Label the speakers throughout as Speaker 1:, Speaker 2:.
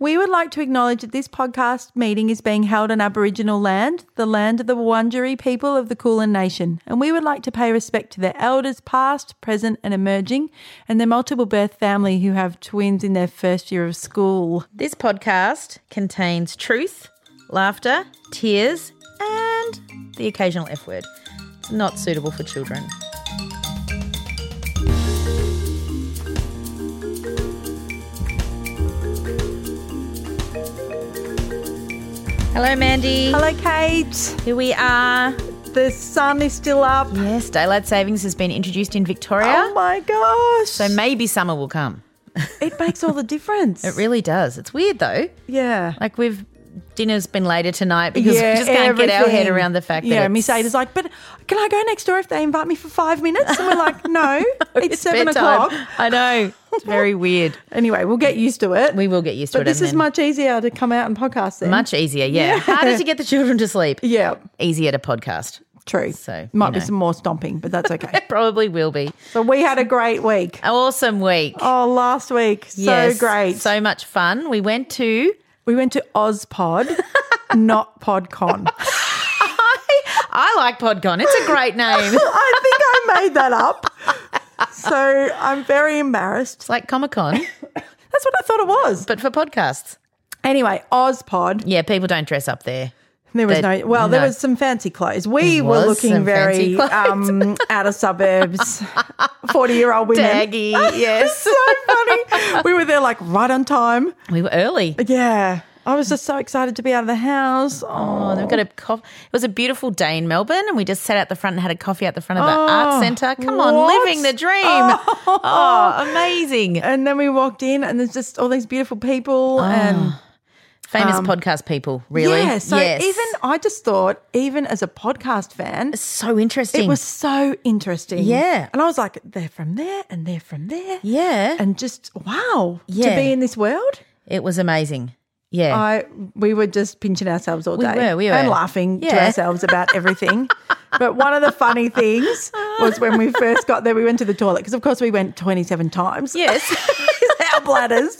Speaker 1: We would like to acknowledge that this podcast meeting is being held on Aboriginal land, the land of the Wurundjeri people of the Kulin Nation, and we would like to pay respect to their elders past, present and emerging, and their multiple birth family who have twins in their first year of school.
Speaker 2: This podcast contains truth, laughter, tears, and the occasional F word. It's not suitable for children. Hello, Mandy.
Speaker 1: Hello Kate.
Speaker 2: Here we are.
Speaker 1: The sun is still up.
Speaker 2: Yes, daylight savings has been introduced in Victoria,
Speaker 1: Oh my gosh.
Speaker 2: so maybe summer will come.
Speaker 1: it makes all the difference.
Speaker 2: It really does. It's weird though.
Speaker 1: Yeah.
Speaker 2: Like we've dinner's been later tonight because we just can't get our head
Speaker 1: everything.
Speaker 2: around the fact
Speaker 1: yeah,
Speaker 2: that
Speaker 1: Miss
Speaker 2: it's-
Speaker 1: Ada's like, but can I go next door if they invite me for five minutes? And we're like, no, it's, seven
Speaker 2: bedtime.
Speaker 1: o'clock.
Speaker 2: I know. It's very weird.
Speaker 1: Anyway, we'll get used to it.
Speaker 2: We will get used to
Speaker 1: but
Speaker 2: it.
Speaker 1: this
Speaker 2: and
Speaker 1: is
Speaker 2: then-
Speaker 1: much easier to come out and podcast then.
Speaker 2: much easier. Yeah. Harder to get the children to sleep.
Speaker 1: Yeah,
Speaker 2: Easier to podcast.
Speaker 1: true.
Speaker 2: So,
Speaker 1: might
Speaker 2: you
Speaker 1: be
Speaker 2: know.
Speaker 1: some more stomping, but that's okay.
Speaker 2: Probably will be.
Speaker 1: so we had a great week.
Speaker 2: Awesome week.
Speaker 1: Oh, last week. So
Speaker 2: Uh, Yes.
Speaker 1: great.
Speaker 2: So much fun. We went to.
Speaker 1: we went to OzPod, not PodCon.
Speaker 2: I like PodCon. It's a great name. it's
Speaker 1: I think I made that up. So I'm very embarrassed.
Speaker 2: like Comic Con,
Speaker 1: That's what I thought it was.
Speaker 2: but for podcasts.
Speaker 1: Anyway, OzPod.
Speaker 2: Yeah, people don't dress up there.
Speaker 1: There was
Speaker 2: that-
Speaker 1: no well. There
Speaker 2: no.
Speaker 1: was some fancy clothes. We
Speaker 2: There
Speaker 1: were
Speaker 2: was
Speaker 1: looking
Speaker 2: some fancy
Speaker 1: very um, out of suburbs, forty-year-old women.
Speaker 2: Daggy. Yes.
Speaker 1: So funny. we were there like right on time.
Speaker 2: we were early.
Speaker 1: Yeah, I was just so excited to be out of the house.
Speaker 2: Oh,
Speaker 1: Oh,
Speaker 2: and they've got a coffee. It was a beautiful day in Melbourne, and we just sat out the front and had a coffee out the front of the art centre. Come on,
Speaker 1: Oh, what?
Speaker 2: living the dream. Oh, amazing.
Speaker 1: and then we walked in, and there's just all these beautiful people. And
Speaker 2: Famous podcast people, really.
Speaker 1: Um, yeah, so
Speaker 2: Yes.
Speaker 1: even I just thought, even as a podcast fan,
Speaker 2: so interesting.
Speaker 1: it was so interesting.
Speaker 2: Yeah.
Speaker 1: and I was like, they're from there, and they're from there.
Speaker 2: yeah.
Speaker 1: and just wow
Speaker 2: Yeah.
Speaker 1: to be in this world.
Speaker 2: it was amazing. Yeah.
Speaker 1: I we were just pinching ourselves all
Speaker 2: We
Speaker 1: day.
Speaker 2: were, we
Speaker 1: and
Speaker 2: were.
Speaker 1: laughing to
Speaker 2: Yeah.
Speaker 1: ourselves about everything. but one of the funny things was when we first got there, we went to the toilet because, of course, we went twenty-seven times.
Speaker 2: yes.
Speaker 1: our bladders.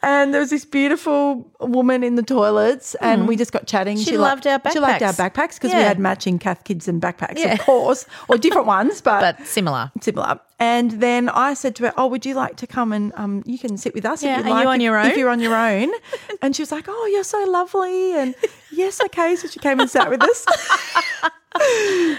Speaker 1: And there was this beautiful woman in the toilets, and we just got chatting. She,
Speaker 2: Mm. loved our
Speaker 1: She liked our
Speaker 2: backpacks.
Speaker 1: backpacks because we
Speaker 2: Yeah.
Speaker 1: had matching Cath Kids and backpacks,
Speaker 2: Yeah.
Speaker 1: of course, or different ones,
Speaker 2: but similar.
Speaker 1: similar. And then I said to her, "Oh, would you like to come and um, you can sit with us
Speaker 2: Yeah,
Speaker 1: if you
Speaker 2: are you
Speaker 1: like
Speaker 2: on
Speaker 1: if-
Speaker 2: your
Speaker 1: if
Speaker 2: own?"
Speaker 1: you're on your own." and she was like, "Oh, you're so lovely." And yes, okay. So she came and sat with us. and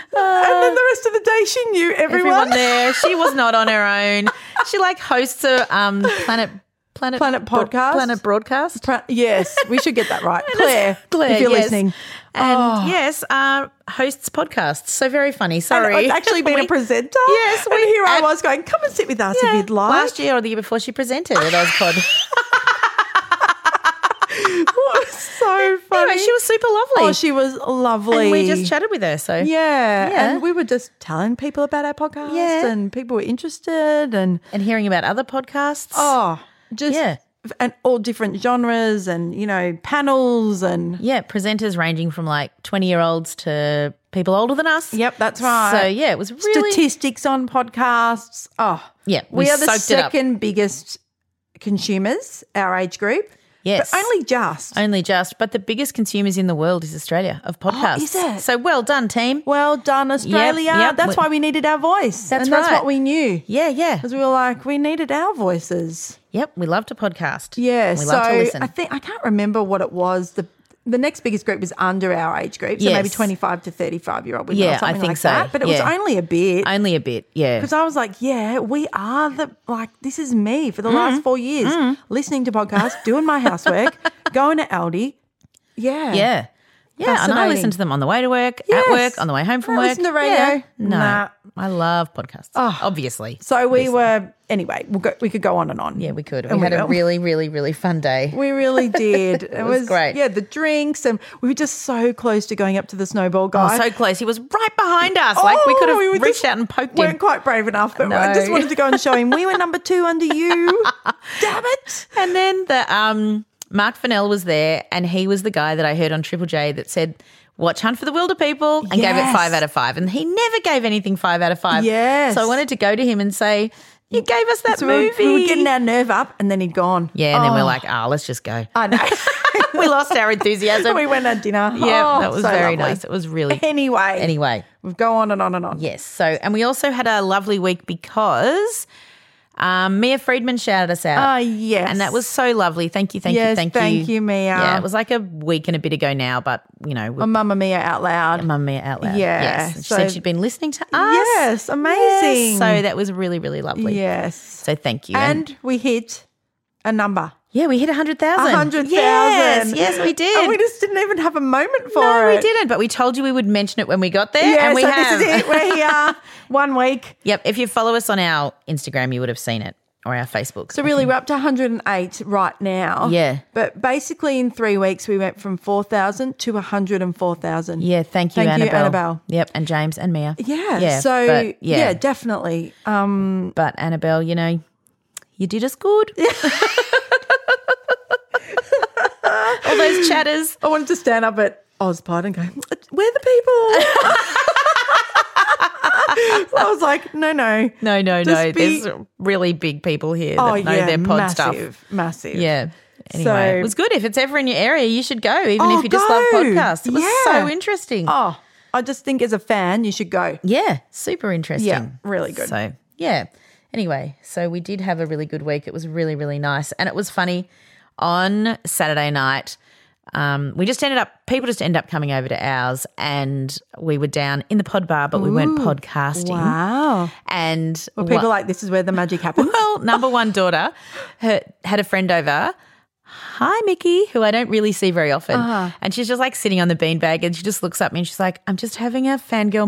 Speaker 1: then the rest of the day, she knew everyone.
Speaker 2: Everyone there. She was not on her own. She like hosts a um planet planet
Speaker 1: Planet podcast?
Speaker 2: planet broadcast.
Speaker 1: Pra- Yes, we should get that right, Claire.
Speaker 2: Claire,
Speaker 1: if you're
Speaker 2: yes.
Speaker 1: listening,
Speaker 2: And
Speaker 1: Oh.
Speaker 2: yes, uh, hosts podcasts. So very funny.
Speaker 1: And
Speaker 2: Sorry.
Speaker 1: I've actually been
Speaker 2: We-
Speaker 1: a presenter.
Speaker 2: Yes,
Speaker 1: and
Speaker 2: we-
Speaker 1: here I
Speaker 2: and-
Speaker 1: was going, "Come and sit with us if
Speaker 2: Yeah.
Speaker 1: you'd like."
Speaker 2: Last year or the year before, she presented at OzPod.
Speaker 1: so funny.
Speaker 2: anyway, she was super lovely.
Speaker 1: oh, she was lovely.
Speaker 2: and we just chatted with her. So
Speaker 1: Yeah,
Speaker 2: Yeah.
Speaker 1: And we were just telling people about our podcast
Speaker 2: Yeah.
Speaker 1: and people were interested and
Speaker 2: and hearing about other podcasts.
Speaker 1: oh just
Speaker 2: Yeah.
Speaker 1: and all different genres and you know, panels and
Speaker 2: Yeah, presenters ranging from like 20 year olds to people older than us.
Speaker 1: Yep, that's right.
Speaker 2: So, yeah, it was really.
Speaker 1: statistics on podcasts. Oh.
Speaker 2: Yeah,
Speaker 1: We,
Speaker 2: we
Speaker 1: are the
Speaker 2: soaked it up.
Speaker 1: second biggest consumers, our age group.
Speaker 2: Yes.
Speaker 1: But only just.
Speaker 2: Only just, but the biggest consumers in the world is Australia of podcasts.
Speaker 1: Oh, is it?
Speaker 2: So well done, team.
Speaker 1: well done, Australia.
Speaker 2: yep.
Speaker 1: That's
Speaker 2: We-
Speaker 1: why we needed our voice.
Speaker 2: That's
Speaker 1: and that's
Speaker 2: right.
Speaker 1: what we knew.
Speaker 2: Yeah, yeah,
Speaker 1: Because we were like, we needed our voices.
Speaker 2: yep. We love to podcast.
Speaker 1: Yeah,
Speaker 2: we
Speaker 1: so
Speaker 2: love to listen.
Speaker 1: I think I can't remember what it was. The the next biggest group was under our age group, so maybe
Speaker 2: Yes.
Speaker 1: twenty five to thirty five year old women.
Speaker 2: Yeah,
Speaker 1: or
Speaker 2: I
Speaker 1: something
Speaker 2: think
Speaker 1: like
Speaker 2: so.
Speaker 1: That. But it
Speaker 2: Yeah.
Speaker 1: was only a bit
Speaker 2: Only a bit, yeah.
Speaker 1: because I was like, yeah, we are the like this is me for the
Speaker 2: Mm-hmm.
Speaker 1: last four years listening to podcasts, doing my housework, going to Aldi. Yeah,
Speaker 2: Yeah. Yeah, and I
Speaker 1: Fascinating.
Speaker 2: listen to them on the way to work, at
Speaker 1: Yes.
Speaker 2: work, on the way home from
Speaker 1: I
Speaker 2: work.
Speaker 1: listen to radio.
Speaker 2: Yeah. No,
Speaker 1: Nah. Oh.
Speaker 2: I love podcasts. obviously.
Speaker 1: So we were anyway. We'll go, we could go on and on.
Speaker 2: yeah, we could. We
Speaker 1: And we
Speaker 2: had a
Speaker 1: will.
Speaker 2: really, really, really fun day.
Speaker 1: We really did. it,
Speaker 2: was great.
Speaker 1: Yeah, the drinks and we were just so close to going up to the snowball guy.
Speaker 2: Oh, so close. He was right behind us. like we could have
Speaker 1: Oh, were
Speaker 2: reached
Speaker 1: just-
Speaker 2: out and poked
Speaker 1: weren't
Speaker 2: him.
Speaker 1: quite brave enough, but I just
Speaker 2: No.
Speaker 1: wanted to go and show him we were number two under you. Damn it!
Speaker 2: And then the um, Mark Fennell was there, and he was the guy that I heard on Triple J that said, "Watch Hunt for the Wilder People," and gave it
Speaker 1: Yes.
Speaker 2: five out of five. And he never gave anything five out of five.
Speaker 1: Yes.
Speaker 2: So I wanted to go to him and say, "You gave us that
Speaker 1: So we were,
Speaker 2: movie."
Speaker 1: we were getting our nerve up, and then he'd gone.
Speaker 2: yeah, and then we're
Speaker 1: Oh,
Speaker 2: like, "Ah, let's just go."
Speaker 1: I know.
Speaker 2: we lost our enthusiasm.
Speaker 1: And we went at dinner.
Speaker 2: Yeah,
Speaker 1: Oh,
Speaker 2: that was
Speaker 1: so
Speaker 2: very
Speaker 1: lovely.
Speaker 2: nice. It was really
Speaker 1: Anyway,
Speaker 2: anyway.
Speaker 1: we go on and on and on.
Speaker 2: Yes. So, and we also had a lovely week because um, Mia Friedman shouted us out.
Speaker 1: Ah, yes.
Speaker 2: And that was so lovely. Thank you, thank you,
Speaker 1: Yes,
Speaker 2: thank you.
Speaker 1: thank you, Mia.
Speaker 2: Yeah, it was like a week and a bit ago now, but you know, we
Speaker 1: on Mamma Mia out loud.
Speaker 2: Mum Mia out loud.
Speaker 1: Yeah,
Speaker 2: Yes. And She
Speaker 1: so-
Speaker 2: said she'd been listening to us.
Speaker 1: Yes, amazing.
Speaker 2: Yes, So that was really, really lovely.
Speaker 1: yes,
Speaker 2: So thank you.
Speaker 1: and we hit a number.
Speaker 2: yeah, we hit 100,000.
Speaker 1: A hundred thousand.
Speaker 2: Yes, yes, we did.
Speaker 1: And we just didn't even have a moment for
Speaker 2: no,
Speaker 1: it.
Speaker 2: we didn't, but we told you we would mention it when we got there.
Speaker 1: Yeah,
Speaker 2: and we
Speaker 1: so
Speaker 2: have.
Speaker 1: this is it. We're here. One week.
Speaker 2: Yep. If you follow us on our Instagram, you would have seen it or our Facebook.
Speaker 1: So really, we're up to 108 right now.
Speaker 2: Yeah.
Speaker 1: But basically, in three weeks, we went from 4,000 to 104,000.
Speaker 2: Yeah, thank you,
Speaker 1: Thank you,
Speaker 2: Annabelle.
Speaker 1: Annabelle.
Speaker 2: Yep, and James and Mia.
Speaker 1: Yeah. so
Speaker 2: but,
Speaker 1: yeah.
Speaker 2: yeah,
Speaker 1: definitely. Um,
Speaker 2: but Annabelle, you know, you did us good. All those chatters.
Speaker 1: I wanted to stand up at Ozpod and go, "We're the people." I was like, "No, no,
Speaker 2: No, no,
Speaker 1: Just
Speaker 2: no.
Speaker 1: be-
Speaker 2: There's really big people here that
Speaker 1: oh
Speaker 2: know
Speaker 1: yeah,
Speaker 2: their pod
Speaker 1: massive,
Speaker 2: stuff.
Speaker 1: massive."
Speaker 2: Yeah. Anyway,
Speaker 1: So-
Speaker 2: it was good. If it's ever in your area, you should go, even
Speaker 1: Oh,
Speaker 2: if you just love
Speaker 1: go.
Speaker 2: podcasts. It was
Speaker 1: Yeah.
Speaker 2: so interesting.
Speaker 1: Oh, I just think as a fan, you should go.
Speaker 2: Yeah, super interesting.
Speaker 1: Yeah, really good.
Speaker 2: So, yeah. Anyway, so we did have a really good week. It was really, really nice. And it was funny on Saturday night. Um, we just ended up, people just end up coming over to ours, and we were down in the pod bar, but we weren't podcasting.
Speaker 1: Wow.
Speaker 2: And
Speaker 1: Well, people
Speaker 2: one-
Speaker 1: like this is where the magic happens.
Speaker 2: well, number one daughter her, had a friend over. Hi, Mickey, who I don't really see very often.
Speaker 1: Uh-huh.
Speaker 2: And she's just like sitting on the beanbag and she just looks up at me and she's like, I'm just having a fangirl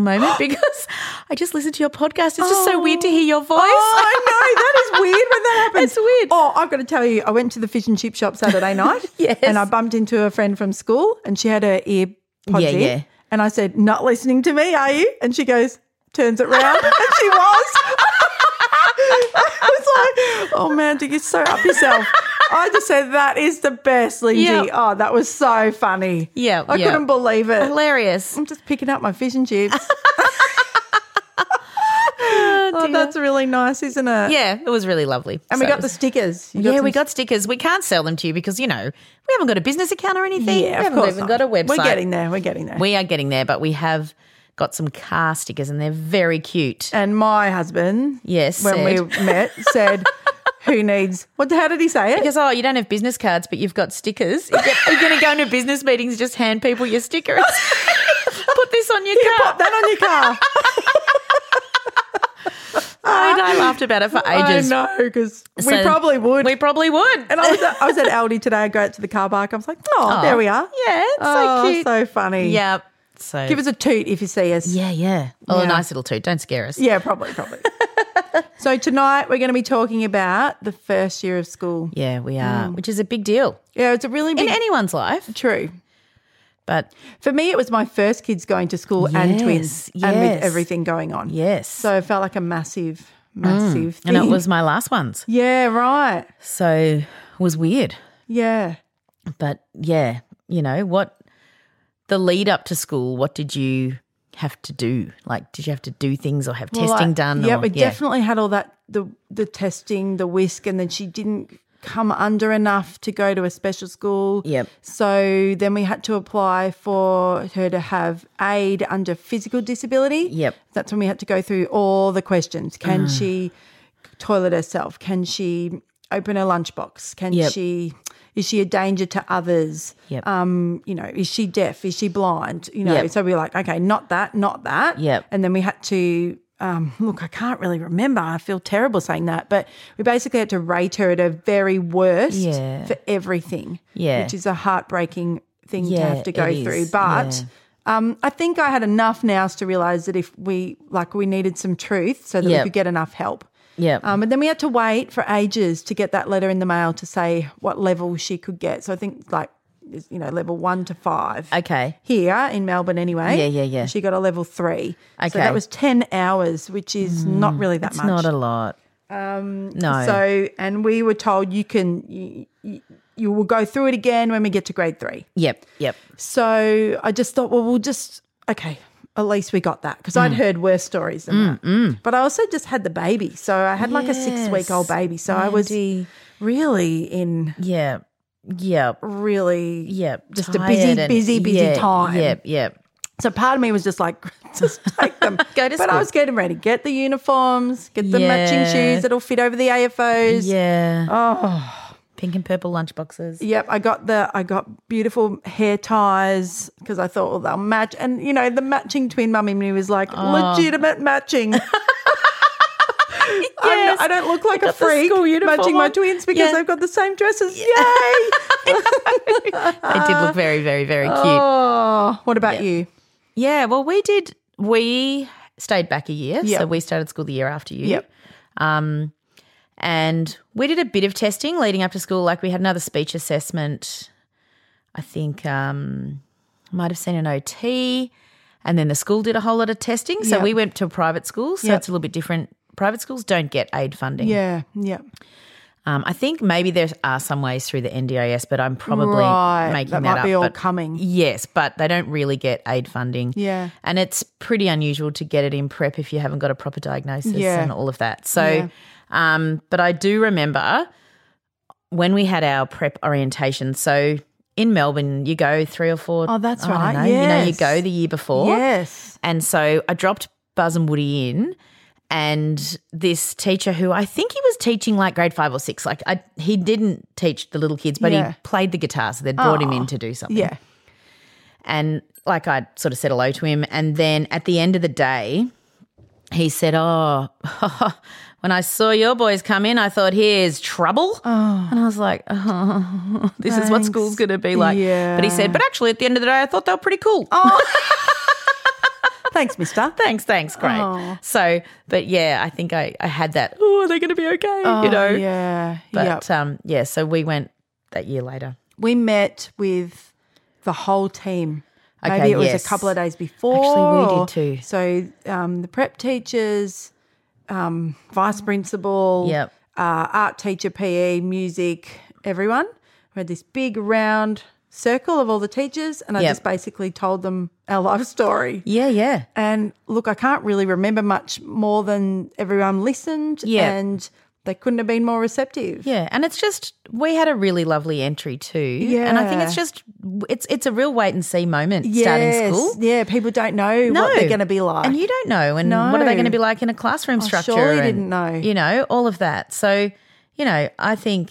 Speaker 2: moment because I just listened to your podcast. It's just so weird to hear your voice.
Speaker 1: Oh, I know. That is weird when that happens.
Speaker 2: It's weird.
Speaker 1: Oh, I've got to tell you, I went to the fish and chip shop Saturday night.
Speaker 2: Yes.
Speaker 1: And I bumped into a friend from school and she had her ear pods
Speaker 2: Yeah,
Speaker 1: in.
Speaker 2: yeah.
Speaker 1: And I said, Not listening to me, are you? And she goes, Turns it round. and she was. I was like, Oh, Mandy, you're so up yourself. I just said, That is the best, Lindsay.
Speaker 2: Yeah.
Speaker 1: Oh, that was so funny.
Speaker 2: Yeah,
Speaker 1: I
Speaker 2: yeah.
Speaker 1: couldn't believe it.
Speaker 2: Hilarious.
Speaker 1: I'm just picking up my fish and chips. oh, that's really nice, isn't it?
Speaker 2: Yeah, it was really lovely.
Speaker 1: And we
Speaker 2: So
Speaker 1: got
Speaker 2: it
Speaker 1: the
Speaker 2: was-
Speaker 1: stickers. You
Speaker 2: yeah,
Speaker 1: some
Speaker 2: we got stickers. We can't sell them to you because, you know, we haven't got a business account or anything.
Speaker 1: Yeah,
Speaker 2: we
Speaker 1: of
Speaker 2: haven't
Speaker 1: course.
Speaker 2: even
Speaker 1: not.
Speaker 2: got a website.
Speaker 1: We're getting there. We're getting there.
Speaker 2: We are getting there, but we have got some car stickers and they're very cute.
Speaker 1: and my husband,
Speaker 2: Yes,
Speaker 1: when
Speaker 2: said.
Speaker 1: we met, said, "Who needs what? How did he say it?
Speaker 2: Because oh, you don't have business cards, but you've got stickers. You're go- You're going to go into business meetings, just hand people your sticker. and say, Put this on your
Speaker 1: Pop
Speaker 2: car.
Speaker 1: that on your car."
Speaker 2: And I laughed about it for ages.
Speaker 1: I know because we
Speaker 2: So
Speaker 1: probably would.
Speaker 2: We probably would.
Speaker 1: and I was, at, I was at Aldi today. I go out to the car park. I was like, "Oh, there we are."
Speaker 2: Yeah, it's
Speaker 1: oh,
Speaker 2: so cute.
Speaker 1: so funny.
Speaker 2: yeah. So
Speaker 1: Give us a toot if you see us.
Speaker 2: yeah, yeah. Oh,
Speaker 1: Yeah.
Speaker 2: a nice little toot. Don't scare us.
Speaker 1: Yeah, probably, probably. so tonight we're going to be talking about the first year of school.
Speaker 2: Yeah, we are, which is a big deal
Speaker 1: Yeah, it's a really Mm. big
Speaker 2: in anyone's life.
Speaker 1: true.
Speaker 2: But
Speaker 1: For me, it was my first kids going to school and
Speaker 2: Yes,
Speaker 1: twins, and with
Speaker 2: yes.
Speaker 1: everything going on.
Speaker 2: yes, Mm.
Speaker 1: so it felt like a massive, massive thing.
Speaker 2: and it was my last ones,
Speaker 1: yeah, right,
Speaker 2: so it was weird.
Speaker 1: yeah.
Speaker 2: but yeah, you know what? The lead up to school, what did you have to do? Like, did you have to do things or have
Speaker 1: Well,
Speaker 2: testing
Speaker 1: like-
Speaker 2: done?
Speaker 1: Yeah,
Speaker 2: or,
Speaker 1: we definitely had all that the the testing, the whisk, and then she didn't come under enough to go to a special school.
Speaker 2: Yep.
Speaker 1: So then we had to apply for her to have aid under physical disability.
Speaker 2: Yep. Ah.
Speaker 1: That's when we had to go through all the questions. Can she toilet herself? Can she open her lunchbox? Can
Speaker 2: Yep.
Speaker 1: she is she a danger to others?
Speaker 2: Yep.
Speaker 1: Um, you know, is she deaf? Is she blind? You know,
Speaker 2: Yep.
Speaker 1: so we were like, okay, not that, not that.
Speaker 2: Yep.
Speaker 1: And then we had to, um, look, I can't really remember. I feel terrible saying that, but we basically had to rate her at her very worst
Speaker 2: Yeah.
Speaker 1: for everything,
Speaker 2: Yeah.
Speaker 1: which is a heartbreaking thing to
Speaker 2: Yeah,
Speaker 1: have to go
Speaker 2: it is.
Speaker 1: through. But um, I think I had enough now to realize that if we like we needed some truth so that
Speaker 2: Yep.
Speaker 1: we could get enough help.
Speaker 2: Yeah.
Speaker 1: Um, and then we had to wait for ages to get that letter in the mail to say what level she could get. So I think like you know level one to five
Speaker 2: okay.
Speaker 1: here in Melbourne anyway.
Speaker 2: Yeah, yeah, yeah.
Speaker 1: She got a level three. So
Speaker 2: Okay.
Speaker 1: that was 10 hours, which is not really that
Speaker 2: It's
Speaker 1: much.
Speaker 2: not a lot. Um, no.
Speaker 1: So, and we were told you can, you, you, you will go through it again when we get to grade three.
Speaker 2: yep. Yep.
Speaker 1: So I just thought, well, we'll just, okay, at least we got that because
Speaker 2: Mm.
Speaker 1: I'd heard worse stories than that. But I also just had the baby. So I had like a six week old
Speaker 2: Yes,
Speaker 1: baby. So I was
Speaker 2: Mandy.
Speaker 1: really in,
Speaker 2: Yeah. Yep.
Speaker 1: really.
Speaker 2: Yep.
Speaker 1: Just a busy,
Speaker 2: Tired and-
Speaker 1: busy, busy
Speaker 2: yeah,
Speaker 1: time.
Speaker 2: Yep. Yep.
Speaker 1: So part of me was just like, just take them.
Speaker 2: Go to
Speaker 1: but I
Speaker 2: school.
Speaker 1: was getting ready. Get the uniforms, get the matching
Speaker 2: Yeah.
Speaker 1: shoes that'll fit over the AFOs.
Speaker 2: Yeah. Oh. Pink and purple lunch boxes.
Speaker 1: Yep, I got the I got beautiful hair ties because I thought well, they'll match, and you know the matching twin mummy me was like
Speaker 2: Oh.
Speaker 1: legitimate matching. I'm not- I don't look like a
Speaker 2: got the
Speaker 1: freak
Speaker 2: school uniform
Speaker 1: matching my
Speaker 2: one.
Speaker 1: twins because
Speaker 2: Yeah.
Speaker 1: they've got the same dresses. Yay! Uh,
Speaker 2: They did look very, very, very cute.
Speaker 1: oh, what about you?
Speaker 2: Yeah, well, we did. We stayed back a year,
Speaker 1: Yep.
Speaker 2: so we started school the year after you.
Speaker 1: Yep.
Speaker 2: Um, and we did a bit of testing leading up to school. Like we had another speech assessment. I think um, I might have seen an OT, and then the school did a whole lot of testing. So
Speaker 1: Yep.
Speaker 2: we went to a private school, so
Speaker 1: Yep.
Speaker 2: it's a little bit different. Private schools don't get aid funding.
Speaker 1: Yeah, yeah.
Speaker 2: Um, I think maybe there are some ways through the NDIS, but I'm probably
Speaker 1: Right,
Speaker 2: making
Speaker 1: that
Speaker 2: that,
Speaker 1: might
Speaker 2: up.
Speaker 1: be all
Speaker 2: but-
Speaker 1: coming.
Speaker 2: Yes, but they don't really get aid funding.
Speaker 1: Yeah.
Speaker 2: and it's pretty unusual to get it in prep if you haven't got a proper diagnosis
Speaker 1: Yeah.
Speaker 2: and all of that. So,
Speaker 1: Yeah.
Speaker 2: um, but I do remember when we had our prep orientation. So in Melbourne, you go three or four.
Speaker 1: Oh, that's
Speaker 2: I don't
Speaker 1: right.
Speaker 2: know, You know, you
Speaker 1: Yes.
Speaker 2: go the year before.
Speaker 1: Yes.
Speaker 2: And so I dropped Buzz and Woody in, and this teacher who I think he was teaching like grade five or six, like I, he didn't teach the little kids, but
Speaker 1: Yeah. Oh.
Speaker 2: he played the guitar. So they brought him in to do something.
Speaker 1: Yeah.
Speaker 2: And like I sort of said hello to him. And then at the end of the day, he said, Oh, when I saw your boys come in, I thought, here's trouble. And I was like, Oh, this is what
Speaker 1: Thanks.
Speaker 2: school's going to be like. But he said,
Speaker 1: Yeah. Oh.
Speaker 2: But actually, at the end of the day, I thought they were pretty cool.
Speaker 1: Thanks, Mister.
Speaker 2: thanks, thanks, great.
Speaker 1: Oh.
Speaker 2: So, but yeah, I think I, I had that. Oh, are they going to be okay? you know.
Speaker 1: Yeah.
Speaker 2: But
Speaker 1: yep.
Speaker 2: um, yeah, so we went that year later.
Speaker 1: we met with the whole team. Maybe
Speaker 2: Okay,
Speaker 1: it was
Speaker 2: yes.
Speaker 1: a couple of days before.
Speaker 2: Actually, we did
Speaker 1: or-
Speaker 2: too.
Speaker 1: So um, the prep teachers, um, vice principal,
Speaker 2: Yep.
Speaker 1: uh, art teacher, PE, music, everyone. We had this big round circle of all the teachers, and I
Speaker 2: Yep.
Speaker 1: just basically told them our life story.
Speaker 2: Yeah, yeah,
Speaker 1: And look, I can't really remember much more than everyone listened,
Speaker 2: Yeah.
Speaker 1: and they couldn't have been more receptive.
Speaker 2: yeah. And it's just we had a really lovely entry too. Yeah, and I think it's
Speaker 1: Yeah.
Speaker 2: just it's it's a real wait and see moment starting school.
Speaker 1: Yeah, people don't know what they're going to be like.
Speaker 2: and you don't know. And what are
Speaker 1: No. Oh,
Speaker 2: they going to be like in a classroom structure?
Speaker 1: surely
Speaker 2: and,
Speaker 1: didn't know.
Speaker 2: You know all of that. So, you know, I think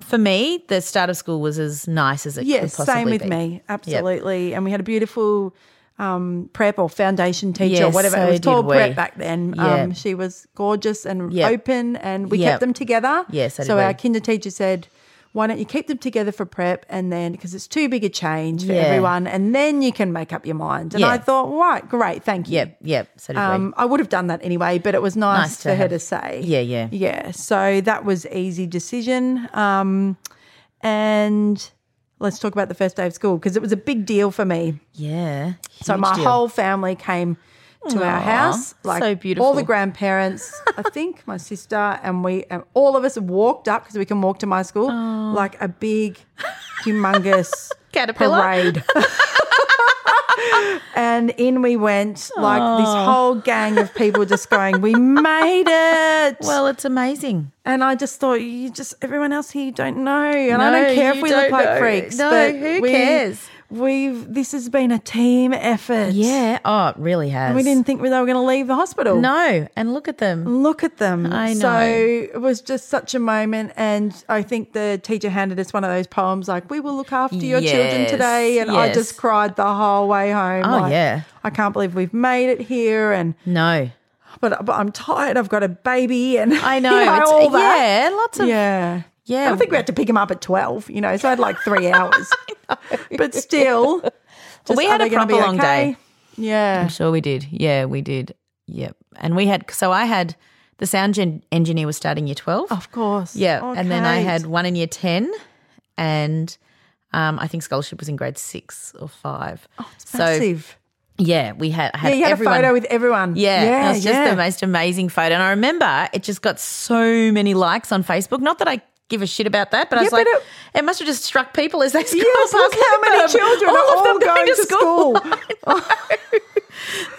Speaker 2: for me, the start of school was as nice as it
Speaker 1: yes,
Speaker 2: could possibly
Speaker 1: same with
Speaker 2: be.
Speaker 1: me, absolutely. And we had a beautiful um, prep or foundation teacher, or
Speaker 2: Yes,
Speaker 1: whatever
Speaker 2: so
Speaker 1: it was
Speaker 2: did
Speaker 1: called,
Speaker 2: we.
Speaker 1: prep back then. Um,
Speaker 2: Yeah.
Speaker 1: she was gorgeous and
Speaker 2: Yep.
Speaker 1: open, and we
Speaker 2: Yep.
Speaker 1: kept them together.
Speaker 2: Yes, so did
Speaker 1: so
Speaker 2: we.
Speaker 1: our kinder teacher said. Why don't you keep them together for prep and then because it's too big a change for
Speaker 2: Yeah.
Speaker 1: everyone and then you can make up your mind. And
Speaker 2: Yeah.
Speaker 1: I thought, right, great, thank you.
Speaker 2: Yep, yep. So did we.
Speaker 1: Um, I would have done that anyway, but it was nice,
Speaker 2: Nice to
Speaker 1: for her
Speaker 2: have-
Speaker 1: to say.
Speaker 2: Yeah, yeah.
Speaker 1: Yeah. So that was easy decision. Um, and let's talk about the first day of school because it was a big deal for me.
Speaker 2: Yeah.
Speaker 1: So
Speaker 2: huge
Speaker 1: my
Speaker 2: deal.
Speaker 1: whole family came to our
Speaker 2: Aw,
Speaker 1: house,
Speaker 2: so
Speaker 1: all
Speaker 2: beautiful.
Speaker 1: the grandparents, I think my sister and we, and all of us walked up because we can walk to my school, like a big, humongous
Speaker 2: Caterpillar?
Speaker 1: parade. and in we went, like this whole gang of people just going, "We made it!"
Speaker 2: Well, it's amazing.
Speaker 1: And I just thought, you just everyone else here, you don't know, and I
Speaker 2: No,
Speaker 1: don't care if
Speaker 2: you
Speaker 1: we look
Speaker 2: don't
Speaker 1: like
Speaker 2: know.
Speaker 1: freaks.
Speaker 2: No,
Speaker 1: but
Speaker 2: who
Speaker 1: we,
Speaker 2: cares?
Speaker 1: We've this has been a team effort.
Speaker 2: Yeah. Oh, it really has.
Speaker 1: and we didn't Mm. think they were going to leave the hospital.
Speaker 2: No. And look at them.
Speaker 1: Look at them.
Speaker 2: I
Speaker 1: So
Speaker 2: know.
Speaker 1: it was just such a moment. And I think the teacher handed us one of those poems like, We will look after your children
Speaker 2: Yes,
Speaker 1: today. And I
Speaker 2: yes.
Speaker 1: just cried the whole way home.
Speaker 2: Oh,
Speaker 1: like,
Speaker 2: yeah.
Speaker 1: I can't believe we've made it here. And,
Speaker 2: No.
Speaker 1: but, but I'm tired. I've got a baby. And
Speaker 2: I know.
Speaker 1: you
Speaker 2: it's-
Speaker 1: all that.
Speaker 2: Yeah. Lots of. Yeah.
Speaker 1: Yeah.
Speaker 2: Yeah.
Speaker 1: I think we had to pick him up at 12, you know, so I had like three hours. But still, just,
Speaker 2: we
Speaker 1: are
Speaker 2: had a
Speaker 1: they gonna be
Speaker 2: proper long
Speaker 1: okay?
Speaker 2: day.
Speaker 1: Yeah.
Speaker 2: I'm sure we did. Yeah, we did. Yep. And we had, so I had the sound gen- engineer was starting year 12.
Speaker 1: Of course.
Speaker 2: Yeah.
Speaker 1: Oh,
Speaker 2: And then I
Speaker 1: Kate.
Speaker 2: had one in year 10. And um, I think scholarship was in grade six or five. Oh, so,
Speaker 1: Massive.
Speaker 2: yeah, we had, I had
Speaker 1: yeah, you had
Speaker 2: everyone.
Speaker 1: a photo with everyone.
Speaker 2: Yeah, and
Speaker 1: Yeah.
Speaker 2: it was just
Speaker 1: yeah.
Speaker 2: the most amazing photo. And I remember it just got so many likes on Facebook. Not that I give a shit about that, but I
Speaker 1: Yeah,
Speaker 2: was like,
Speaker 1: but
Speaker 2: it,
Speaker 1: it-
Speaker 2: must have just struck people as they scroll
Speaker 1: Yes,
Speaker 2: past.
Speaker 1: look how many
Speaker 2: them.
Speaker 1: children are all going to school.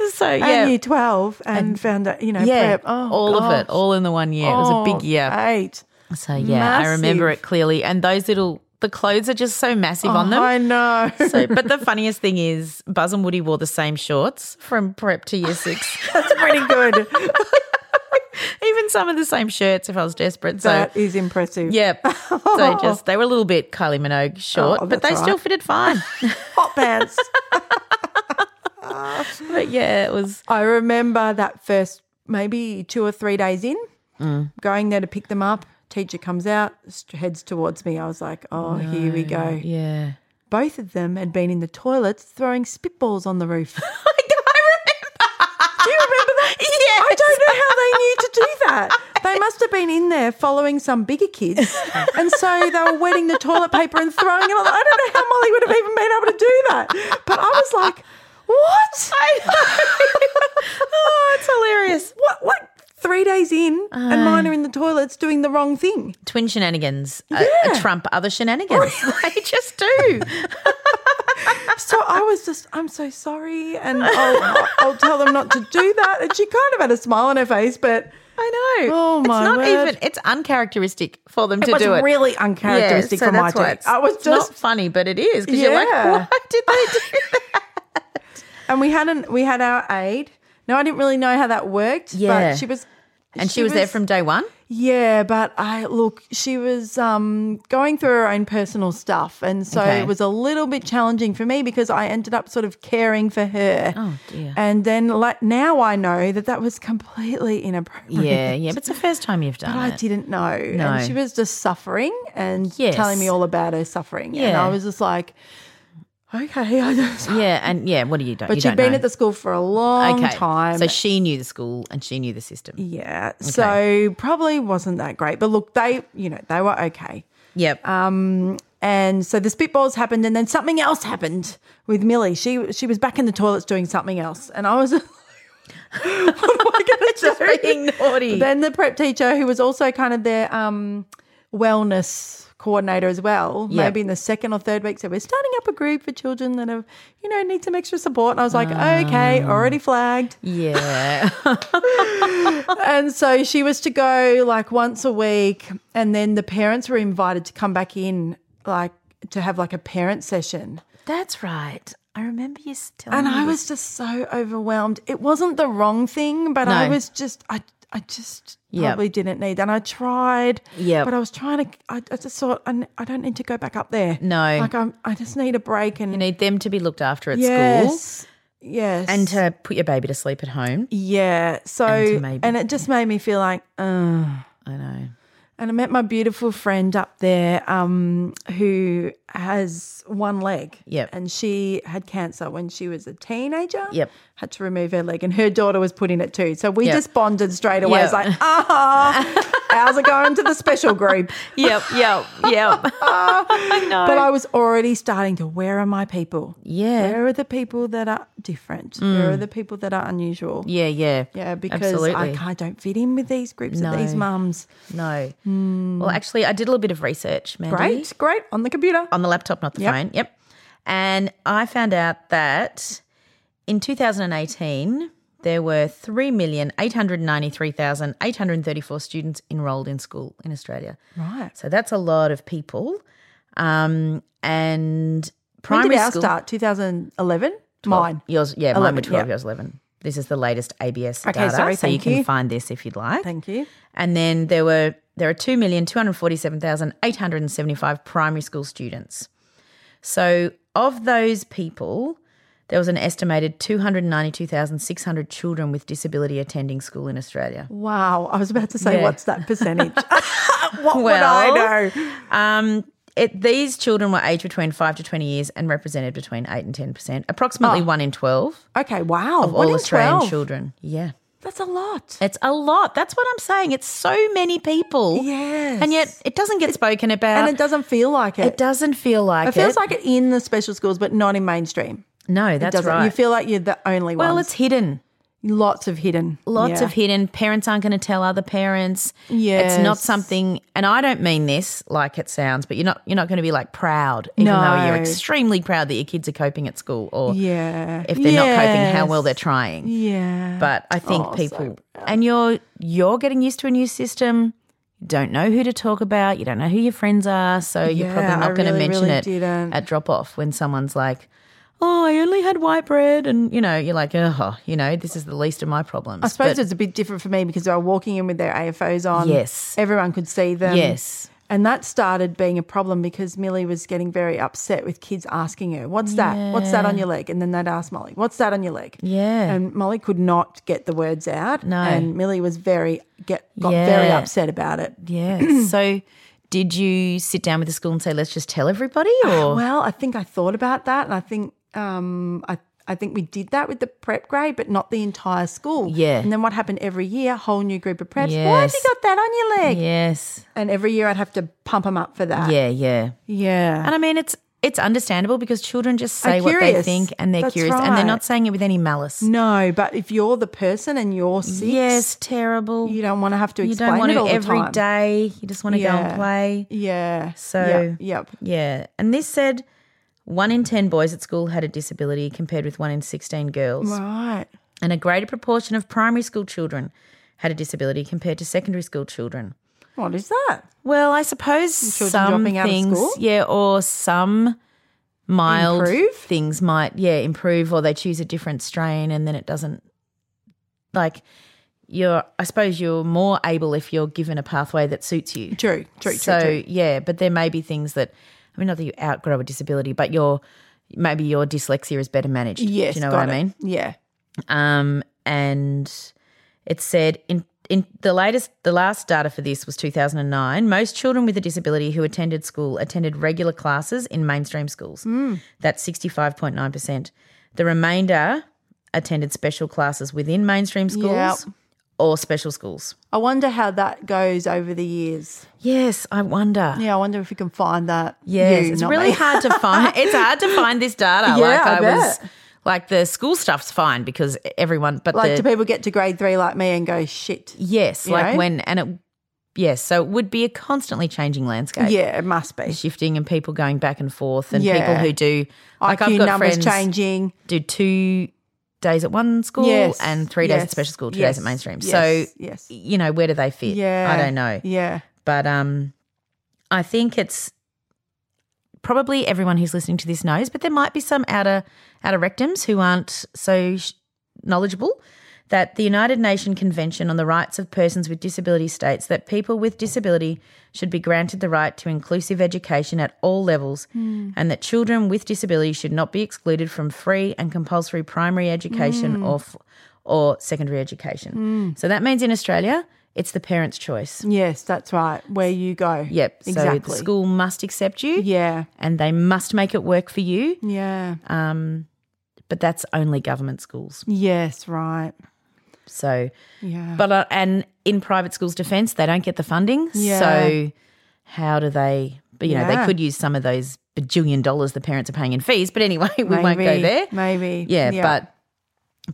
Speaker 2: so yeah,
Speaker 1: And year 12 and, found out, you know,
Speaker 2: yeah,
Speaker 1: prep. Oh,
Speaker 2: all of it,
Speaker 1: gosh.
Speaker 2: all in the one year. It was a
Speaker 1: Oh,
Speaker 2: big year.
Speaker 1: Eight.
Speaker 2: so yeah, I remember
Speaker 1: massive.
Speaker 2: it clearly. And those little, the clothes are just so massive on them.
Speaker 1: Oh, I know.
Speaker 2: So, but the funniest thing is, Buzz and Woody wore the same shorts from prep to year six.
Speaker 1: That's pretty good.
Speaker 2: Even some of the same shirts if I was desperate. So
Speaker 1: that is impressive.
Speaker 2: Yep. So just they were a little bit Kylie Minogue short,
Speaker 1: Oh,
Speaker 2: but they
Speaker 1: that's all
Speaker 2: still
Speaker 1: right.
Speaker 2: fitted fine.
Speaker 1: Hot pants.
Speaker 2: but yeah, it was
Speaker 1: I remember that first maybe two or three days in, going there to pick them up. Teacher comes out, st- heads towards me. I was like, oh, here we go.
Speaker 2: yeah.
Speaker 1: Both of them had been in the toilets throwing spitballs on the roof.
Speaker 2: I remember. Do you remember that? Yeah.
Speaker 1: I don't know how they knew to do that. They must have been in there following some bigger kids. And so they were wetting the toilet paper and throwing it on. I don't know how Molly would have even been able to do that. But I was like, what?
Speaker 2: oh, it's hilarious.
Speaker 1: What? What? Three days in,
Speaker 2: Uh.
Speaker 1: and mine are in the toilets doing the wrong thing.
Speaker 2: Twin shenanigans. A- A,
Speaker 1: Yeah. Oh,
Speaker 2: Trump other shenanigans. they just do.
Speaker 1: So I was just, I'm so sorry, and I'll, I'll tell them not to do that. And she kind of had a smile on her face, but
Speaker 2: I know.
Speaker 1: Oh, my
Speaker 2: It's not
Speaker 1: word.
Speaker 2: even it's uncharacteristic for them to
Speaker 1: it was
Speaker 2: do it.
Speaker 1: really
Speaker 2: Yeah,
Speaker 1: uncharacteristic
Speaker 2: so
Speaker 1: for my
Speaker 2: that's why
Speaker 1: taste.
Speaker 2: it's-
Speaker 1: I was
Speaker 2: it's not
Speaker 1: just
Speaker 2: funny, but it is because you're like,
Speaker 1: Yeah.
Speaker 2: why did they do that?
Speaker 1: and we hadn't we had our aid. Now I didn't really know how that worked.
Speaker 2: Yeah.
Speaker 1: but she was,
Speaker 2: And she was there from day one.
Speaker 1: yeah. But I look, she was um, going through her own personal stuff, and so
Speaker 2: Okay.
Speaker 1: it was a little bit challenging for me because I ended up sort of caring for her.
Speaker 2: Oh, dear.
Speaker 1: And then like now I know that that was completely inappropriate.
Speaker 2: Yeah, yeah, but it's the first time you've done
Speaker 1: But I
Speaker 2: it.
Speaker 1: didn't know.
Speaker 2: No.
Speaker 1: And she was just suffering and
Speaker 2: Yes.
Speaker 1: telling me all about her suffering. And
Speaker 2: Yeah.
Speaker 1: I was just like, okay, I just.
Speaker 2: Yeah, and yeah, what do you do?
Speaker 1: But she'd been at the school for a long time.
Speaker 2: So she knew the school and she knew the system.
Speaker 1: yeah. So probably wasn't that great. But look, they, you know, they were okay.
Speaker 2: Yep.
Speaker 1: And so the spitballs happened and then something else happened with Millie. She she was back in the toilets doing something else. And I was what am I gonna
Speaker 2: Just
Speaker 1: do?
Speaker 2: being naughty.
Speaker 1: Then the prep teacher, who was also kind of their um, wellness coordinator as well,
Speaker 2: Yeah.
Speaker 1: maybe in the second or third week, said we're starting up a group for children that have, you know, need some extra support. And I was like, okay, already flagged.
Speaker 2: yeah.
Speaker 1: And so she was to go like once a week, and then the parents were invited to come back in, like to have like a parent session.
Speaker 2: That's right. I remember you s- telling
Speaker 1: And
Speaker 2: me
Speaker 1: I
Speaker 2: this.
Speaker 1: was just so overwhelmed. It wasn't the wrong thing, but I
Speaker 2: No.
Speaker 1: was just I I just
Speaker 2: Yep.
Speaker 1: probably didn't need. And I tried,
Speaker 2: Yep.
Speaker 1: but I was trying to. I, I just thought I, n- I don't need to go back up there.
Speaker 2: No.
Speaker 1: like I'm, I just need a break and
Speaker 2: You need them to be looked after at school
Speaker 1: yes, yes,
Speaker 2: and to put your baby to sleep at home.
Speaker 1: yeah. So
Speaker 2: and to
Speaker 1: and,
Speaker 2: maybe-
Speaker 1: it just made me feel like. Ugh.
Speaker 2: I know.
Speaker 1: And I met my beautiful friend up there um, who has one leg.
Speaker 2: Yep.
Speaker 1: And she had cancer when she was a teenager.
Speaker 2: Yep.
Speaker 1: Had to remove her leg, and her daughter was put in it too. So we
Speaker 2: Yep.
Speaker 1: just bonded straight away. It's
Speaker 2: Yep.
Speaker 1: like, ah, ours are going to the special group.
Speaker 2: Yep, yep, yep. I know.
Speaker 1: But I was already starting to, where are my people?
Speaker 2: Yeah. Mm.
Speaker 1: Where are the people that are different? Where are the people that are unusual?
Speaker 2: yeah, yeah.
Speaker 1: Yeah, because
Speaker 2: Absolutely.
Speaker 1: I, can't- I don't fit in with these groups
Speaker 2: No.
Speaker 1: of these mums.
Speaker 2: No. Well, actually, I did a little bit of research, Mandy.
Speaker 1: Hmm. Great, great. On the computer.
Speaker 2: on the laptop, not the
Speaker 1: Yep.
Speaker 2: phone. Yep. And I found out that in 2018, there were 3,893,834 students enrolled in school in Australia.
Speaker 1: Right.
Speaker 2: So that's a lot of people. Um, and
Speaker 1: When
Speaker 2: primary
Speaker 1: did ours
Speaker 2: school.
Speaker 1: start? 2011? Mine.
Speaker 2: Yours, yeah, mine
Speaker 1: 11,
Speaker 2: were 12,
Speaker 1: yeah.
Speaker 2: yours 11. This is the latest ABS
Speaker 1: Okay,
Speaker 2: data.
Speaker 1: sorry,
Speaker 2: so you
Speaker 1: thank
Speaker 2: can
Speaker 1: you.
Speaker 2: find this if you'd like.
Speaker 1: Thank you.
Speaker 2: And then there were there are two million two hundred forty seven thousand eight hundred and seventy five primary school students. So of those people, there was an estimated two hundred ninety two thousand six hundred children with disability attending school in Australia.
Speaker 1: Wow. I was about to say,
Speaker 2: Yeah.
Speaker 1: what's that percentage? what would I know?
Speaker 2: Um, it, these children were aged between 5 to 20 years and represented between 8 and 10%, approximately 1 in 12
Speaker 1: Okay, wow.
Speaker 2: of
Speaker 1: One
Speaker 2: all
Speaker 1: in
Speaker 2: Australian
Speaker 1: 12.
Speaker 2: children. Yeah.
Speaker 1: That's a lot.
Speaker 2: It's a lot. That's what I'm saying. It's so many people.
Speaker 1: Yes.
Speaker 2: And yet it doesn't get spoken about.
Speaker 1: And it doesn't feel like it.
Speaker 2: It doesn't feel like it.
Speaker 1: It feels like it in the special schools, but not in mainstream.
Speaker 2: No, that's
Speaker 1: doesn't.
Speaker 2: right.
Speaker 1: You feel like you're the only one.
Speaker 2: well, it's hidden.
Speaker 1: lots of hidden.
Speaker 2: Lots
Speaker 1: Yeah.
Speaker 2: of hidden. Parents aren't going to tell other parents. It's not
Speaker 1: Yes.
Speaker 2: something and I don't mean this like it sounds, but you're not you're not going to be like proud even though you're
Speaker 1: No.
Speaker 2: extremely proud that your kids are coping at school or
Speaker 1: Yeah.
Speaker 2: if they're not coping how well
Speaker 1: Yes.
Speaker 2: they're trying.
Speaker 1: Yeah.
Speaker 2: But I think
Speaker 1: Oh,
Speaker 2: people and you're you're getting used to a new system. You don't know who to talk about. You don't know who your friends are, so you're
Speaker 1: Yeah,
Speaker 2: probably
Speaker 1: I
Speaker 2: not going to
Speaker 1: really,
Speaker 2: mention
Speaker 1: really
Speaker 2: it
Speaker 1: didn't.
Speaker 2: at drop off when someone's like, "Oh, I only had white bread," and you know, you're like, "Oh, you know, this is the least of my problems."
Speaker 1: I suppose
Speaker 2: But
Speaker 1: it's a bit different for me because they were walking in with their AFOs on.
Speaker 2: Yes.
Speaker 1: Everyone could see them.
Speaker 2: yes,
Speaker 1: And that started being a problem because Millie was getting very upset with kids asking her, What's that? What's that on your leg? And then they'd ask Molly, What's that on your leg?
Speaker 2: Yeah.
Speaker 1: And Molly could not get the words out.
Speaker 2: No.
Speaker 1: And Millie was very get got very
Speaker 2: Yeah.
Speaker 1: upset about it.
Speaker 2: yeah. so, did you sit down with the school and say, "Let's just tell everybody"? Or
Speaker 1: Ah, Well, I think I thought about that, and I think um, I I think we did that with the prep grade, but not the entire school.
Speaker 2: Yeah.
Speaker 1: And then what happened every year? Whole new group of preps. Why have you
Speaker 2: Yes.
Speaker 1: got that on your leg?
Speaker 2: yes,
Speaker 1: And every year I'd have to pump them up for that.
Speaker 2: yeah, yeah.
Speaker 1: Yeah.
Speaker 2: And I mean, it's it's understandable because children just
Speaker 1: Are
Speaker 2: say what they
Speaker 1: curious.
Speaker 2: think and they're
Speaker 1: That's
Speaker 2: curious and they're
Speaker 1: right.
Speaker 2: not saying it with any malice.
Speaker 1: no, but if you're the person and you're six,
Speaker 2: Yes, terrible.
Speaker 1: you don't want to have to
Speaker 2: You
Speaker 1: explain
Speaker 2: don't want
Speaker 1: it
Speaker 2: to
Speaker 1: all the
Speaker 2: every
Speaker 1: time.
Speaker 2: day. You just want to go
Speaker 1: Yeah.
Speaker 2: and play.
Speaker 1: Yeah.
Speaker 2: So-
Speaker 1: yep. yep.
Speaker 2: Yeah. And this said one in 10 boys at school had a disability compared with one in 16 girls.
Speaker 1: Right.
Speaker 2: And a greater proportion of primary school children had a disability compared to secondary school children.
Speaker 1: What is that?
Speaker 2: Well, I suppose
Speaker 1: Children
Speaker 2: some
Speaker 1: dropping out of
Speaker 2: things,
Speaker 1: school?
Speaker 2: yeah, or some mild
Speaker 1: Improve?
Speaker 2: things might, yeah, improve, or they choose a different strain, and then it doesn't. Like, you're, I suppose you're more able if you're given a pathway that suits you.
Speaker 1: True. True. True.
Speaker 2: so
Speaker 1: true.
Speaker 2: yeah, but there may be things that, I mean, not that you outgrow a disability, but your maybe your dyslexia is better managed.
Speaker 1: Yes.
Speaker 2: do you know
Speaker 1: got
Speaker 2: what I
Speaker 1: it.
Speaker 2: mean?
Speaker 1: Yeah.
Speaker 2: Um, and it said in in the latest the last data for this was 2009 most children with a disability who attended school attended regular classes in mainstream schools that's 65.9% the remainder attended special classes within mainstream schools
Speaker 1: Yep.
Speaker 2: or special schools
Speaker 1: I wonder how that goes over the years.
Speaker 2: yes i wonder
Speaker 1: Yeah, I wonder if we can find that.
Speaker 2: Yes,
Speaker 1: you,
Speaker 2: it's
Speaker 1: not
Speaker 2: really
Speaker 1: me.
Speaker 2: hard to find. It's hard to find this data.
Speaker 1: Yeah,
Speaker 2: like
Speaker 1: I
Speaker 2: I, was,
Speaker 1: bet.
Speaker 2: like the school stuff's fine because everyone, but
Speaker 1: Like,
Speaker 2: the,
Speaker 1: do people get to grade three like me and go shit?
Speaker 2: yes,
Speaker 1: you
Speaker 2: like
Speaker 1: know?
Speaker 2: when and it, yes, so it would be a constantly changing landscape,
Speaker 1: Yeah, it must be.
Speaker 2: shifting and people going back and forth, and people
Speaker 1: Yeah.
Speaker 2: who do like
Speaker 1: IQ
Speaker 2: I've got
Speaker 1: numbers
Speaker 2: friends
Speaker 1: changing.
Speaker 2: do two days at one school
Speaker 1: Yes,
Speaker 2: and three days
Speaker 1: yes,
Speaker 2: at special school, two
Speaker 1: yes,
Speaker 2: days at mainstream.
Speaker 1: yes,
Speaker 2: so
Speaker 1: yes.
Speaker 2: you know where do they fit?
Speaker 1: Yeah,
Speaker 2: I don't know.
Speaker 1: Yeah,
Speaker 2: But um, I think it's probably everyone who's listening to this knows, but there might be some outer outer rectums who aren't so sh- knowledgeable. That the United Nations Convention on the Rights of Persons with Disability states that people with disability should be granted the right to inclusive education at all levels, and that children with disability should not be excluded from free and compulsory primary education or f- or secondary education. So that means in Australia, it's the parents' choice.
Speaker 1: yes, that's right. Where you go.
Speaker 2: Yep.
Speaker 1: exactly.
Speaker 2: So the school must accept you
Speaker 1: Yeah,
Speaker 2: and they must make it work for you.
Speaker 1: yeah,
Speaker 2: Um, but that's only government schools.
Speaker 1: yes, right.
Speaker 2: So,
Speaker 1: Yeah,
Speaker 2: but uh, and in private schools' defence, they don't get the funding.
Speaker 1: Yeah.
Speaker 2: So, how do they? But you know,
Speaker 1: Yeah.
Speaker 2: they could use some of those bajillion dollars the parents are paying in fees. But anyway, we won't go
Speaker 1: Maybe,
Speaker 2: there.
Speaker 1: Maybe.
Speaker 2: Yeah, but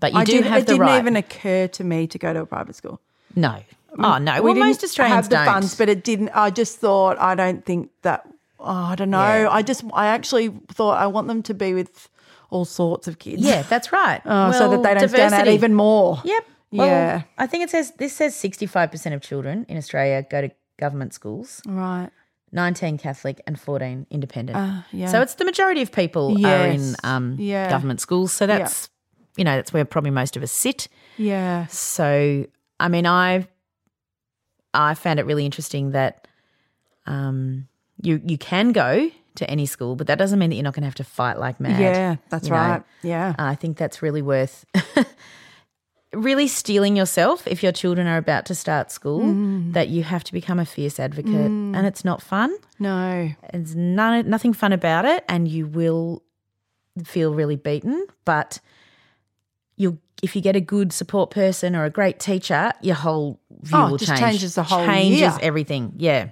Speaker 2: but you
Speaker 1: I
Speaker 2: do
Speaker 1: did,
Speaker 2: have
Speaker 1: it
Speaker 2: the
Speaker 1: didn't
Speaker 2: right.
Speaker 1: even occur to me to go to a private school.
Speaker 2: no. Oh no.
Speaker 1: We
Speaker 2: well,
Speaker 1: didn't
Speaker 2: most Australians
Speaker 1: have the
Speaker 2: don't.
Speaker 1: funds, but it didn't. I just thought I don't think that. Oh, I don't know.
Speaker 2: Yeah.
Speaker 1: I just I actually thought I want them to be with all sorts of kids.
Speaker 2: yeah, that's right.
Speaker 1: Oh, so that
Speaker 2: Well,
Speaker 1: they don't stand out
Speaker 2: diversity.
Speaker 1: even more.
Speaker 2: Yep. Well,
Speaker 1: Yeah.
Speaker 2: I think it says this says 65% of children in Australia go to government schools,
Speaker 1: Right.
Speaker 2: 19 Catholic and 14 independent.
Speaker 1: Ah, yeah.
Speaker 2: So it's the majority of people are in
Speaker 1: Yes.
Speaker 2: um,
Speaker 1: Yeah.
Speaker 2: government schools. So that's you know that's where probably most of us sit.
Speaker 1: Yeah.
Speaker 2: So I mean I I found it really interesting that um, you you can go to any school, but that doesn't mean that you're not going to have to fight like mad.
Speaker 1: Yeah. That's
Speaker 2: you know.
Speaker 1: right. Yeah.
Speaker 2: I think that's really worth really stealing yourself if your children are about to start school,
Speaker 1: Mm.
Speaker 2: that you have to become a fierce advocate and it's not fun.
Speaker 1: No.
Speaker 2: There's none, nothing fun about it, and you will feel really beaten. But you, if you get a good support person or a great teacher, your whole view
Speaker 1: Oh, it
Speaker 2: will
Speaker 1: just
Speaker 2: change.
Speaker 1: changes the whole
Speaker 2: changes
Speaker 1: year.
Speaker 2: everything. Yeah,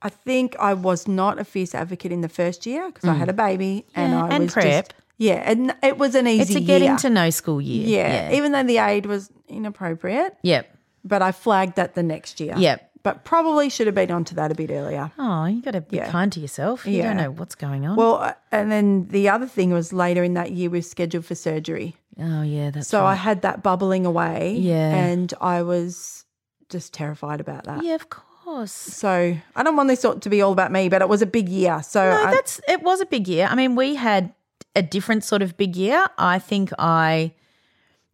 Speaker 1: I think I was not a fierce advocate in the first year because I had a baby and
Speaker 2: Mm. Yeah,
Speaker 1: I
Speaker 2: and
Speaker 1: was
Speaker 2: prep.
Speaker 1: Just, yeah, and it was an easy
Speaker 2: it's a
Speaker 1: year.
Speaker 2: getting to know school year.
Speaker 1: yeah, even though the aid was inappropriate,
Speaker 2: Yep.
Speaker 1: but I flagged that the next year.
Speaker 2: Yep.
Speaker 1: But probably should have been onto that a bit earlier.
Speaker 2: Oh, you got to be
Speaker 1: Yeah.
Speaker 2: kind to yourself. You
Speaker 1: Yeah.
Speaker 2: don't know what's going on.
Speaker 1: Well, uh, and then the other thing was later in that year we were scheduled for surgery.
Speaker 2: oh yeah, that's
Speaker 1: So I
Speaker 2: right.
Speaker 1: had that bubbling away.
Speaker 2: Yeah.
Speaker 1: And I was just terrified about that.
Speaker 2: yeah, of course.
Speaker 1: So I don't want this all to be all about me, but it was a big year. So
Speaker 2: No,
Speaker 1: I,
Speaker 2: that's it was a big year. I mean, we had a different sort of big year. I think I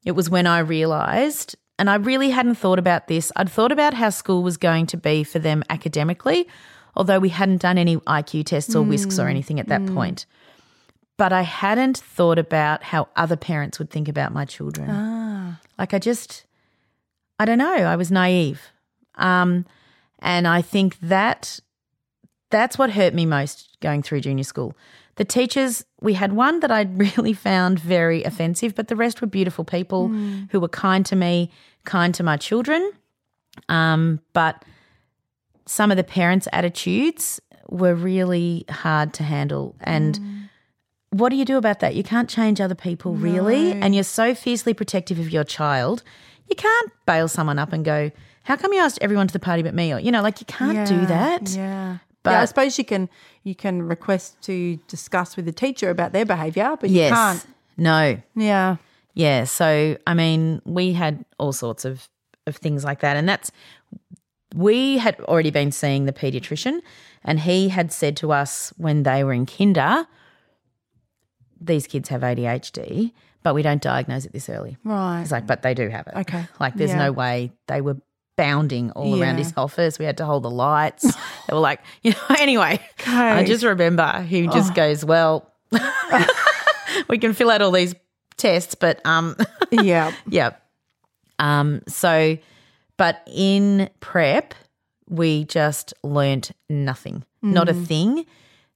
Speaker 2: it was when I realized and I really hadn't thought about this. I'd thought about how school was going to be for them academically, although we hadn't done any IQ tests or whisks
Speaker 1: Mm,
Speaker 2: or anything at that point. But I hadn't thought about how other parents would think about my children.
Speaker 1: Ah.
Speaker 2: Like I just I don't know, I was naive. Um and I think that that's what hurt me most going through junior school. The teachers, we had one that I really found very offensive, but the rest were beautiful people
Speaker 1: Hmm.
Speaker 2: who were kind to me, kind to my children. Um, but some of the parents' attitudes were really hard to handle. And
Speaker 1: Hmm.
Speaker 2: what do you do about that? You can't change other people, really. And you're so fiercely protective of your child. You can't bail someone up and go, How come you asked everyone to the party but me? Or, you know, like you can't do that.
Speaker 1: Yeah. But
Speaker 2: But-
Speaker 1: I suppose you can you can request to discuss with the teacher about their behaviour, but
Speaker 2: Yes.
Speaker 1: you can't.
Speaker 2: No.
Speaker 1: Yeah.
Speaker 2: Yeah. So I mean, we had all sorts of of things like that, and that's we had already been seeing the pediatrician, and he had said to us when they were in kinder, these kids have ADHD, but we don't diagnose it this early.
Speaker 1: Right.
Speaker 2: It's like, but they do have it.
Speaker 1: Okay.
Speaker 2: Like, there's
Speaker 1: Yeah.
Speaker 2: no way they were bounding all around
Speaker 1: Yeah.
Speaker 2: his office. We had to hold the lights. they were like, you know, anyway, I
Speaker 1: Okay.
Speaker 2: just remember he just goes, well, we can fill out all these tests, but um,
Speaker 1: yeah.
Speaker 2: yeah. Um, so, but in prep, we just learnt nothing, not a thing,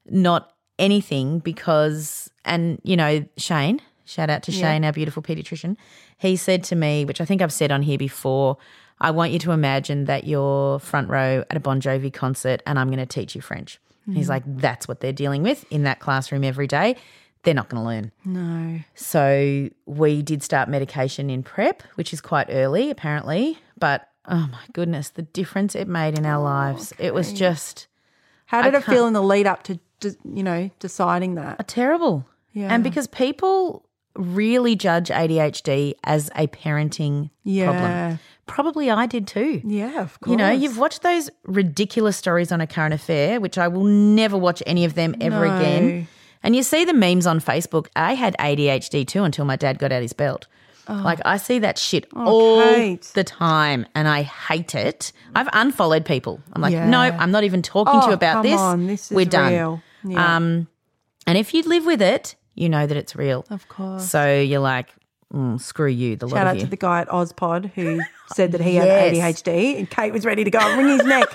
Speaker 2: not anything, because, and, you know, Shane, shout out to Shane, our beautiful pediatrician, he said to me, which I think I've said on here before, I want you to imagine that you're front row at a Bon Jovi concert and I'm going to teach you French. He's like, that's what they're dealing with in that classroom every day. They're not going to learn.
Speaker 1: No.
Speaker 2: So we did start medication in prep, which is quite early apparently, but oh my goodness, the difference it made in
Speaker 1: Oh,
Speaker 2: our lives. It was just
Speaker 1: How did it feel in the lead up to, de- you know deciding
Speaker 2: a
Speaker 1: that?
Speaker 2: uh, terrible.
Speaker 1: Yeah.
Speaker 2: And because people really judge ADHD as a parenting
Speaker 1: Yeah.
Speaker 2: problem. Probably I did too.
Speaker 1: Yeah, of course.
Speaker 2: You know, you've watched those ridiculous stories on a current affair, which I will never watch any of them ever again. And you see the memes on Facebook. I had ADHD too until my dad got out his belt. Like I see that shit all
Speaker 1: Oh. Kate.
Speaker 2: the time, and I hate it. I've unfollowed people. I'm like,
Speaker 1: Yeah.
Speaker 2: no, I'm not even talking to
Speaker 1: Oh,
Speaker 2: you about
Speaker 1: come
Speaker 2: this.
Speaker 1: on, this is
Speaker 2: We're done.
Speaker 1: real. Yeah.
Speaker 2: Um, and if you live with it, you know that it's real.
Speaker 1: of course.
Speaker 2: So you're like, mm, screw you, the
Speaker 1: Shout out
Speaker 2: lot of
Speaker 1: to
Speaker 2: you.
Speaker 1: the guy at OzPod who said that he
Speaker 2: Yes.
Speaker 1: had ADHD, and Kate was ready to go and wring his neck.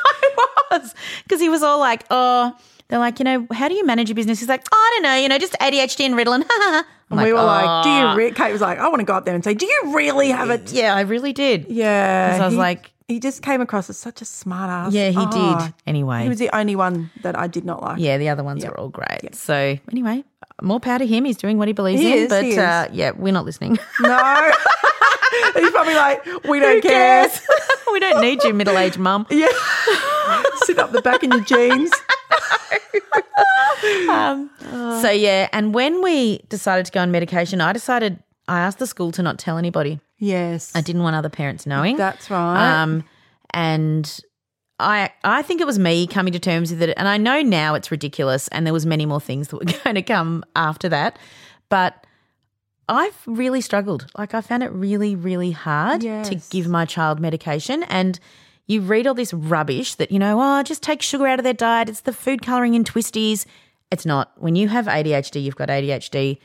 Speaker 2: was because he was all like, "Oh, they're like, you know, how do you manage your business?" He's like, "Oh, I don't know, you know, just ADHD and Ritalin." I'm
Speaker 1: And we were like, "Do
Speaker 2: "Oh,
Speaker 1: you?" Re-? Kate was like, "I want to go up there and say, do you really have a
Speaker 2: Yeah, I really did.
Speaker 1: Yeah.
Speaker 2: 'Cause I was
Speaker 1: he-
Speaker 2: like-
Speaker 1: he just came across as such a smart ass.
Speaker 2: yeah, he
Speaker 1: Oh,
Speaker 2: did. Anyway,
Speaker 1: He was the only one that I did not like.
Speaker 2: yeah, the other ones are all great. So anyway, more power to him. He's doing what he believes
Speaker 1: He
Speaker 2: in.
Speaker 1: is,
Speaker 2: but
Speaker 1: he is.
Speaker 2: Uh, yeah, we're not listening.
Speaker 1: No. He's probably like, we don't
Speaker 2: Who
Speaker 1: care.
Speaker 2: cares? we don't need you, middle-aged mum.
Speaker 1: Yeah. Sit up the back in your jeans.
Speaker 2: So yeah, and when we decided to go on medication, I decided I asked the school to not tell anybody.
Speaker 1: Yes.
Speaker 2: I didn't want other parents knowing.
Speaker 1: That's right.
Speaker 2: Um, and I I think it was me coming to terms with it, and I know now it's ridiculous, and there was many more things that were going to come after that, but I've really struggled. Like I found it really, really hard to
Speaker 1: Yes.
Speaker 2: give my child medication and. You read all this rubbish that, you know, oh, just take sugar out of their diet. It's the food colouring in twisties. It's not. When you have ADHD, you've got ADHD.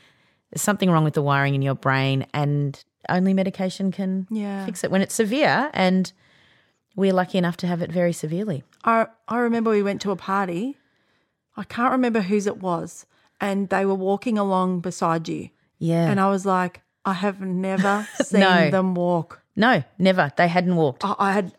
Speaker 2: There's something wrong with the wiring in your brain, and only medication can
Speaker 1: Yeah.
Speaker 2: fix it when it's severe. And we're lucky enough to have it very severely.
Speaker 1: I I remember we went to a party. I can't remember whose it was, and they were walking along beside you,
Speaker 2: Yeah.
Speaker 1: and I was like, I have never seen
Speaker 2: No.
Speaker 1: them walk.
Speaker 2: no, never. They hadn't walked.
Speaker 1: I, I had.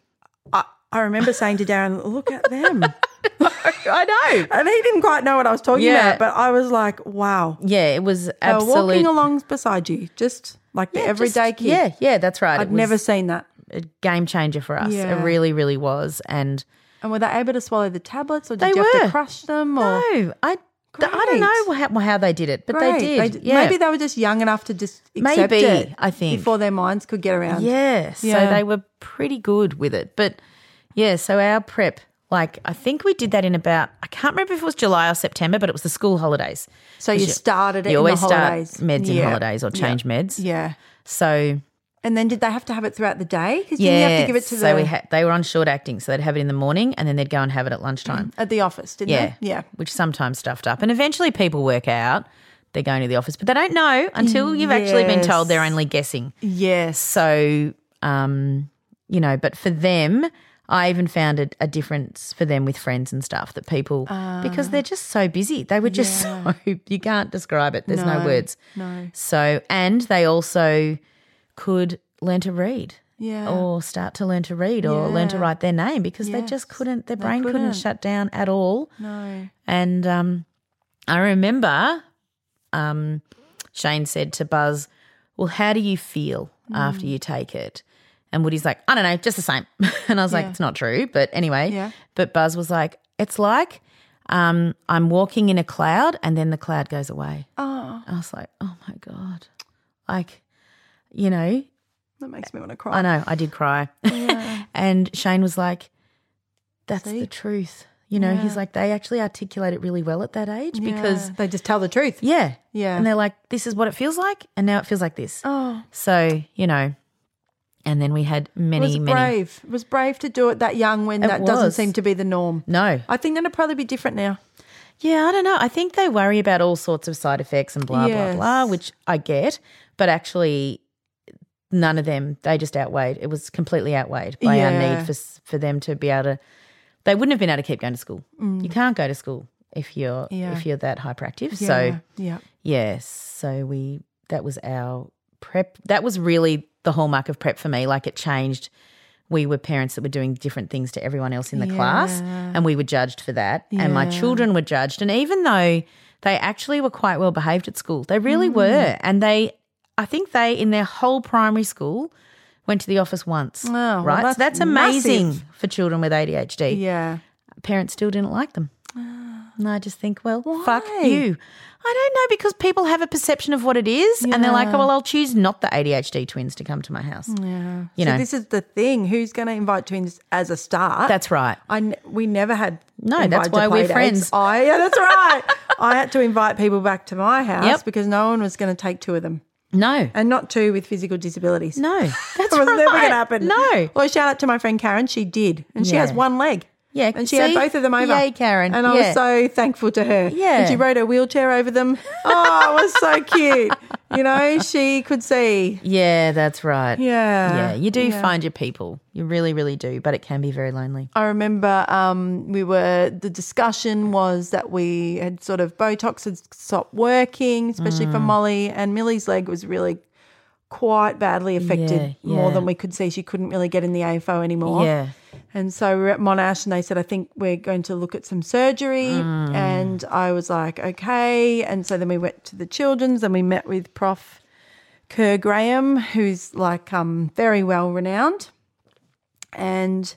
Speaker 1: I, I remember saying to Darren, "Look at them,"
Speaker 2: I know.
Speaker 1: and he didn't quite know what I was talking
Speaker 2: Yeah.
Speaker 1: about, but I was like, "Wow."
Speaker 2: Yeah, it was
Speaker 1: They were
Speaker 2: absolutely.
Speaker 1: walking along beside you, just like the everyday kid.
Speaker 2: Yeah, yeah, that's right.
Speaker 1: I'd
Speaker 2: it was
Speaker 1: never seen that.
Speaker 2: a game changer for us.
Speaker 1: Yeah.
Speaker 2: It really, really was. And
Speaker 1: And were they able to swallow the tablets, or did
Speaker 2: They
Speaker 1: you have
Speaker 2: were.
Speaker 1: to crush them? Or
Speaker 2: no, I, th- I don't
Speaker 1: Great.
Speaker 2: know how, how they did it, but
Speaker 1: Great.
Speaker 2: they did.
Speaker 1: d-
Speaker 2: yeah.
Speaker 1: Maybe they were just young enough to just accept
Speaker 2: Maybe,
Speaker 1: it
Speaker 2: I think.
Speaker 1: before their minds could get around.
Speaker 2: Yeah. So
Speaker 1: Yeah.
Speaker 2: they were pretty good with it. But yeah, so our prep, like I think we did that in about I can't remember if it was July or September, but it was the school holidays.
Speaker 1: So you started it in
Speaker 2: You always
Speaker 1: the holidays.
Speaker 2: start meds in
Speaker 1: Yeah.
Speaker 2: holidays or change meds.
Speaker 1: Yeah.
Speaker 2: So
Speaker 1: And then did they have to have it throughout the day? Because
Speaker 2: yeah,
Speaker 1: you have to give it to
Speaker 2: so
Speaker 1: the
Speaker 2: we ha- they were on short acting, so they'd have it in the morning and then they'd go and have it at lunchtime.
Speaker 1: at the office, didn't
Speaker 2: Yeah.
Speaker 1: they? Mm-hmm. Yeah.
Speaker 2: Which sometimes stuffed up. And eventually people work out they're going to the office, but they don't know until you've actually been told they're
Speaker 1: Yes.
Speaker 2: only guessing.
Speaker 1: Yes.
Speaker 2: So, um, you know, but for them, I even found a, a difference for them with friends and stuff that people,
Speaker 1: Ah.
Speaker 2: because they're just so busy. They were just so, you can't describe it. There's no, words.
Speaker 1: No.
Speaker 2: So, and they also could learn to read.
Speaker 1: Yeah.
Speaker 2: Or start to learn to read or learn to
Speaker 1: Yeah.
Speaker 2: write their name because they
Speaker 1: Yes,
Speaker 2: just couldn't, their
Speaker 1: they
Speaker 2: brain couldn't.
Speaker 1: couldn't.
Speaker 2: shut down at all.
Speaker 1: No.
Speaker 2: And um, I remember um, Shane said to Buzz, Well, how do you feel
Speaker 1: Mm.
Speaker 2: after you take it? And Woody's like, I don't know, just the same. And I was like,
Speaker 1: Yeah.
Speaker 2: It's not true. But anyway,
Speaker 1: Yeah.
Speaker 2: but Buzz was like, It's like um, I'm walking in a cloud and then the cloud goes away.
Speaker 1: Oh,
Speaker 2: I was like, Oh my God. Like, you know,
Speaker 1: that makes me want to
Speaker 2: I
Speaker 1: cry.
Speaker 2: know, I did cry. and Shane was like, That's
Speaker 1: See?
Speaker 2: the truth. You know, he's like, They actually articulate it really well at that age because,
Speaker 1: Yeah. they just tell the truth.
Speaker 2: yeah.
Speaker 1: Yeah.
Speaker 2: And they're like, This is what it feels like. And now it feels like this.
Speaker 1: Oh,
Speaker 2: So, you know, and then we had
Speaker 1: it
Speaker 2: many,
Speaker 1: was
Speaker 2: many.
Speaker 1: brave. It was brave to do it that young when
Speaker 2: It
Speaker 1: that doesn't
Speaker 2: was.
Speaker 1: seem to be the norm.
Speaker 2: No.
Speaker 1: I think that'd probably be different now.
Speaker 2: Yeah, I don't know. I think they worry about all sorts of side effects and blah,
Speaker 1: Yes.
Speaker 2: blah, blah, which I get. But actually, none of them, they just outweighed. It was completely outweighed by
Speaker 1: Yeah.
Speaker 2: our need for, s- for them to be able to, they wouldn't have been able to keep going to school. You can't go to school if you're
Speaker 1: Mm. Yeah.
Speaker 2: if you're that hyperactive. So
Speaker 1: yeah.
Speaker 2: yes, so we that was our prep. That was really the hallmark of prep for me. Like it changed. We were parents that were doing different things to everyone else in the class,
Speaker 1: Yeah.
Speaker 2: and we were judged for that. And my
Speaker 1: Yeah.
Speaker 2: children were judged. And even though they actually were quite well behaved at school, they
Speaker 1: Mm.
Speaker 2: really were. And they, I think they in their whole primary school went to the office once.
Speaker 1: Oh, well,
Speaker 2: right,
Speaker 1: that's
Speaker 2: so that's amazing for children with ADHD
Speaker 1: Yeah.
Speaker 2: parents still didn't like them. And I just think, well, fuck
Speaker 1: Ah. Why?
Speaker 2: you. I don't know because people have a perception of what it is, and they're like,
Speaker 1: Yeah.
Speaker 2: oh, well, I'll choose not the ADHD twins to come to my house.
Speaker 1: Yeah.
Speaker 2: You
Speaker 1: so
Speaker 2: know.
Speaker 1: this is the thing. Who's going to invite twins as a start?
Speaker 2: That's right.
Speaker 1: I n- we never had
Speaker 2: No,
Speaker 1: invite
Speaker 2: that's
Speaker 1: to
Speaker 2: why we're
Speaker 1: play dates.
Speaker 2: friends.
Speaker 1: I yeah, that's right. I had to invite people back to my house
Speaker 2: Yep.
Speaker 1: because no one was going to take two of them,
Speaker 2: No,
Speaker 1: and not two with physical disabilities.
Speaker 2: no,
Speaker 1: that
Speaker 2: that's
Speaker 1: was never going
Speaker 2: right.
Speaker 1: to happen.
Speaker 2: No,
Speaker 1: Well, shout out to my friend Karen. She did, and she has
Speaker 2: Yeah.
Speaker 1: one leg.
Speaker 2: yeah,
Speaker 1: And she had
Speaker 2: see?
Speaker 1: both of them over.
Speaker 2: Yay, Karen!
Speaker 1: And I
Speaker 2: yeah.
Speaker 1: was so thankful to her.
Speaker 2: Yeah.
Speaker 1: And she rode her wheelchair over them. Oh, it was so cute. You know, she could see.
Speaker 2: yeah, that's right.
Speaker 1: Yeah.
Speaker 2: yeah, you do
Speaker 1: Yeah.
Speaker 2: find your people. You really, really do, but it can be very lonely.
Speaker 1: I remember um, we were the discussion was that we had sort of Botox had stopped working, especially
Speaker 2: Mm.
Speaker 1: for Molly, and Millie's leg was really quite badly affected,
Speaker 2: Yeah,
Speaker 1: more
Speaker 2: yeah.
Speaker 1: than we could see. She couldn't really get in the AFO anymore.
Speaker 2: Yeah,
Speaker 1: And so we were at Monash and they said, I think we're going to look at some surgery. And I was like, okay. And so then we went to the children's and we met with Prof. Kerr Graham, who's like um, very well renowned. And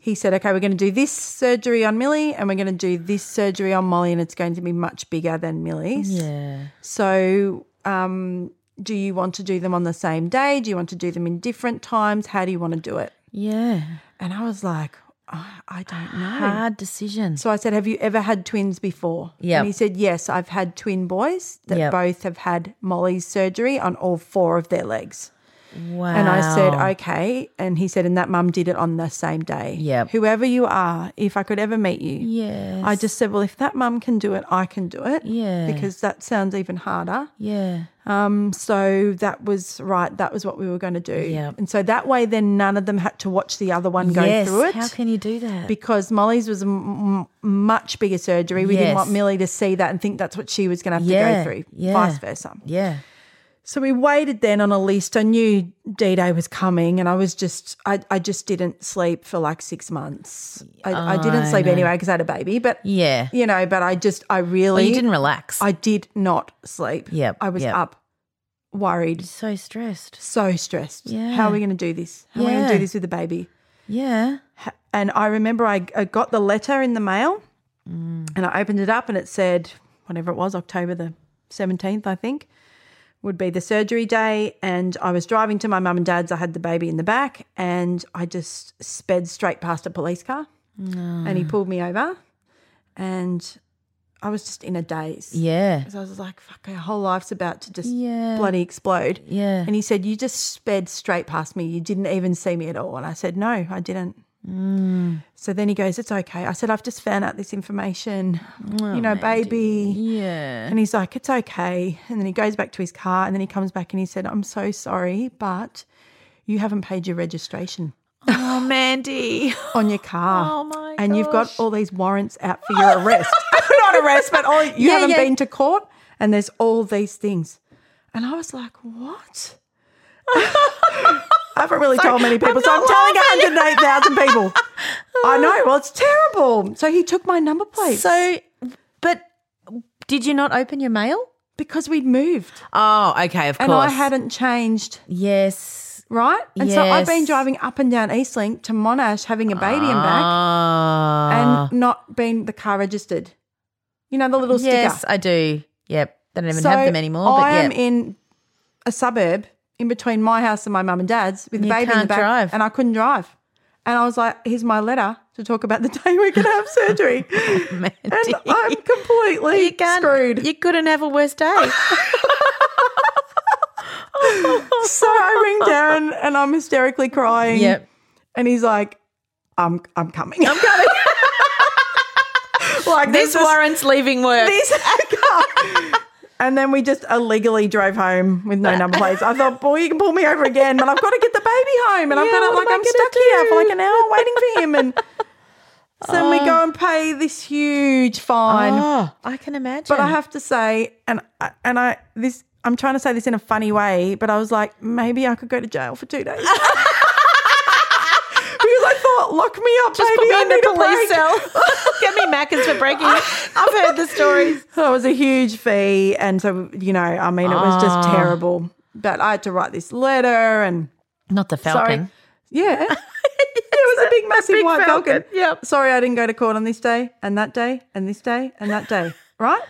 Speaker 1: he said, okay, we're going to do this surgery on Millie and we're going to do this surgery on Molly, and it's going to be much bigger than Millie's.
Speaker 2: yeah.
Speaker 1: So, um, do you want to do them on the same day? Do you want to do them in different times? How do you want to do it?
Speaker 2: Yeah,
Speaker 1: And I was like, I, I don't know.
Speaker 2: hard decisions.
Speaker 1: So I said, Have you ever had twins before?
Speaker 2: Yep.
Speaker 1: And he said, Yes, I've had twin boys that
Speaker 2: Yep.
Speaker 1: both have had Molly's surgery on all four of their legs. And I said,
Speaker 2: Wow.
Speaker 1: okay. And he said, and that mum did it on the same day.
Speaker 2: Yep.
Speaker 1: Whoever you are, if I could ever meet you.
Speaker 2: Yes.
Speaker 1: I just said, well, if that mum can do it, I can do it.
Speaker 2: Yeah.
Speaker 1: Because that sounds even harder.
Speaker 2: Yeah.
Speaker 1: Um, so that was right. That was what we were going to do.
Speaker 2: Yep.
Speaker 1: And so that way, then none of them had to watch the other one go
Speaker 2: yes.
Speaker 1: through it
Speaker 2: How can you do that?
Speaker 1: because Molly's was a m- m- much bigger surgery. We didn't
Speaker 2: Yes.
Speaker 1: want Millie to see that and think that's what she was going to have to
Speaker 2: Yeah,
Speaker 1: go through,
Speaker 2: yeah.
Speaker 1: vice versa.
Speaker 2: yeah.
Speaker 1: So we waited then on a list. I knew D Day was coming, and I was just, I, I just didn't sleep for like six months. I, I didn't
Speaker 2: I
Speaker 1: sleep
Speaker 2: know.
Speaker 1: anyway because I had a baby, but
Speaker 2: Yeah.
Speaker 1: you know, but I just, I really,
Speaker 2: Well, Oh, you didn't relax.
Speaker 1: I did not sleep.
Speaker 2: Yep,
Speaker 1: I was
Speaker 2: yep.
Speaker 1: up, worried,
Speaker 2: so stressed.
Speaker 1: so stressed.
Speaker 2: Yeah.
Speaker 1: How are we going to do this? How are we going
Speaker 2: Yeah.
Speaker 1: to do this with the baby?
Speaker 2: Yeah.
Speaker 1: And I remember I, I got the letter in the mail
Speaker 2: Mm.
Speaker 1: and I opened it up and it said, whatever it was, October the 17th, I think, would be the surgery day. And I was driving to my mum and dad's. I had the baby in the back and I just sped straight past a police car and he pulled me over. And I was just in a daze.
Speaker 2: Yeah.
Speaker 1: 'Cause I was like, fuck, our whole life's about to just
Speaker 2: Yeah.
Speaker 1: bloody explode.
Speaker 2: Yeah.
Speaker 1: And he said, You just sped straight past me. You didn't even see me at all. And I said, No, I didn't.
Speaker 2: Mm.
Speaker 1: So then he goes, It's okay. I said, I've just found out this information, you know, baby.
Speaker 2: Oh, Yeah.
Speaker 1: And he's like, It's okay. And then he goes back to his car and then he comes back and he said, I'm so sorry, but you haven't paid your registration
Speaker 2: Oh, Mandy.
Speaker 1: on your car.
Speaker 2: Oh, my
Speaker 1: And you've got
Speaker 2: gosh.
Speaker 1: all these warrants out for your arrest. Not arrest, but all, you haven't
Speaker 2: yeah.
Speaker 1: been to court and there's all these things. And I was like, what? I haven't really told many people. so I'm telling 108,000 people. I know. Well, it's terrible. So he took my number plate
Speaker 2: So, but did you not open your mail?
Speaker 1: because we'd moved
Speaker 2: Oh, okay. Of
Speaker 1: and
Speaker 2: course.
Speaker 1: I hadn't changed,
Speaker 2: Yes.
Speaker 1: right? And so I've been
Speaker 2: Yes.
Speaker 1: driving up and down Eastlink to Monash having a baby and back.
Speaker 2: Ah.
Speaker 1: and not been the car registered. You know the little
Speaker 2: yes,
Speaker 1: sticker.
Speaker 2: I do. Yep. They don't even have them anymore. But
Speaker 1: I
Speaker 2: yeah.
Speaker 1: am in a suburb in between my house and my mum and dad's with the
Speaker 2: You
Speaker 1: baby in the
Speaker 2: can't
Speaker 1: back,
Speaker 2: drive.
Speaker 1: and I couldn't drive. And I was like, "Here's my letter to talk about the day we're going to have surgery," and I'm completely screwed.
Speaker 2: You couldn't have a worse day.
Speaker 1: So I ring Darren, and I'm hysterically crying.
Speaker 2: yep.
Speaker 1: And he's like, "I'm, I'm coming. I'm coming." like there's
Speaker 2: This
Speaker 1: this-
Speaker 2: warrants leaving work.
Speaker 1: these And then we just illegally drove home with no number plates. I thought, boy, you can pull me over again, but I've got to get the baby home, and I've
Speaker 2: Yeah,
Speaker 1: got to like
Speaker 2: what am I
Speaker 1: I'm
Speaker 2: gonna
Speaker 1: stuck here for
Speaker 2: do?
Speaker 1: like an hour waiting for him, and so we go and pay this huge fine.
Speaker 2: Oh, I can imagine.
Speaker 1: But I have to say, and I- and I this I'm trying to say this in a funny way, but I was like, maybe I could go to jail for two days. because I thought, lock me up,
Speaker 2: just put
Speaker 1: baby.
Speaker 2: me
Speaker 1: I
Speaker 2: in the
Speaker 1: need a break."
Speaker 2: police cell. Get me Macca's for breaking. I've heard the stories.
Speaker 1: So it was a huge fee. And so, you know, I mean, it was just
Speaker 2: Ah.
Speaker 1: terrible. But I had to write this letter and
Speaker 2: Not the Falcon.
Speaker 1: sorry. Yeah. it was a big, massive
Speaker 2: big
Speaker 1: white falcon.
Speaker 2: falcon. Yep.
Speaker 1: Sorry, I didn't go to court on this day and that day and this day and that day. Right?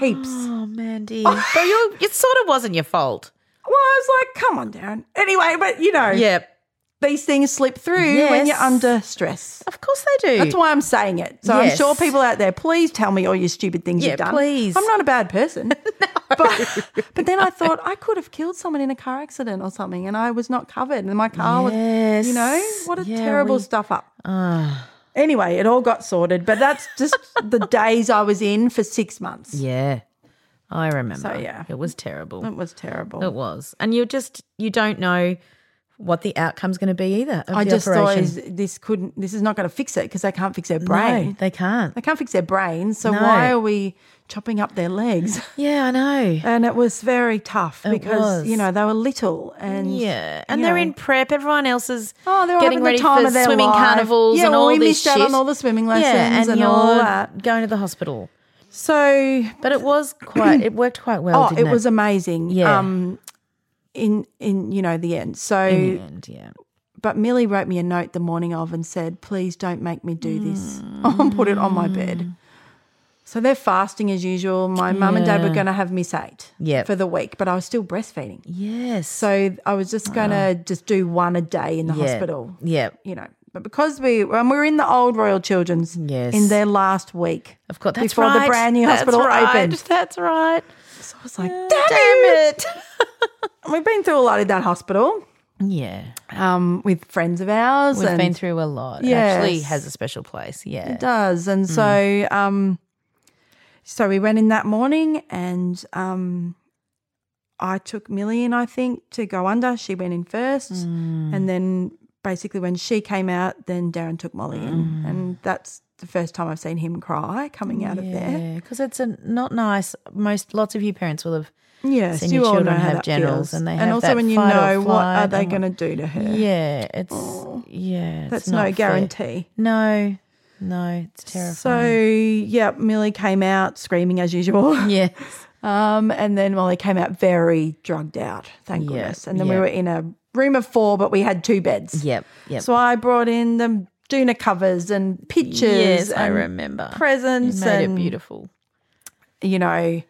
Speaker 1: Heaps.
Speaker 2: Oh, Mandy. but you, it sort of wasn't your fault.
Speaker 1: Well, I was like, come on, Darren. Anyway, but you know,
Speaker 2: Yep.
Speaker 1: these things slip through when
Speaker 2: Yes.
Speaker 1: you're under stress.
Speaker 2: Of course they do.
Speaker 1: That's why I'm saying it. So I'm
Speaker 2: Yes.
Speaker 1: sure people out there, please tell me all your stupid things
Speaker 2: Yeah,
Speaker 1: you've done.
Speaker 2: please.
Speaker 1: I'm not a bad person. But, but then I thought I could have killed someone in a car accident or something and I was not covered and my car was, you know,
Speaker 2: Yes.
Speaker 1: what a
Speaker 2: Yeah,
Speaker 1: terrible
Speaker 2: we- Ah.
Speaker 1: stuff up. Anyway, it all got sorted, but that's just the days I was in for six months.
Speaker 2: Yeah. I remember.
Speaker 1: So, yeah. Mm.
Speaker 2: It was terrible.
Speaker 1: It was terrible.
Speaker 2: It was. And you just you don't know what the outcome's going to be either. Of
Speaker 1: I
Speaker 2: the
Speaker 1: just
Speaker 2: operation.
Speaker 1: thought is- this couldn't, this is not going to fix it because they can't fix their
Speaker 2: No,
Speaker 1: brain.
Speaker 2: they can't.
Speaker 1: They can't fix their brains, so
Speaker 2: No.
Speaker 1: why are we chopping up their legs?
Speaker 2: Yeah, I know.
Speaker 1: And it was very tough
Speaker 2: It
Speaker 1: because
Speaker 2: was.
Speaker 1: you know they were little and
Speaker 2: yeah, and
Speaker 1: you
Speaker 2: they're
Speaker 1: know.
Speaker 2: in prep. Everyone else is
Speaker 1: Oh, they were
Speaker 2: getting
Speaker 1: having
Speaker 2: ready
Speaker 1: the time
Speaker 2: for
Speaker 1: of their
Speaker 2: swimming
Speaker 1: life.
Speaker 2: carnivals
Speaker 1: Yeah,
Speaker 2: and
Speaker 1: well,
Speaker 2: all
Speaker 1: we
Speaker 2: this
Speaker 1: missed out
Speaker 2: shit.
Speaker 1: on all the swimming
Speaker 2: yeah,
Speaker 1: lessons
Speaker 2: and,
Speaker 1: and all
Speaker 2: you're
Speaker 1: that.
Speaker 2: Going to the hospital,
Speaker 1: So
Speaker 2: but it was quite. it worked quite well.
Speaker 1: oh,
Speaker 2: didn't
Speaker 1: it was amazing.
Speaker 2: Yeah.
Speaker 1: Um, in in you know the end. So
Speaker 2: in the end, yeah.
Speaker 1: but Millie wrote me a note the morning of and said, "Please don't make me do this. I'll put it on my
Speaker 2: Mm.
Speaker 1: bed." So they're fasting as usual. My mum and dad were
Speaker 2: Yeah.
Speaker 1: going to have miss eight
Speaker 2: Yep.
Speaker 1: for the week, but I was still breastfeeding.
Speaker 2: Yes.
Speaker 1: So I was just going to just do one a day in the
Speaker 2: Uh-huh. yeah.
Speaker 1: hospital.
Speaker 2: Yeah.
Speaker 1: you know. But because we when we were in the old Royal Children's
Speaker 2: Yes.
Speaker 1: in their last week,
Speaker 2: Of course, that's
Speaker 1: before
Speaker 2: right.
Speaker 1: the brand new
Speaker 2: That's
Speaker 1: hospital
Speaker 2: right.
Speaker 1: opened,
Speaker 2: That's right.
Speaker 1: so I was like,
Speaker 2: Damn
Speaker 1: "Damn it!"
Speaker 2: it!
Speaker 1: We've been through a lot at that hospital
Speaker 2: Yeah.
Speaker 1: um, with friends of ours.
Speaker 2: We've
Speaker 1: and
Speaker 2: been through a lot. It actually
Speaker 1: Yes.
Speaker 2: has a special place. Yeah. Hmm.
Speaker 1: It does. And so um so we went in that morning and um I took Millie in, I think, to go under. She went in first.
Speaker 2: Hmm.
Speaker 1: And then basically when she came out, then Darren took Molly in.
Speaker 2: Hmm.
Speaker 1: And that's the first time I've seen him cry coming out of there.
Speaker 2: Yeah, because it's a, not nice. Most lots of you parents will have.
Speaker 1: Yes,
Speaker 2: Seeing
Speaker 1: you
Speaker 2: your
Speaker 1: all know
Speaker 2: children
Speaker 1: how
Speaker 2: have
Speaker 1: that
Speaker 2: generals
Speaker 1: feels.
Speaker 2: and they
Speaker 1: and
Speaker 2: have
Speaker 1: also
Speaker 2: that
Speaker 1: when you
Speaker 2: fight or
Speaker 1: know what are
Speaker 2: flight
Speaker 1: they
Speaker 2: and
Speaker 1: going to do to her.
Speaker 2: Yeah, it's yeah. it's
Speaker 1: that's
Speaker 2: not
Speaker 1: no
Speaker 2: fair.
Speaker 1: guarantee.
Speaker 2: No, no, it's terrifying.
Speaker 1: So yeah, Millie came out screaming as usual.
Speaker 2: yes,
Speaker 1: Um, and then Molly came out very drugged out, thank
Speaker 2: Yeah,
Speaker 1: goodness. And then we
Speaker 2: yeah.
Speaker 1: were in a room of four, but we had two beds.
Speaker 2: yep, yep.
Speaker 1: So I brought in the Duna covers and pictures.
Speaker 2: yes, I
Speaker 1: and,
Speaker 2: remember.
Speaker 1: presents
Speaker 2: you made
Speaker 1: and-
Speaker 2: it beautiful.
Speaker 1: You know,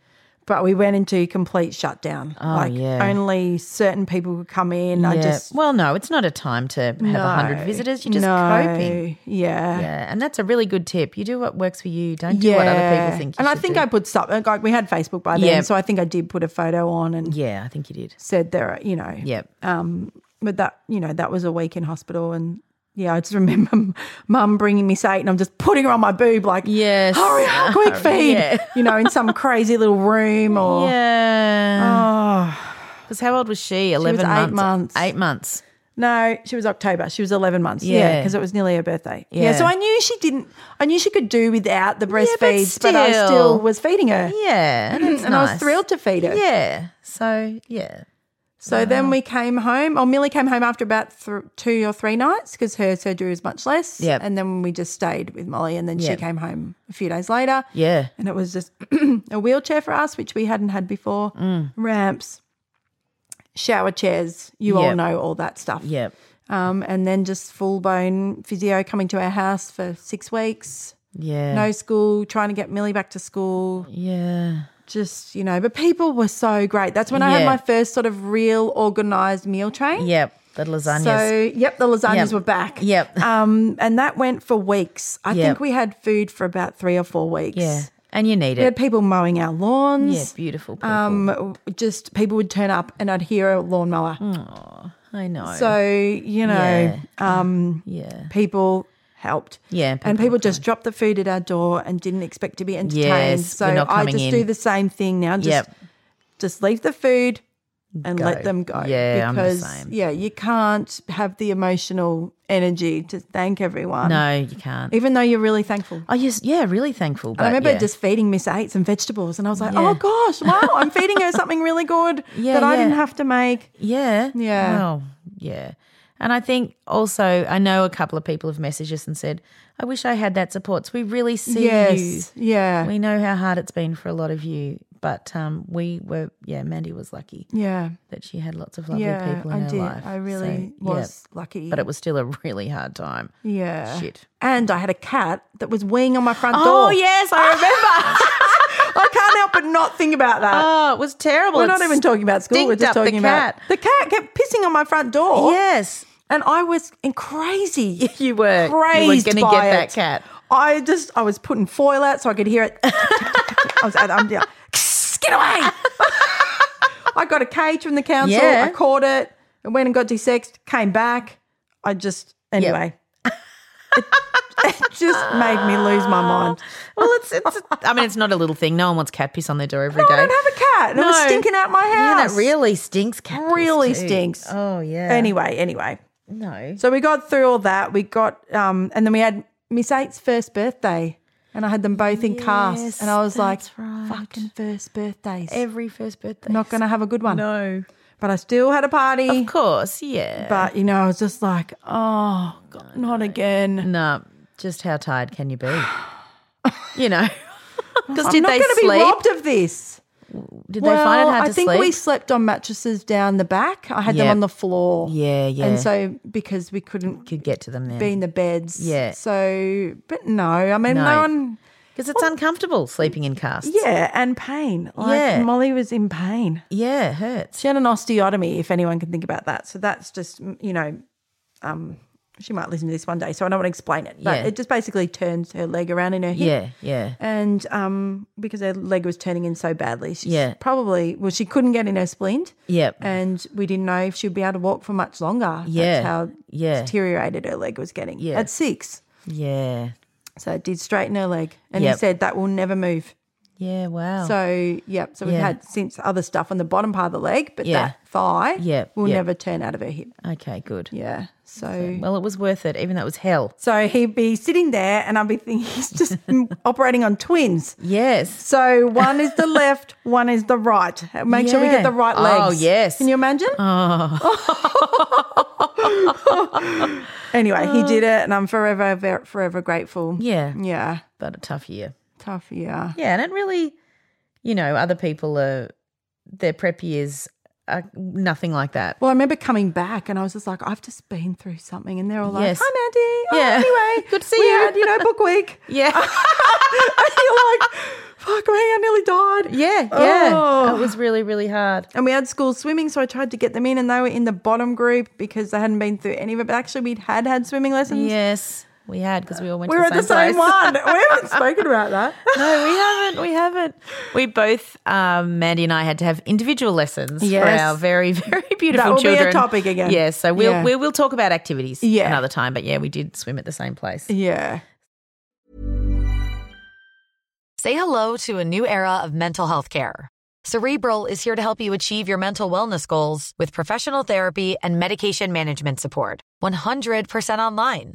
Speaker 1: but we went into complete shutdown.
Speaker 2: Oh,
Speaker 1: like
Speaker 2: yeah.
Speaker 1: only certain people could come in. I
Speaker 2: Yeah.
Speaker 1: just
Speaker 2: well, no, it's not a time to have a
Speaker 1: no,
Speaker 2: hundred visitors. You're just
Speaker 1: no,
Speaker 2: coping.
Speaker 1: Yeah.
Speaker 2: Yeah, and that's a really good tip. You do what works for you. Don't do what other people think. You
Speaker 1: and I
Speaker 2: should
Speaker 1: think
Speaker 2: do.
Speaker 1: I put something. Like we had Facebook by then,
Speaker 2: Yeah.
Speaker 1: so I think I did put a photo on and
Speaker 2: Yeah, I think you did.
Speaker 1: said there. Are, you know,
Speaker 2: Yep.
Speaker 1: Oh. but that you know that was a week in hospital and yeah i just remember mum bringing me sate and i'm just putting her on my boob like
Speaker 2: Yes.
Speaker 1: hurry up quick feed
Speaker 2: Yeah.
Speaker 1: you know in some crazy little room or
Speaker 2: yeah.
Speaker 1: oh
Speaker 2: Because how old was she? Eleven
Speaker 1: eight
Speaker 2: months.
Speaker 1: months.
Speaker 2: Eight months.
Speaker 1: no she was october she was 11 months yeah
Speaker 2: Yeah.
Speaker 1: because it was nearly her birthday yeah.
Speaker 2: Yeah.
Speaker 1: so i knew she didn't i knew she could do without the breastfeeds
Speaker 2: but
Speaker 1: but, i
Speaker 2: still.
Speaker 1: still was feeding her
Speaker 2: Yeah, and, it's
Speaker 1: and i was
Speaker 2: nice.
Speaker 1: thrilled to feed her
Speaker 2: Yeah. So yeah.
Speaker 1: so then we came home or millie came home after about th- two or three nights because her surgery was much less
Speaker 2: Yep.
Speaker 1: and then we just stayed with molly and then she
Speaker 2: Yep.
Speaker 1: came home a few days later
Speaker 2: Yeah.
Speaker 1: and it was just a wheelchair for us, which we hadn't had before,
Speaker 2: Mm.
Speaker 1: ramps, shower chairs. You all
Speaker 2: Yep.
Speaker 1: know all that stuff.
Speaker 2: Yep.
Speaker 1: Um, and then just full bone physio coming to our house for six weeks.
Speaker 2: Yeah.
Speaker 1: No school, trying to get Millie back to school.
Speaker 2: Yeah.
Speaker 1: Just you know, but people were so great. That's when I had
Speaker 2: Yeah.
Speaker 1: my first sort of real organized meal train.
Speaker 2: Yep. The lasagnas.
Speaker 1: So yep, the lasagnas
Speaker 2: Yep.
Speaker 1: were back.
Speaker 2: Yep.
Speaker 1: Um, and that went for weeks. I
Speaker 2: Yep.
Speaker 1: think we had food for about three or four weeks.
Speaker 2: yeah. And you need
Speaker 1: We had
Speaker 2: it.
Speaker 1: people mowing our
Speaker 2: Yeah.
Speaker 1: lawns.
Speaker 2: Beautiful. People.
Speaker 1: Um, just people would turn up and I'd hear a lawnmower.
Speaker 2: I know.
Speaker 1: So you know,
Speaker 2: Oh. Yeah.
Speaker 1: um,
Speaker 2: yeah.
Speaker 1: people helped.
Speaker 2: Yeah,
Speaker 1: and
Speaker 2: people
Speaker 1: people just dropped the food at our door and didn't expect to be entertained.
Speaker 2: Yes,
Speaker 1: so
Speaker 2: we're not
Speaker 1: I
Speaker 2: coming
Speaker 1: just
Speaker 2: in.
Speaker 1: do the same thing now. Just
Speaker 2: Yep.
Speaker 1: just leave the food and
Speaker 2: Go.
Speaker 1: let them go.
Speaker 2: Yeah, I'm the
Speaker 1: because
Speaker 2: same.
Speaker 1: yeah, you can't have the emotional energy to thank everyone.
Speaker 2: No, you can't.
Speaker 1: even though you're really thankful.
Speaker 2: oh yes. Yeah. Really thankful. But
Speaker 1: I remember
Speaker 2: Uh, yeah.
Speaker 1: just feeding Miss Eight some vegetables, and I was like,
Speaker 2: Yeah.
Speaker 1: "Oh gosh, wow! I'm feeding her something really good
Speaker 2: Yeah,
Speaker 1: that I
Speaker 2: yeah.
Speaker 1: didn't have to make."
Speaker 2: Yeah.
Speaker 1: Yeah.
Speaker 2: Well, yeah. And I think also, I know a couple of people have messaged us and said, I wish I had that support. So we really see you.
Speaker 1: Yes, yeah,
Speaker 2: We know how hard it's been for a lot of you. But um, we were, yeah, Mandy was lucky
Speaker 1: yeah,
Speaker 2: that she had lots of lovely
Speaker 1: yeah.
Speaker 2: people in
Speaker 1: I
Speaker 2: her
Speaker 1: did.
Speaker 2: life.
Speaker 1: I
Speaker 2: So,
Speaker 1: really
Speaker 2: yeah.
Speaker 1: was lucky,
Speaker 2: But it was still a really hard time.
Speaker 1: yeah,
Speaker 2: Shit.
Speaker 1: And I had a cat that was weeing on my front
Speaker 2: Oh,
Speaker 1: door. Ah.
Speaker 2: yes, I remember.
Speaker 1: I can't help but not think about that.
Speaker 2: oh, it was terrible.
Speaker 1: we're
Speaker 2: It
Speaker 1: not even talking about school. We're
Speaker 2: stinked
Speaker 1: just
Speaker 2: up the
Speaker 1: talking about
Speaker 2: cat.
Speaker 1: the cat kept pissing on my front door.
Speaker 2: Yes.
Speaker 1: and I was in crazy.
Speaker 2: You were, you were going
Speaker 1: crazed
Speaker 2: to get
Speaker 1: by it.
Speaker 2: that cat.
Speaker 1: I just I was putting foil out so I could hear it. I was at I'm like, get away. I got a cage from the council.
Speaker 2: Yeah.
Speaker 1: I caught it. It went and got desexed. Came back. I just anyway. it, it just made me lose my mind.
Speaker 2: Well, it's, it's, I mean, it's not a little thing. No one wants cat piss on their door every day.
Speaker 1: I don't have a cat. And It was
Speaker 2: No.
Speaker 1: stinking out my
Speaker 2: Yeah,
Speaker 1: house.
Speaker 2: that really stinks. Cat piss
Speaker 1: Really
Speaker 2: too.
Speaker 1: stinks.
Speaker 2: Oh yeah.
Speaker 1: Anyway, anyway.
Speaker 2: no.
Speaker 1: So we got through all that. We got um, and then we had Miss Eight's first birthday, and I had them both in cast,
Speaker 2: Yes,
Speaker 1: and I was like,
Speaker 2: that's right.
Speaker 1: "Fucking first birthdays,
Speaker 2: Every first birthday.
Speaker 1: not going to have a good one."
Speaker 2: No.
Speaker 1: But I still had a
Speaker 2: Of
Speaker 1: party.
Speaker 2: course. Yeah.
Speaker 1: But you know, I was just like, "Oh, God, not again."
Speaker 2: no. Just how tired can you be? you know. Because
Speaker 1: I'm
Speaker 2: did
Speaker 1: not
Speaker 2: they
Speaker 1: going to be
Speaker 2: sleep?
Speaker 1: robbed of this.
Speaker 2: Did they find it hard
Speaker 1: I
Speaker 2: to
Speaker 1: think
Speaker 2: sleep?
Speaker 1: we slept on mattresses down the back. I had them
Speaker 2: Yep.
Speaker 1: on the floor.
Speaker 2: yeah. Yeah.
Speaker 1: And so because we couldn't
Speaker 2: could get to them
Speaker 1: be
Speaker 2: then
Speaker 1: in the beds.
Speaker 2: Yeah.
Speaker 1: So, but no, I mean,
Speaker 2: No.
Speaker 1: no one.
Speaker 2: because it's uncomfortable sleeping in casts.
Speaker 1: Yeah, and pain. Like
Speaker 2: Yeah.
Speaker 1: Molly was in pain.
Speaker 2: Yeah. It hurts.
Speaker 1: She had an osteotomy, if anyone can think about that. So that's just you know, um, She might listen to this one day, so I don't want to explain it. But
Speaker 2: Yeah.
Speaker 1: it just basically turns her leg around in her hip.
Speaker 2: Yeah, yeah.
Speaker 1: And um, because her leg was turning in so badly, she's
Speaker 2: Yeah.
Speaker 1: probably, well, she couldn't get in her splint.
Speaker 2: Yep.
Speaker 1: And we didn't know if she'd be able to walk for much longer.
Speaker 2: Yeah.
Speaker 1: That's how
Speaker 2: Yeah.
Speaker 1: deteriorated her leg was getting
Speaker 2: Yeah.
Speaker 1: at six.
Speaker 2: yeah.
Speaker 1: So it did straighten her leg. And
Speaker 2: Yep.
Speaker 1: he said that will never move.
Speaker 2: Yeah, wow.
Speaker 1: So, yep. So we've
Speaker 2: Oh. Yeah.
Speaker 1: had since other stuff on the bottom part of the leg, but
Speaker 2: Yeah.
Speaker 1: that thigh
Speaker 2: Yep,
Speaker 1: will
Speaker 2: yep.
Speaker 1: never turn out of her hip.
Speaker 2: okay, good.
Speaker 1: Yeah. So.
Speaker 2: Well, it was worth it, even though it was hell.
Speaker 1: So he'd be sitting there, and I'd be thinking he's just operating on twins.
Speaker 2: Yes.
Speaker 1: So one is the left, one is the right. Make sure we
Speaker 2: Yeah.
Speaker 1: get the right
Speaker 2: Oh,
Speaker 1: legs.
Speaker 2: yes. Oh.
Speaker 1: Can you imagine? anyway, he did it, and I'm forever, ver- forever grateful.
Speaker 2: Uh. Yeah.
Speaker 1: Yeah.
Speaker 2: But a tough year.
Speaker 1: Tough. Yeah.
Speaker 2: Yeah, and it really, you know, other people are their prep years are nothing like that.
Speaker 1: Well, I remember coming back and I was just like, I've just been through something. And they're all like,
Speaker 2: Yes.
Speaker 1: hi, Mandy. Oh,
Speaker 2: Yeah.
Speaker 1: Anyway,
Speaker 2: Good to see
Speaker 1: we
Speaker 2: you.
Speaker 1: Had, you know, book week.
Speaker 2: Yeah,
Speaker 1: and you're like, fuck me, I nearly died.
Speaker 2: yeah, yeah.
Speaker 1: Oh.
Speaker 2: It was really, really hard.
Speaker 1: And we had school swimming, so I tried to get them in, and they were in the bottom group because they hadn't been through any of it. But actually, we'd had had swimming lessons.
Speaker 2: Yes, we had because we all went.
Speaker 1: We
Speaker 2: to
Speaker 1: Oh. were at the same
Speaker 2: place.
Speaker 1: one. we haven't spoken about that.
Speaker 2: No, we haven't. We haven't. We both, um, Mandy and I, had to have individual lessons
Speaker 1: Yes.
Speaker 2: for our very, very beautiful
Speaker 1: That will be a
Speaker 2: children.
Speaker 1: topic again.
Speaker 2: Yeah, so we'll
Speaker 1: Yeah.
Speaker 2: we'll, we'll talk about activities
Speaker 1: Yeah.
Speaker 2: another time. But yeah, we did swim at the same place.
Speaker 1: Yeah.
Speaker 3: Say hello to a new era of mental health care. Cerebral is here to help you achieve your mental wellness goals with professional therapy and medication management support. 100% online.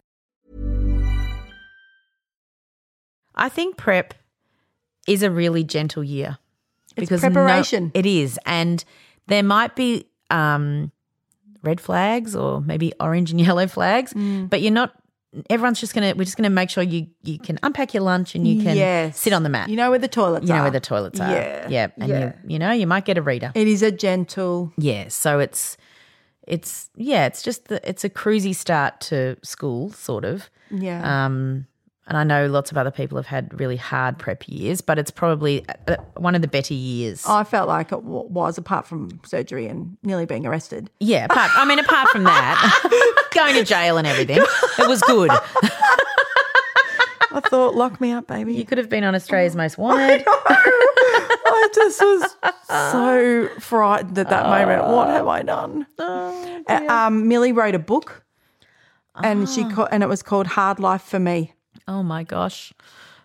Speaker 2: I think prep is a really gentle year.
Speaker 1: It's
Speaker 2: no-
Speaker 1: preparation.
Speaker 2: it is, and there might be um, red flags or maybe orange and yellow flags,
Speaker 1: Mm.
Speaker 2: but you're not. Everyone's just gonna. We're just gonna make sure you you can unpack your lunch and you can
Speaker 1: Yes.
Speaker 2: sit on the mat.
Speaker 1: You know where the toilets
Speaker 2: You
Speaker 1: are.
Speaker 2: know where the toilets are.
Speaker 1: Yeah.
Speaker 2: yeah, and
Speaker 1: Yeah.
Speaker 2: You, you know you might get a reader.
Speaker 1: It is a gentle.
Speaker 2: yeah, so it's it's yeah, it's just the, it's a cruisy start to school, sort of.
Speaker 1: Yeah.
Speaker 2: Um, and I know lots of other people have had really hard prep years, but it's probably uh, one of the better years.
Speaker 1: I felt like it wa- was, apart from surgery and nearly being arrested.
Speaker 2: Yeah, apart, I mean, apart from that, going to jail and everything, it was good.
Speaker 1: I thought, lock me up, baby.
Speaker 2: You could have been on Australia's Most Wanted.
Speaker 1: I just was so frightened at that moment. What have I done? Uh, um, Millie wrote a book, and she ca- and it was called Hard Life for Me.
Speaker 2: Oh my gosh,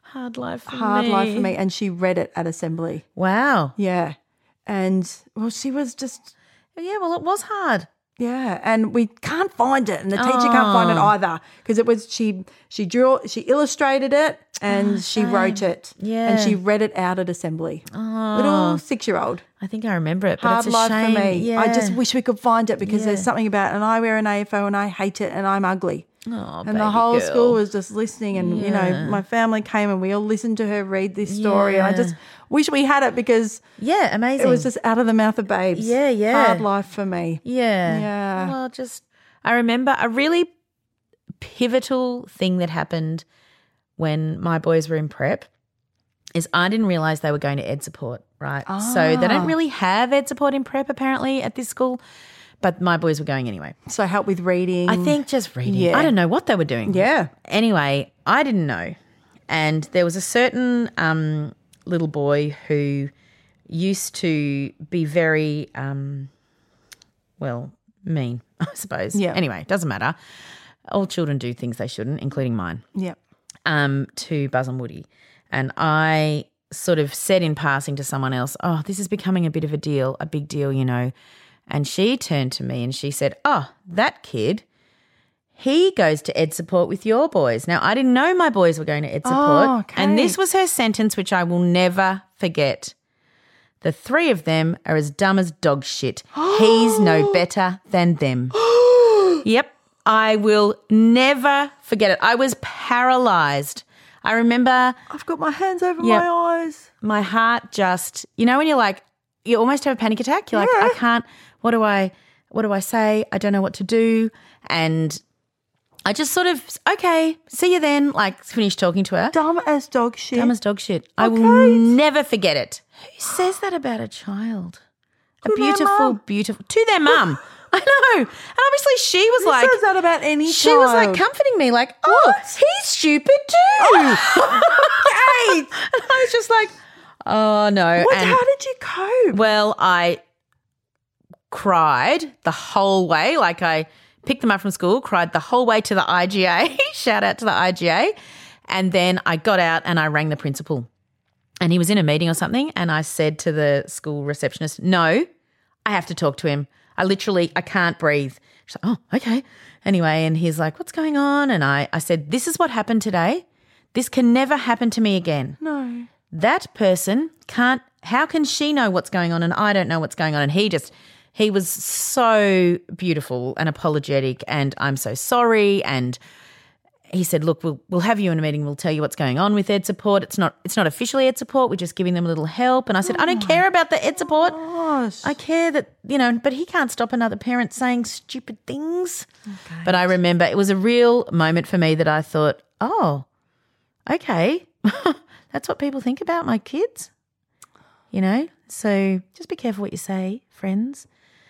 Speaker 2: hard life, for
Speaker 1: Hard
Speaker 2: me.
Speaker 1: Life for Me, and she read it at assembly.
Speaker 2: Wow.
Speaker 1: Yeah, and well, she was just
Speaker 2: Yeah, well, it was hard.
Speaker 1: Yeah, and we can't find it, and the teacher can't find
Speaker 2: Oh.
Speaker 1: it either because it was she she drew she illustrated it and she wrote it. and she
Speaker 2: Oh, Yeah.
Speaker 1: read it out at assembly. Little six year old,
Speaker 2: Ah, I think I remember it, but
Speaker 1: hard
Speaker 2: it's a
Speaker 1: life
Speaker 2: shame.
Speaker 1: for me. I just
Speaker 2: Yeah.
Speaker 1: wish we could find it because there's
Speaker 2: Yeah.
Speaker 1: something about, and I wear an AFO and I hate it, and I'm ugly.
Speaker 2: Oh,
Speaker 1: and the whole school was just listening and you know my family came and we all listened to her read this story and i just wish we had it because
Speaker 2: yeah, amazing.
Speaker 1: it was just out of the mouth of babes
Speaker 2: Yeah, yeah.
Speaker 1: hard life for me
Speaker 2: Yeah.
Speaker 1: Yeah.
Speaker 2: Well, just I remember a really pivotal thing that happened when my boys were in prep is I didn't realize they were going to ed support, right? So
Speaker 1: Ah.
Speaker 2: they don't really have ed support in prep apparently at this school, but my boys were going anyway.
Speaker 1: so help with reading
Speaker 2: I think just reading.
Speaker 1: Mm. Yeah.
Speaker 2: I don't know what they were doing.
Speaker 1: Yeah.
Speaker 2: Anyway, I didn't know. And there was a certain um, little boy who used to be very, um, well, mean, I suppose.
Speaker 1: Yeah.
Speaker 2: Anyway, doesn't matter. All children do things they shouldn't, including mine
Speaker 1: yep
Speaker 2: um, to Buzz and Woody. And I sort of said in passing to someone else, Oh, this is becoming a bit of a deal, a big deal, you know. And she turned to me and she said, Oh, that kid, he goes to Ed Support with your boys. Now, I didn't know my boys were going to Ed Support.
Speaker 1: Oh, okay.
Speaker 2: And this was her sentence, which I will never forget. The three of them are as dumb as dog shit. He's no better than them. Yep. I will never forget it. I was paralyzed. I remember
Speaker 1: i've got my hands over
Speaker 2: Yep.
Speaker 1: my eyes
Speaker 2: my heart just, you know, when you're like, you almost have a panic attack. You're like, I can't, what do I, what do I say? I don't know what to do. And I just sort of, okay, see you then. Like, finished talking to her.
Speaker 1: dumb as dog shit
Speaker 2: Dumb as dog shit. I will never forget it. Who says that about a child? A
Speaker 1: To their
Speaker 2: beautiful,
Speaker 1: mum.
Speaker 2: beautiful, to their mum. I know. And obviously she was
Speaker 1: Who
Speaker 2: like,
Speaker 1: says that about any
Speaker 2: she was like
Speaker 1: child?
Speaker 2: comforting me, like, "Oh, he's stupid too." and I was just like, "Oh no!"
Speaker 1: what,
Speaker 2: And-
Speaker 1: how did you cope
Speaker 2: well, I cried the whole way. Like I picked them up from school, cried the whole way to the IGA. Shout out to the IGA. And then I got out and I rang the principal. And he was in a meeting or something and I said to the school receptionist, "No, I have to talk to him. I literally I can't breathe." She's like, "Oh, okay." Anyway, and he's like, "What's going on?" And I I said, "This is what happened today. This can never happen to me again."
Speaker 1: no
Speaker 2: that person can't how can she know what's going on and i don't know what's going on and he just he was so beautiful and apologetic and i'm so sorry and he said look we'll, we'll have you in a meeting we'll tell you what's going on with ed support it's not it's not officially ed support we're just giving them a little help and i said i don't care about the ed support i care that you know but he can't stop another parent saying stupid things
Speaker 1: Oh,
Speaker 2: but i remember it was a real moment for me that i thought oh okay, that's what people think about my kids, you know? So just be careful what you say, friends.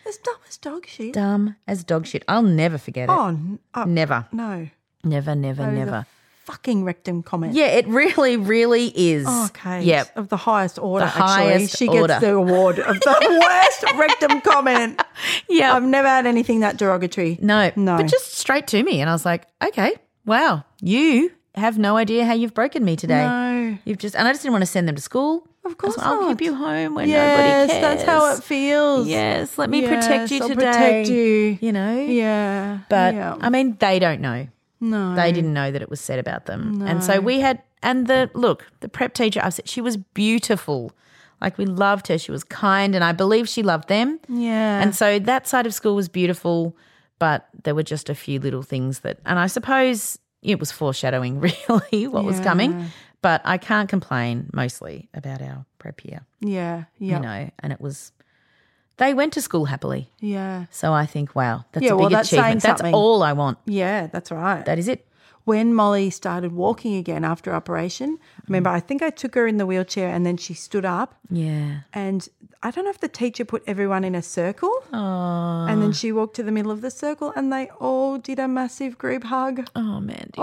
Speaker 1: as dumb as dog shit
Speaker 2: Dumb as dog shit. I'll never forget it.
Speaker 1: oh n- oh,
Speaker 2: never,
Speaker 1: no
Speaker 2: never, never,
Speaker 1: That is a
Speaker 2: never.
Speaker 1: fucking rectum comment
Speaker 2: Yeah, it really, really is.
Speaker 1: Oh, okay.
Speaker 2: Yep.
Speaker 1: Of the highest order,
Speaker 2: The
Speaker 1: actually.
Speaker 2: highest
Speaker 1: She gets
Speaker 2: order.
Speaker 1: the award of the worst rectum comment.
Speaker 2: Yeah.
Speaker 1: I've never had anything that derogatory.
Speaker 2: Um, no,
Speaker 1: No.
Speaker 2: But just straight to me. And I was like, okay, wow, you have no idea how you've broken me today.
Speaker 1: No.
Speaker 2: You've just, and I just didn't want to send them to school.
Speaker 1: Of course
Speaker 2: I'll
Speaker 1: not.
Speaker 2: keep you home when
Speaker 1: Yes,
Speaker 2: nobody cares.
Speaker 1: that's how it feels.
Speaker 2: Yes, let me
Speaker 1: Yes,
Speaker 2: protect you
Speaker 1: I'll
Speaker 2: today.
Speaker 1: protect you.
Speaker 2: You know?
Speaker 1: Yeah.
Speaker 2: But
Speaker 1: yeah.
Speaker 2: I mean, they don't know.
Speaker 1: no.
Speaker 2: They didn't know that it was said about them. And so we had, and the look, the prep teacher, I said, she was beautiful. Like we loved her. She was kind, and I believe she loved them.
Speaker 1: Yeah.
Speaker 2: And so that side of school was beautiful, but there were just a few little things that, and I suppose it was foreshadowing really what was coming. But I can't complain mostly about our prep year,
Speaker 1: yeah. Yeah.
Speaker 2: you know, and it was, they went to school happily.
Speaker 1: Yeah.
Speaker 2: So I think, wow, that's
Speaker 1: Yeah,
Speaker 2: a big
Speaker 1: well, that's saying
Speaker 2: achievement. That's
Speaker 1: something.
Speaker 2: all I want.
Speaker 1: Yeah, that's right.
Speaker 2: That is it.
Speaker 1: when Molly started walking again after operation, remember, I think I took her in the wheelchair and then she stood up.
Speaker 2: Yeah.
Speaker 1: And I don't know if the teacher put everyone in a circle. And then she walked to the middle of the circle and they all did a massive group hug.
Speaker 2: Oh, Mandy.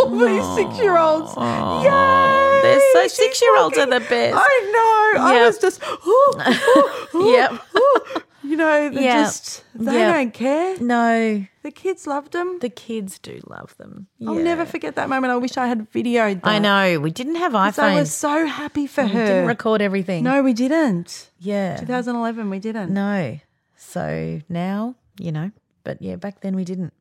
Speaker 1: All these six year olds. Yeah.
Speaker 2: they're so- six-year-olds are the best.
Speaker 1: I know. I
Speaker 2: Yep.
Speaker 1: was just, oh,
Speaker 2: Yep.
Speaker 1: you know, they
Speaker 2: Yeah.
Speaker 1: just, they
Speaker 2: Yep.
Speaker 1: don't care.
Speaker 2: No,
Speaker 1: The kids loved them.
Speaker 2: the kids do love them.
Speaker 1: I'll never forget that moment. I wish I had videoed that.
Speaker 2: I know. We didn't have
Speaker 1: 'Cause I was
Speaker 2: iPhones.
Speaker 1: so happy for
Speaker 2: we
Speaker 1: her.
Speaker 2: didn't record everything.
Speaker 1: No, we didn't.
Speaker 2: Yeah.
Speaker 1: 2011, we didn't.
Speaker 2: No. So now, you know, but yeah, back then we didn't.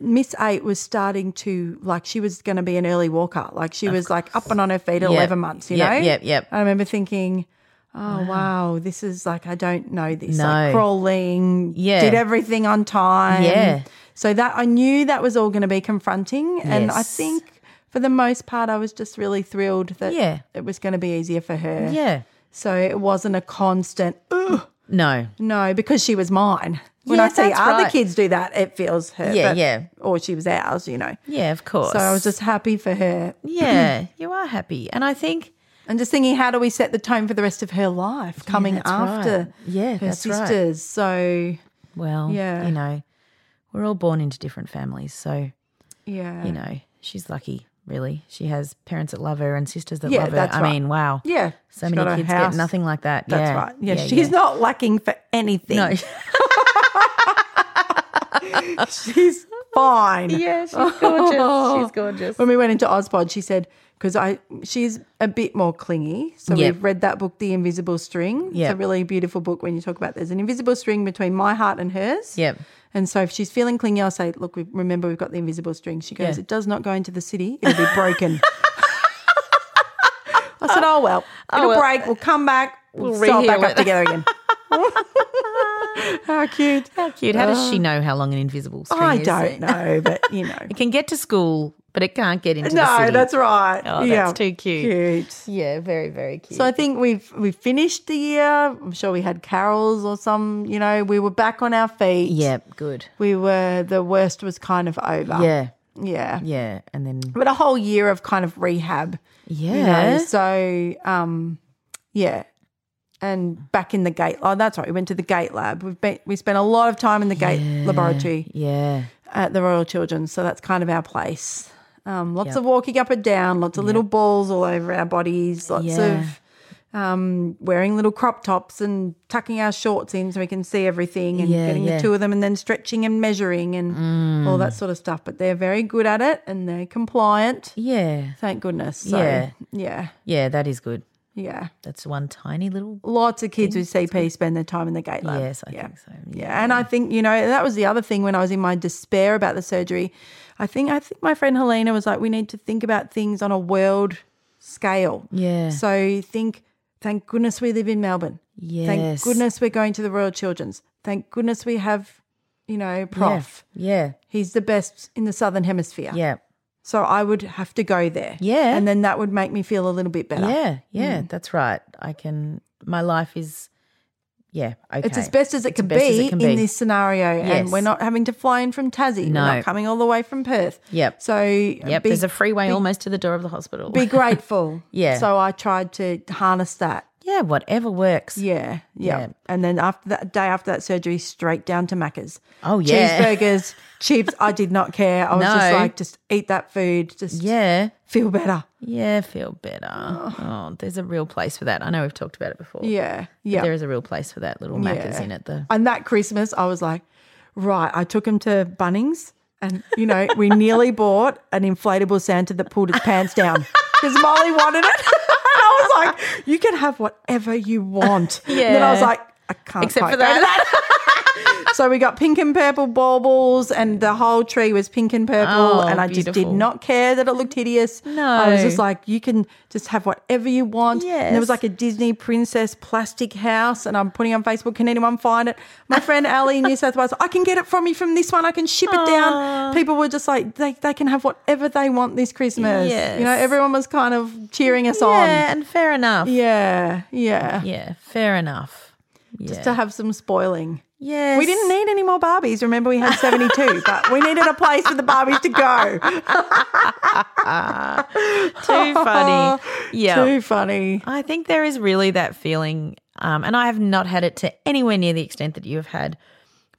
Speaker 1: Miss Eight was starting to like she was going to be an early walker. Like she was like up and on her feet at
Speaker 2: Yep.
Speaker 1: 11 months. You
Speaker 2: Yep,
Speaker 1: know.
Speaker 2: yep, yep.
Speaker 1: I remember thinking, oh wow, this is like I don't know this. Like
Speaker 2: No.
Speaker 1: crawling.
Speaker 2: Yeah.
Speaker 1: Did everything on time.
Speaker 2: Yeah.
Speaker 1: So that I knew that was all going to be confronting, and I
Speaker 2: Yes.
Speaker 1: think for the most part, I was just really thrilled that
Speaker 2: Yeah.
Speaker 1: it was going to be easier for her.
Speaker 2: Yeah.
Speaker 1: So it wasn't a constant. Ugh,
Speaker 2: No.
Speaker 1: no, because she was mine. When
Speaker 2: Yeah,
Speaker 1: I see
Speaker 2: that's
Speaker 1: other
Speaker 2: right.
Speaker 1: kids do that, it feels her.
Speaker 2: Yeah, yeah.
Speaker 1: Or she was ours, you know.
Speaker 2: Yeah, of course.
Speaker 1: So I was just happy for her.
Speaker 2: Yeah, you are happy. And I think
Speaker 1: And just thinking, how do we set the tone for the rest of her life coming
Speaker 2: that's
Speaker 1: after
Speaker 2: right. Yeah,
Speaker 1: her
Speaker 2: that's right.
Speaker 1: sisters? So,
Speaker 2: well,
Speaker 1: Yeah.
Speaker 2: you know, we're all born into different families, so
Speaker 1: yeah.
Speaker 2: you know, she's lucky, really. She has parents that love her and sisters that
Speaker 1: Yeah,
Speaker 2: love her.
Speaker 1: that's
Speaker 2: I
Speaker 1: right.
Speaker 2: mean, wow.
Speaker 1: Yeah.
Speaker 2: So
Speaker 1: She's got
Speaker 2: many
Speaker 1: a
Speaker 2: kids
Speaker 1: house.
Speaker 2: get nothing like that.
Speaker 1: That's
Speaker 2: yeah.
Speaker 1: right. Yeah, she's not lacking for anything.
Speaker 2: No.
Speaker 1: She's fine.
Speaker 2: yeah, she's gorgeous. She's gorgeous.
Speaker 1: When we went into Ozpod, she said, because I she's a bit more clingy. So
Speaker 2: Yep.
Speaker 1: we've read that book, The Invisible String. It's a
Speaker 2: Yep.
Speaker 1: really beautiful book when you talk about there's an invisible string between my heart and hers.
Speaker 2: Yep.
Speaker 1: And so if she's feeling clingy, I'll say, look, we, remember we've got the invisible string. She goes,
Speaker 2: Yeah.
Speaker 1: it does not go into the city. It'll be broken. I said, oh, well, it'll
Speaker 2: well.
Speaker 1: break. We'll come back. We'll,
Speaker 2: We'll
Speaker 1: sew it back
Speaker 2: reheal
Speaker 1: up
Speaker 2: it."
Speaker 1: together again. How cute.
Speaker 2: How cute. How does she know how long an invisible string
Speaker 1: Oh. I
Speaker 2: is?
Speaker 1: don't know, but you know.
Speaker 2: It can get to school, but it can't get into the
Speaker 1: No,
Speaker 2: city.
Speaker 1: that's right.
Speaker 2: Oh, that's too cute.
Speaker 1: Cute.
Speaker 2: Yeah, very, very cute.
Speaker 1: So I think we've we've finished the year. I'm sure we had carols or some. You know, we were back on our feet.
Speaker 2: yeah, good.
Speaker 1: we were. The worst was kind of over.
Speaker 2: Yeah,
Speaker 1: yeah.
Speaker 2: yeah. And then,
Speaker 1: But a whole year of kind of rehab.
Speaker 2: yeah.
Speaker 1: you know, so um, yeah. And back in the gate. Oh, that's right. We went to the gate lab. We've been we spent a lot of time in the gate laboratory
Speaker 2: yeah.
Speaker 1: at the Royal Children's. So that's kind of our place. Um, lots of walking up and down, lots of little balls all over our bodies, lots
Speaker 2: Yeah.
Speaker 1: of um, wearing little crop tops and tucking our shorts in so we can see everything and
Speaker 2: Yeah,
Speaker 1: getting
Speaker 2: yeah. Mm.
Speaker 1: the two of them and then stretching and measuring and all that sort of stuff. But they're very good at it and they're compliant.
Speaker 2: Yeah.
Speaker 1: Thank goodness. So,
Speaker 2: Yeah.
Speaker 1: Yeah.
Speaker 2: Yeah, that is good.
Speaker 1: Yeah.
Speaker 2: That's one tiny little.
Speaker 1: Lots of kids with CP spend their time in the gate lab.
Speaker 2: Yes, I
Speaker 1: yeah.
Speaker 2: think so.
Speaker 1: Yeah, and I think you know that was the other thing when I was in my despair about the surgery. I think I think my friend Helena was like, we need to think about things on a world scale.
Speaker 2: Yeah.
Speaker 1: So think, thank goodness we live in Melbourne. Thank
Speaker 2: Yes.
Speaker 1: goodness we're going to the Royal Children's. Thank goodness we have, you know, Prof.
Speaker 2: Yeah.
Speaker 1: He's the best in the Southern Hemisphere.
Speaker 2: Yeah.
Speaker 1: So I would have to go there.
Speaker 2: Yeah.
Speaker 1: And then that would make me feel a little bit better. Hmm.
Speaker 2: Yeah. Yeah. That's right. I can. My life is. Yeah. Okay.
Speaker 1: It's as best as it,
Speaker 2: It's
Speaker 1: can,
Speaker 2: as best
Speaker 1: be
Speaker 2: as it can
Speaker 1: in
Speaker 2: be.
Speaker 1: this scenario, and
Speaker 2: Yes.
Speaker 1: we're not having to fly in from Tassie.
Speaker 2: No.
Speaker 1: We're not coming all the way from Perth.
Speaker 2: Yep.
Speaker 1: So
Speaker 2: Yep.
Speaker 1: be,
Speaker 2: there's a freeway almost to the door of the hospital.
Speaker 1: be grateful.
Speaker 2: Yeah.
Speaker 1: So I tried to harness that.
Speaker 2: yeah. Whatever works.
Speaker 1: Yeah, yeah.
Speaker 2: Yeah.
Speaker 1: And then after that day after that surgery, straight down to Macca's.
Speaker 2: Oh, yeah.
Speaker 1: Cheeseburgers, chips. I did not care. I was just
Speaker 2: No.
Speaker 1: like, just eat that food. Just
Speaker 2: Yeah.
Speaker 1: feel better.
Speaker 2: Yeah. Feel better. Oh, there's a real place for that. I know we've talked about it before.
Speaker 1: Yeah,
Speaker 2: But
Speaker 1: yeah.
Speaker 2: There is a real place for that little Macca's in it. The
Speaker 1: And that Christmas, I was like, right, I took him to Bunnings and, you know, we nearly bought an inflatable Santa that pulled its pants down because Molly wanted it. and I was like, you can have whatever you want. And then I was
Speaker 2: Yeah.
Speaker 1: like, I can't
Speaker 2: Except
Speaker 1: quite
Speaker 2: for
Speaker 1: go to that. so we got pink and purple baubles and the whole tree was pink and purple
Speaker 2: Oh,
Speaker 1: and I just did
Speaker 2: beautiful.
Speaker 1: not care that it looked hideous.
Speaker 2: No.
Speaker 1: I was just like, you can just have whatever you want. And there was
Speaker 2: Yes.
Speaker 1: like a Disney princess plastic house, and I'm putting it on Facebook. Can anyone find it? My friend Ali in New South Wales, I can get it from you from this one. I can ship it down. People were just like, they, they can have whatever they want this Christmas. You know,
Speaker 2: Yes.
Speaker 1: everyone was kind of cheering us
Speaker 2: yeah, and fair enough.
Speaker 1: on. Yeah, yeah.
Speaker 2: Yeah, fair enough. Yeah.
Speaker 1: Just to have some spoiling.
Speaker 2: yes.
Speaker 1: We didn't need any more Barbies. Remember, we had 72, but we needed a place for the Barbies to go.
Speaker 2: too funny. Yeah.
Speaker 1: Too funny.
Speaker 2: I think there is really that feeling, um, and I have not had it to anywhere near the extent that you have had.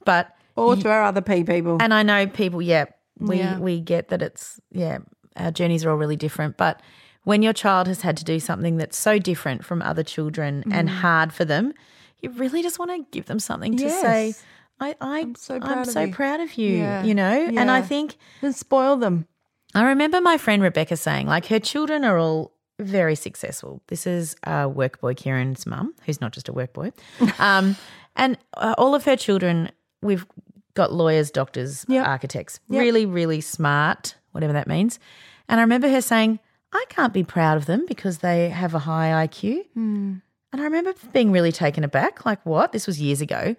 Speaker 2: But
Speaker 1: Or to our other P people.
Speaker 2: and I know people, yeah, we
Speaker 1: Yeah.
Speaker 2: we get that it's yeah, our journeys are all really different. But when your child has had to do something that's so different from other children
Speaker 1: Mm.
Speaker 2: and hard for them, you really just want to give them something to say.
Speaker 1: Yes.
Speaker 2: I, I, I'm
Speaker 1: so
Speaker 2: so proud,
Speaker 1: proud of
Speaker 2: of, so
Speaker 1: you."
Speaker 2: you. proud of you,
Speaker 1: Yeah.
Speaker 2: you know? And I
Speaker 1: Yeah.
Speaker 2: think
Speaker 1: and spoil them.
Speaker 2: I remember my friend Rebecca saying, like, her children are all very successful. This is uh, work boy Kieran's mum, who's not just a work boy. Um, and uh, all of her children, we've got lawyers, doctors,
Speaker 1: Yep.
Speaker 2: architects,
Speaker 1: Yep.
Speaker 2: really, really smart, whatever that means. And I remember her saying, I can't be proud of them because they have a
Speaker 1: Hmm.
Speaker 2: high IQ. And I remember being really taken aback, like, what? This was years ago.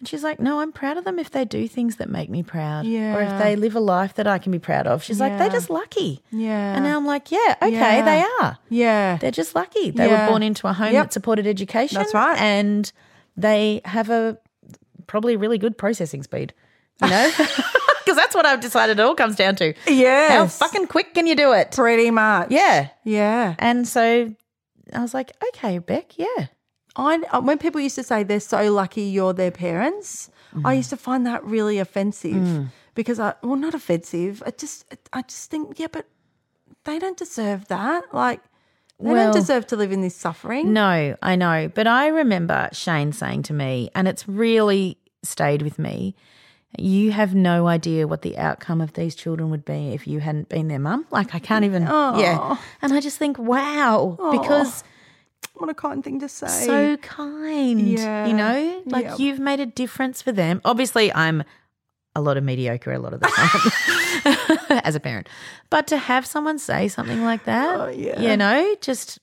Speaker 2: And she's like, No, I'm proud of them if they do things that make me proud. Or
Speaker 1: Yeah.
Speaker 2: if they live a life that I can be proud of. She's like, They're just lucky.
Speaker 1: Yeah.
Speaker 2: And now I'm like, Yeah, okay,
Speaker 1: Yeah.
Speaker 2: they are.
Speaker 1: Yeah.
Speaker 2: They're just lucky. They
Speaker 1: Yeah.
Speaker 2: were born into a home
Speaker 1: Yep.
Speaker 2: that supported education.
Speaker 1: That's right.
Speaker 2: And they have a probably really good processing speed, you know? Because that's what I've decided it all comes down to. How
Speaker 1: Yes.
Speaker 2: fucking quick can you do it?
Speaker 1: Pretty much.
Speaker 2: Yeah.
Speaker 1: Yeah.
Speaker 2: And so I was like, okay, Beck, yeah.
Speaker 1: I uh, when people used to say they're so lucky you're their parents, I used to find that really offensive because I well not offensive. I just I just think yeah, but they don't deserve that. Like they
Speaker 2: Well-
Speaker 1: don't deserve to live in this suffering.
Speaker 2: No, I know. But I remember Shane saying to me, and it's really stayed with me, you have no idea what the outcome of these children would be if you hadn't been their mum. Like, I can't even. Yeah. And I just think, wow, because
Speaker 1: What a kind thing to say.
Speaker 2: so kind,
Speaker 1: Yeah.
Speaker 2: you know? Like,
Speaker 1: Yep.
Speaker 2: you've made a difference for them. Obviously, I'm a lot of mediocre a lot of the time as a parent. But to have someone say something like that,
Speaker 1: Oh, yeah.
Speaker 2: you know, just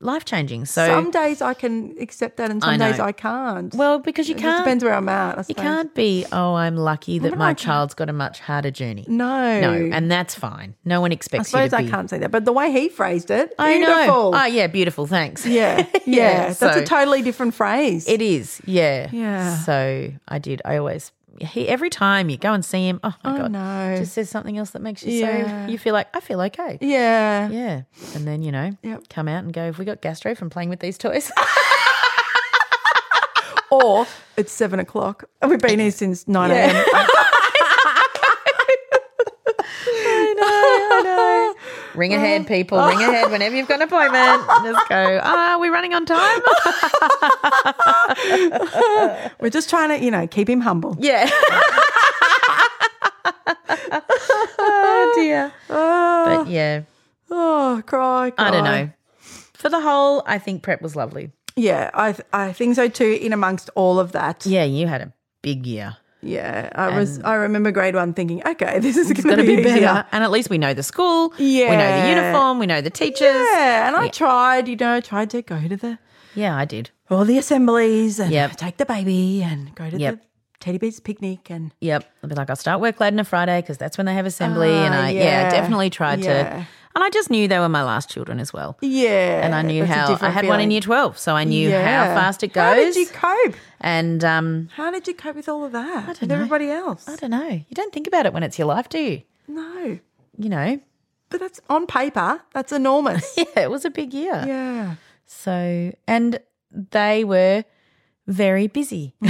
Speaker 2: life changing. So
Speaker 1: some days I can accept that, and
Speaker 2: I
Speaker 1: some days
Speaker 2: know.
Speaker 1: I can't.
Speaker 2: Well, because you
Speaker 1: it
Speaker 2: can't.
Speaker 1: just depends where I'm at. I
Speaker 2: you
Speaker 1: suppose.
Speaker 2: can't be. Oh, I'm lucky that
Speaker 1: What
Speaker 2: my
Speaker 1: about-
Speaker 2: child's got a much harder journey.
Speaker 1: No.
Speaker 2: no, and that's fine. No one
Speaker 1: I
Speaker 2: expects you
Speaker 1: suppose
Speaker 2: to
Speaker 1: I
Speaker 2: be.
Speaker 1: can't say that, but the way he phrased it,
Speaker 2: I know.
Speaker 1: beautiful.
Speaker 2: Oh yeah, beautiful. Thanks.
Speaker 1: Yeah, yeah. That's
Speaker 2: so-
Speaker 1: a totally different phrase.
Speaker 2: It is. Yeah.
Speaker 1: Yeah.
Speaker 2: So I did. I always. He every time you go and see him. Oh my
Speaker 1: I
Speaker 2: god.
Speaker 1: know.
Speaker 2: Just says something else that makes you
Speaker 1: Yeah.
Speaker 2: so. You feel like I feel okay.
Speaker 1: yeah.
Speaker 2: Yeah. And then you know,
Speaker 1: Yep.
Speaker 2: come out and go. Have we got gastro from playing with these toys?
Speaker 1: Or it's seven o'clock. And We've been here since 9 a.m.
Speaker 2: Ring ahead, people. Ring ahead whenever you've got an appointment. Just go, ah, we're running on time.
Speaker 1: We're just trying to, you know, keep him humble.
Speaker 2: Yeah. oh, dear. But yeah,
Speaker 1: Oh, cry, cry.
Speaker 2: I don't know.
Speaker 1: Oh.
Speaker 2: For the whole, I think prep was lovely.
Speaker 1: Yeah, I, I think so too, in amongst all of that.
Speaker 2: Yeah, you had a big year.
Speaker 1: Yeah, I was. I remember grade one thinking, okay, this is
Speaker 2: It's
Speaker 1: going
Speaker 2: going
Speaker 1: to
Speaker 2: to be better.
Speaker 1: easier.
Speaker 2: And at least we know the school. We know
Speaker 1: Yeah.
Speaker 2: the uniform. We know the teachers.
Speaker 1: Yeah, and I tried, you know, I tried to go to the
Speaker 2: Yeah, I did.
Speaker 1: all the assemblies and
Speaker 2: Yep.
Speaker 1: take the baby and go to
Speaker 2: Yep.
Speaker 1: the teddy bear's picnic and
Speaker 2: Yep. I'll be like, I'll start work late on a Friday because that's when they have assembly. and I, yeah,
Speaker 1: Ah, yeah.
Speaker 2: definitely tried
Speaker 1: Yeah.
Speaker 2: to. And I just knew they were my last children as well.
Speaker 1: yeah,
Speaker 2: and I knew
Speaker 1: it's a
Speaker 2: how I
Speaker 1: different
Speaker 2: had one in
Speaker 1: feeling.
Speaker 2: year twelve, so I knew how
Speaker 1: Yeah.
Speaker 2: fast it
Speaker 1: How did
Speaker 2: goes.
Speaker 1: you cope?
Speaker 2: and um,
Speaker 1: How did you cope with all of that?
Speaker 2: don't
Speaker 1: with
Speaker 2: know.
Speaker 1: everybody else?
Speaker 2: I don't know. You don't think about it when it's your life, do you?
Speaker 1: No.
Speaker 2: You know.
Speaker 1: But that's on paper, that's enormous.
Speaker 2: Yeah, it was a big year.
Speaker 1: yeah.
Speaker 2: So and they were very busy,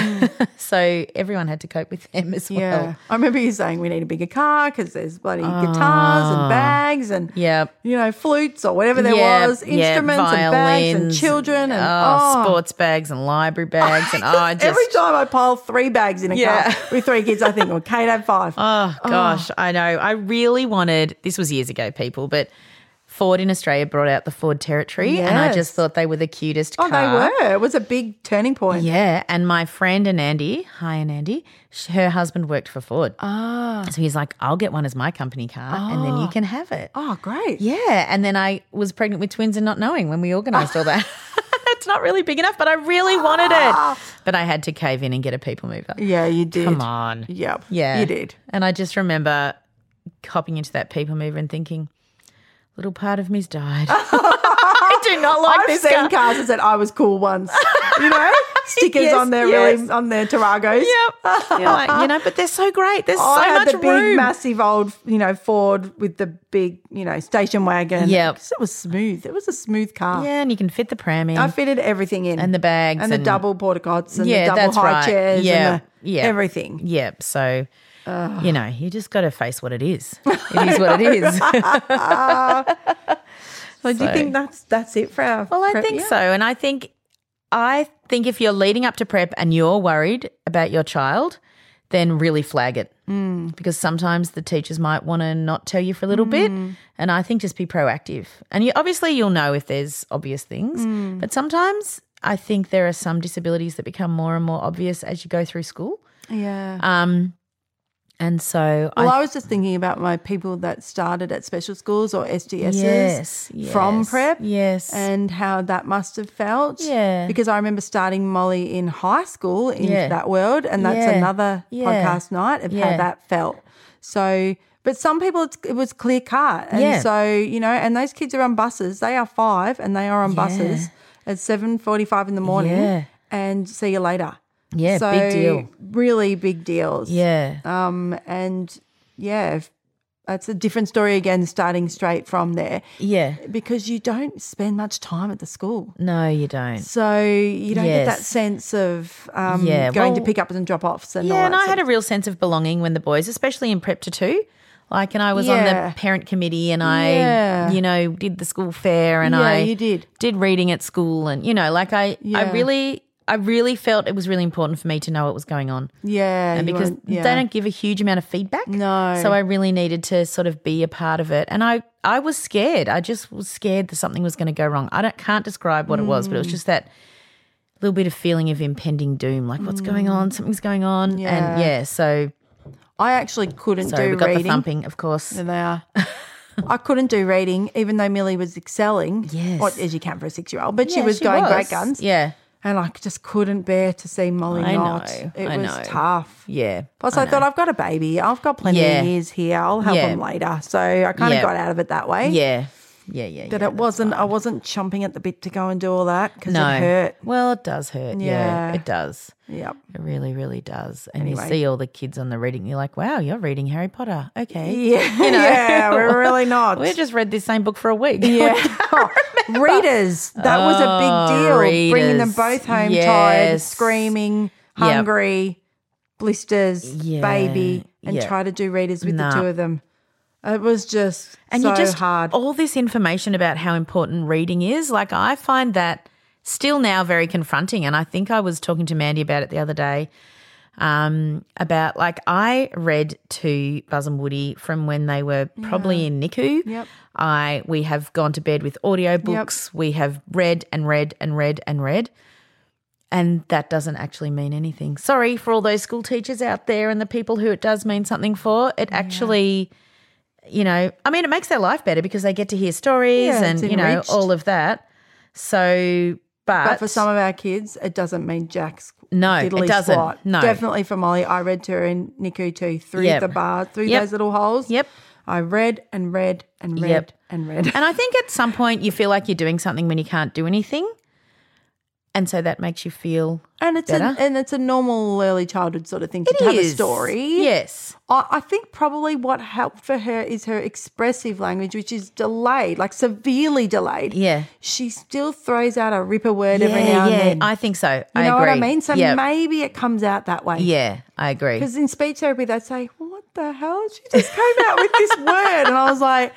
Speaker 2: so everyone had to cope with them as well.
Speaker 1: Mm. Yeah. I remember you saying we need a bigger car because there's bloody guitars and bags and,
Speaker 2: Yep.
Speaker 1: you know, flutes or whatever there
Speaker 2: Yeah,
Speaker 1: was,
Speaker 2: yeah,
Speaker 1: instruments and bags and
Speaker 2: violins
Speaker 1: children and,
Speaker 2: oh,
Speaker 1: oh,
Speaker 2: sports bags and library bags and oh, I just
Speaker 1: Every time I pile three bags in a
Speaker 2: Yeah.
Speaker 1: car with three kids, I think, well, Kate had five.
Speaker 2: Oh gosh, I know. I really wanted this was years ago, people, but Ford in Australia brought out the Ford Territory, and I just
Speaker 1: Yes.
Speaker 2: thought they were the cutest
Speaker 1: oh,
Speaker 2: car.
Speaker 1: they were. It was a big turning point.
Speaker 2: Yeah, and my friend Anandi, hi Anandi, sh- her husband worked for Ford, ah, so he's like, I'll get one as my company car, and then you can have it.
Speaker 1: Oh, great.
Speaker 2: Yeah, and then I was pregnant with twins and not knowing when we organised all that. it's not really big enough, but I really wanted
Speaker 1: Ah.
Speaker 2: it, but I had to cave in and get a people mover.
Speaker 1: Yeah, you did.
Speaker 2: Come on.
Speaker 1: Yep.
Speaker 2: Yeah.
Speaker 1: You did.
Speaker 2: And I just remember hopping into that people mover and thinking, little part of me's died. I do not like
Speaker 1: I've
Speaker 2: this
Speaker 1: seen
Speaker 2: car.
Speaker 1: cars that said I was cool once. You know, stickers
Speaker 2: Yes,
Speaker 1: on their
Speaker 2: yes.
Speaker 1: really on their Tarragos.
Speaker 2: Yep. You're like, you know, but they're so great. There's
Speaker 1: I
Speaker 2: so
Speaker 1: had
Speaker 2: much
Speaker 1: the big,
Speaker 2: room.
Speaker 1: massive old, you know, Ford with the big, you know, station wagon.
Speaker 2: Yep.
Speaker 1: 'Cause it was smooth. It was a smooth car.
Speaker 2: yeah, and you can fit the pram in.
Speaker 1: I fitted everything in,
Speaker 2: And the bags
Speaker 1: and the
Speaker 2: and-
Speaker 1: double porticots, and
Speaker 2: Yeah,
Speaker 1: the double
Speaker 2: that's
Speaker 1: high
Speaker 2: right.
Speaker 1: chairs,
Speaker 2: Yeah,
Speaker 1: and the,
Speaker 2: yeah.
Speaker 1: everything.
Speaker 2: yep. So, you know, you just got to face what it is. It is what it is.
Speaker 1: So, do you think that's that's it for our?
Speaker 2: Well, I
Speaker 1: prep?
Speaker 2: think
Speaker 1: Yeah.
Speaker 2: so, and I think I think if you're leading up to prep and you're worried about your child, then really flag it
Speaker 1: Mm.
Speaker 2: because sometimes the teachers might want to not tell you for a little
Speaker 1: Mm.
Speaker 2: bit, and I think just be proactive. And you obviously you'll know if there's obvious things,
Speaker 1: Mm.
Speaker 2: but sometimes I think there are some disabilities that become more and more obvious as you go through school.
Speaker 1: Yeah.
Speaker 2: Um, And so
Speaker 1: Well,
Speaker 2: I,
Speaker 1: I was just thinking about my people that started at special schools or SDSs
Speaker 2: Yes,
Speaker 1: from
Speaker 2: yes,
Speaker 1: prep.
Speaker 2: yes.
Speaker 1: And how that must have felt.
Speaker 2: Yeah.
Speaker 1: Because I remember starting Molly in high school into
Speaker 2: Yeah.
Speaker 1: that world. And that's
Speaker 2: Yeah.
Speaker 1: another
Speaker 2: Yeah.
Speaker 1: podcast night of how
Speaker 2: Yeah.
Speaker 1: that felt. So, but some people, it's, it was clear cut. And
Speaker 2: Yeah.
Speaker 1: so, you know, and those kids are on buses. They are five and they are on buses at 7.45 in the morning.
Speaker 2: Yeah.
Speaker 1: And see you later.
Speaker 2: yeah,
Speaker 1: so
Speaker 2: big deal.
Speaker 1: Really big deals.
Speaker 2: Yeah.
Speaker 1: Um, and yeah, if- that's a different story again, starting straight from there
Speaker 2: Yeah.
Speaker 1: because you don't spend much time at the school.
Speaker 2: No, you don't.
Speaker 1: So you don't get that
Speaker 2: Yes.
Speaker 1: sense of um,
Speaker 2: Yeah,
Speaker 1: going to
Speaker 2: well-
Speaker 1: pick ups and drop offs and all
Speaker 2: Yeah, and
Speaker 1: that
Speaker 2: I
Speaker 1: sort
Speaker 2: had a
Speaker 1: of-
Speaker 2: real sense of belonging when the boys, especially in prep to two, like, and I was on
Speaker 1: Yeah.
Speaker 2: the parent committee, and I,
Speaker 1: Yeah.
Speaker 2: you know, did the school fair, and
Speaker 1: Yeah,
Speaker 2: I
Speaker 1: you did.
Speaker 2: did reading at school, and you know, like I,
Speaker 1: Yeah.
Speaker 2: I really, I really felt it was really important for me to know what was going on,
Speaker 1: yeah,
Speaker 2: and
Speaker 1: you
Speaker 2: because
Speaker 1: weren't- yeah.
Speaker 2: they don't give a huge amount of feedback,
Speaker 1: No.
Speaker 2: so I really needed to sort of be a part of it, and I, I was scared. I just was scared that something was going to go wrong. I don't, can't describe what it was, but it was just that little bit of feeling of impending doom, like what's going on, something's going on,
Speaker 1: Yeah.
Speaker 2: and yeah, so
Speaker 1: I actually couldn't
Speaker 2: so we
Speaker 1: do
Speaker 2: got the
Speaker 1: reading.
Speaker 2: thumping, of course.
Speaker 1: There they are. I couldn't do reading, even though Millie was excelling.
Speaker 2: Yes.
Speaker 1: Or, as you can for a six year old, but she
Speaker 2: Yeah,
Speaker 1: was going great
Speaker 2: was.
Speaker 1: guns.
Speaker 2: Yeah,
Speaker 1: And I just couldn't bear to see Molly
Speaker 2: I
Speaker 1: not.
Speaker 2: know,
Speaker 1: It
Speaker 2: I
Speaker 1: was
Speaker 2: know.
Speaker 1: tough.
Speaker 2: yeah,
Speaker 1: Plus, I, thought I've got a baby. I've got plenty
Speaker 2: Yeah.
Speaker 1: of years here. I'll help
Speaker 2: Yeah.
Speaker 1: them later. So I kind of
Speaker 2: Yeah.
Speaker 1: got out of it that way.
Speaker 2: yeah, yeah, yeah.
Speaker 1: But
Speaker 2: yeah.
Speaker 1: it wasn't. I wasn't chomping at the bit to go and do all that because
Speaker 2: no
Speaker 1: it hurt.
Speaker 2: Well, it does hurt. Yeah.
Speaker 1: Yeah.
Speaker 2: it does.
Speaker 1: Yep.
Speaker 2: It really, really does. And
Speaker 1: Anyway.
Speaker 2: you see all the kids on the reading, you're like, wow, you're reading Harry Potter. Okay.
Speaker 1: Yeah. yeah. We're really not.
Speaker 2: We just read this same book for a week.
Speaker 1: yeah. readers. That was a big
Speaker 2: Oh,
Speaker 1: deal. Bringing them
Speaker 2: readers.
Speaker 1: both home tired,
Speaker 2: Yes.
Speaker 1: screaming,
Speaker 2: Yep.
Speaker 1: hungry, blisters,
Speaker 2: Yeah.
Speaker 1: baby, and
Speaker 2: Yep.
Speaker 1: try to do readers with
Speaker 2: Nah.
Speaker 1: the two of them. It was just
Speaker 2: and
Speaker 1: so
Speaker 2: you just
Speaker 1: hard.
Speaker 2: all this information about how important reading is like i find that still now very confronting and i think i was talking to mandy about it the other day um, about like i read to buzz and woody from when they were probably in nicu
Speaker 1: Yep.
Speaker 2: i we have gone to bed with audiobooks we have read and read and read and read and that doesn't actually mean anything. Sorry for all those school teachers out there and the people who it does mean something for. It actually, you know, I mean, it makes their life better because they get to hear stories
Speaker 1: Yeah, it's
Speaker 2: and, you know,
Speaker 1: enriched.
Speaker 2: all of that. So, but,
Speaker 1: But for some of our kids, it doesn't mean jack's
Speaker 2: No, it
Speaker 1: diddly
Speaker 2: doesn't.
Speaker 1: squat.
Speaker 2: No.
Speaker 1: definitely for Molly. I read to her in Niku too through
Speaker 2: Yep.
Speaker 1: the bar, through
Speaker 2: Yep.
Speaker 1: those little holes.
Speaker 2: Yep.
Speaker 1: I read and read and read
Speaker 2: Yep.
Speaker 1: and read.
Speaker 2: and I think at some point you feel like you're doing something when you can't do anything. And so that makes you feel
Speaker 1: And it's a,
Speaker 2: better.
Speaker 1: and it's a normal early childhood sort of thing to have a
Speaker 2: Is.
Speaker 1: story.
Speaker 2: Yes.
Speaker 1: I, I think probably what helped for her is her expressive language, which is delayed, like severely delayed.
Speaker 2: Yeah.
Speaker 1: She still throws out a ripper word every
Speaker 2: Yeah,
Speaker 1: now and
Speaker 2: yeah.
Speaker 1: then.
Speaker 2: I think so.
Speaker 1: you
Speaker 2: I
Speaker 1: know
Speaker 2: agree.
Speaker 1: what I mean? So
Speaker 2: yeah.
Speaker 1: maybe it comes out that way.
Speaker 2: yeah, I agree.
Speaker 1: Because in speech therapy, they'd say, "What the hell? She just came out with this word," and I was like,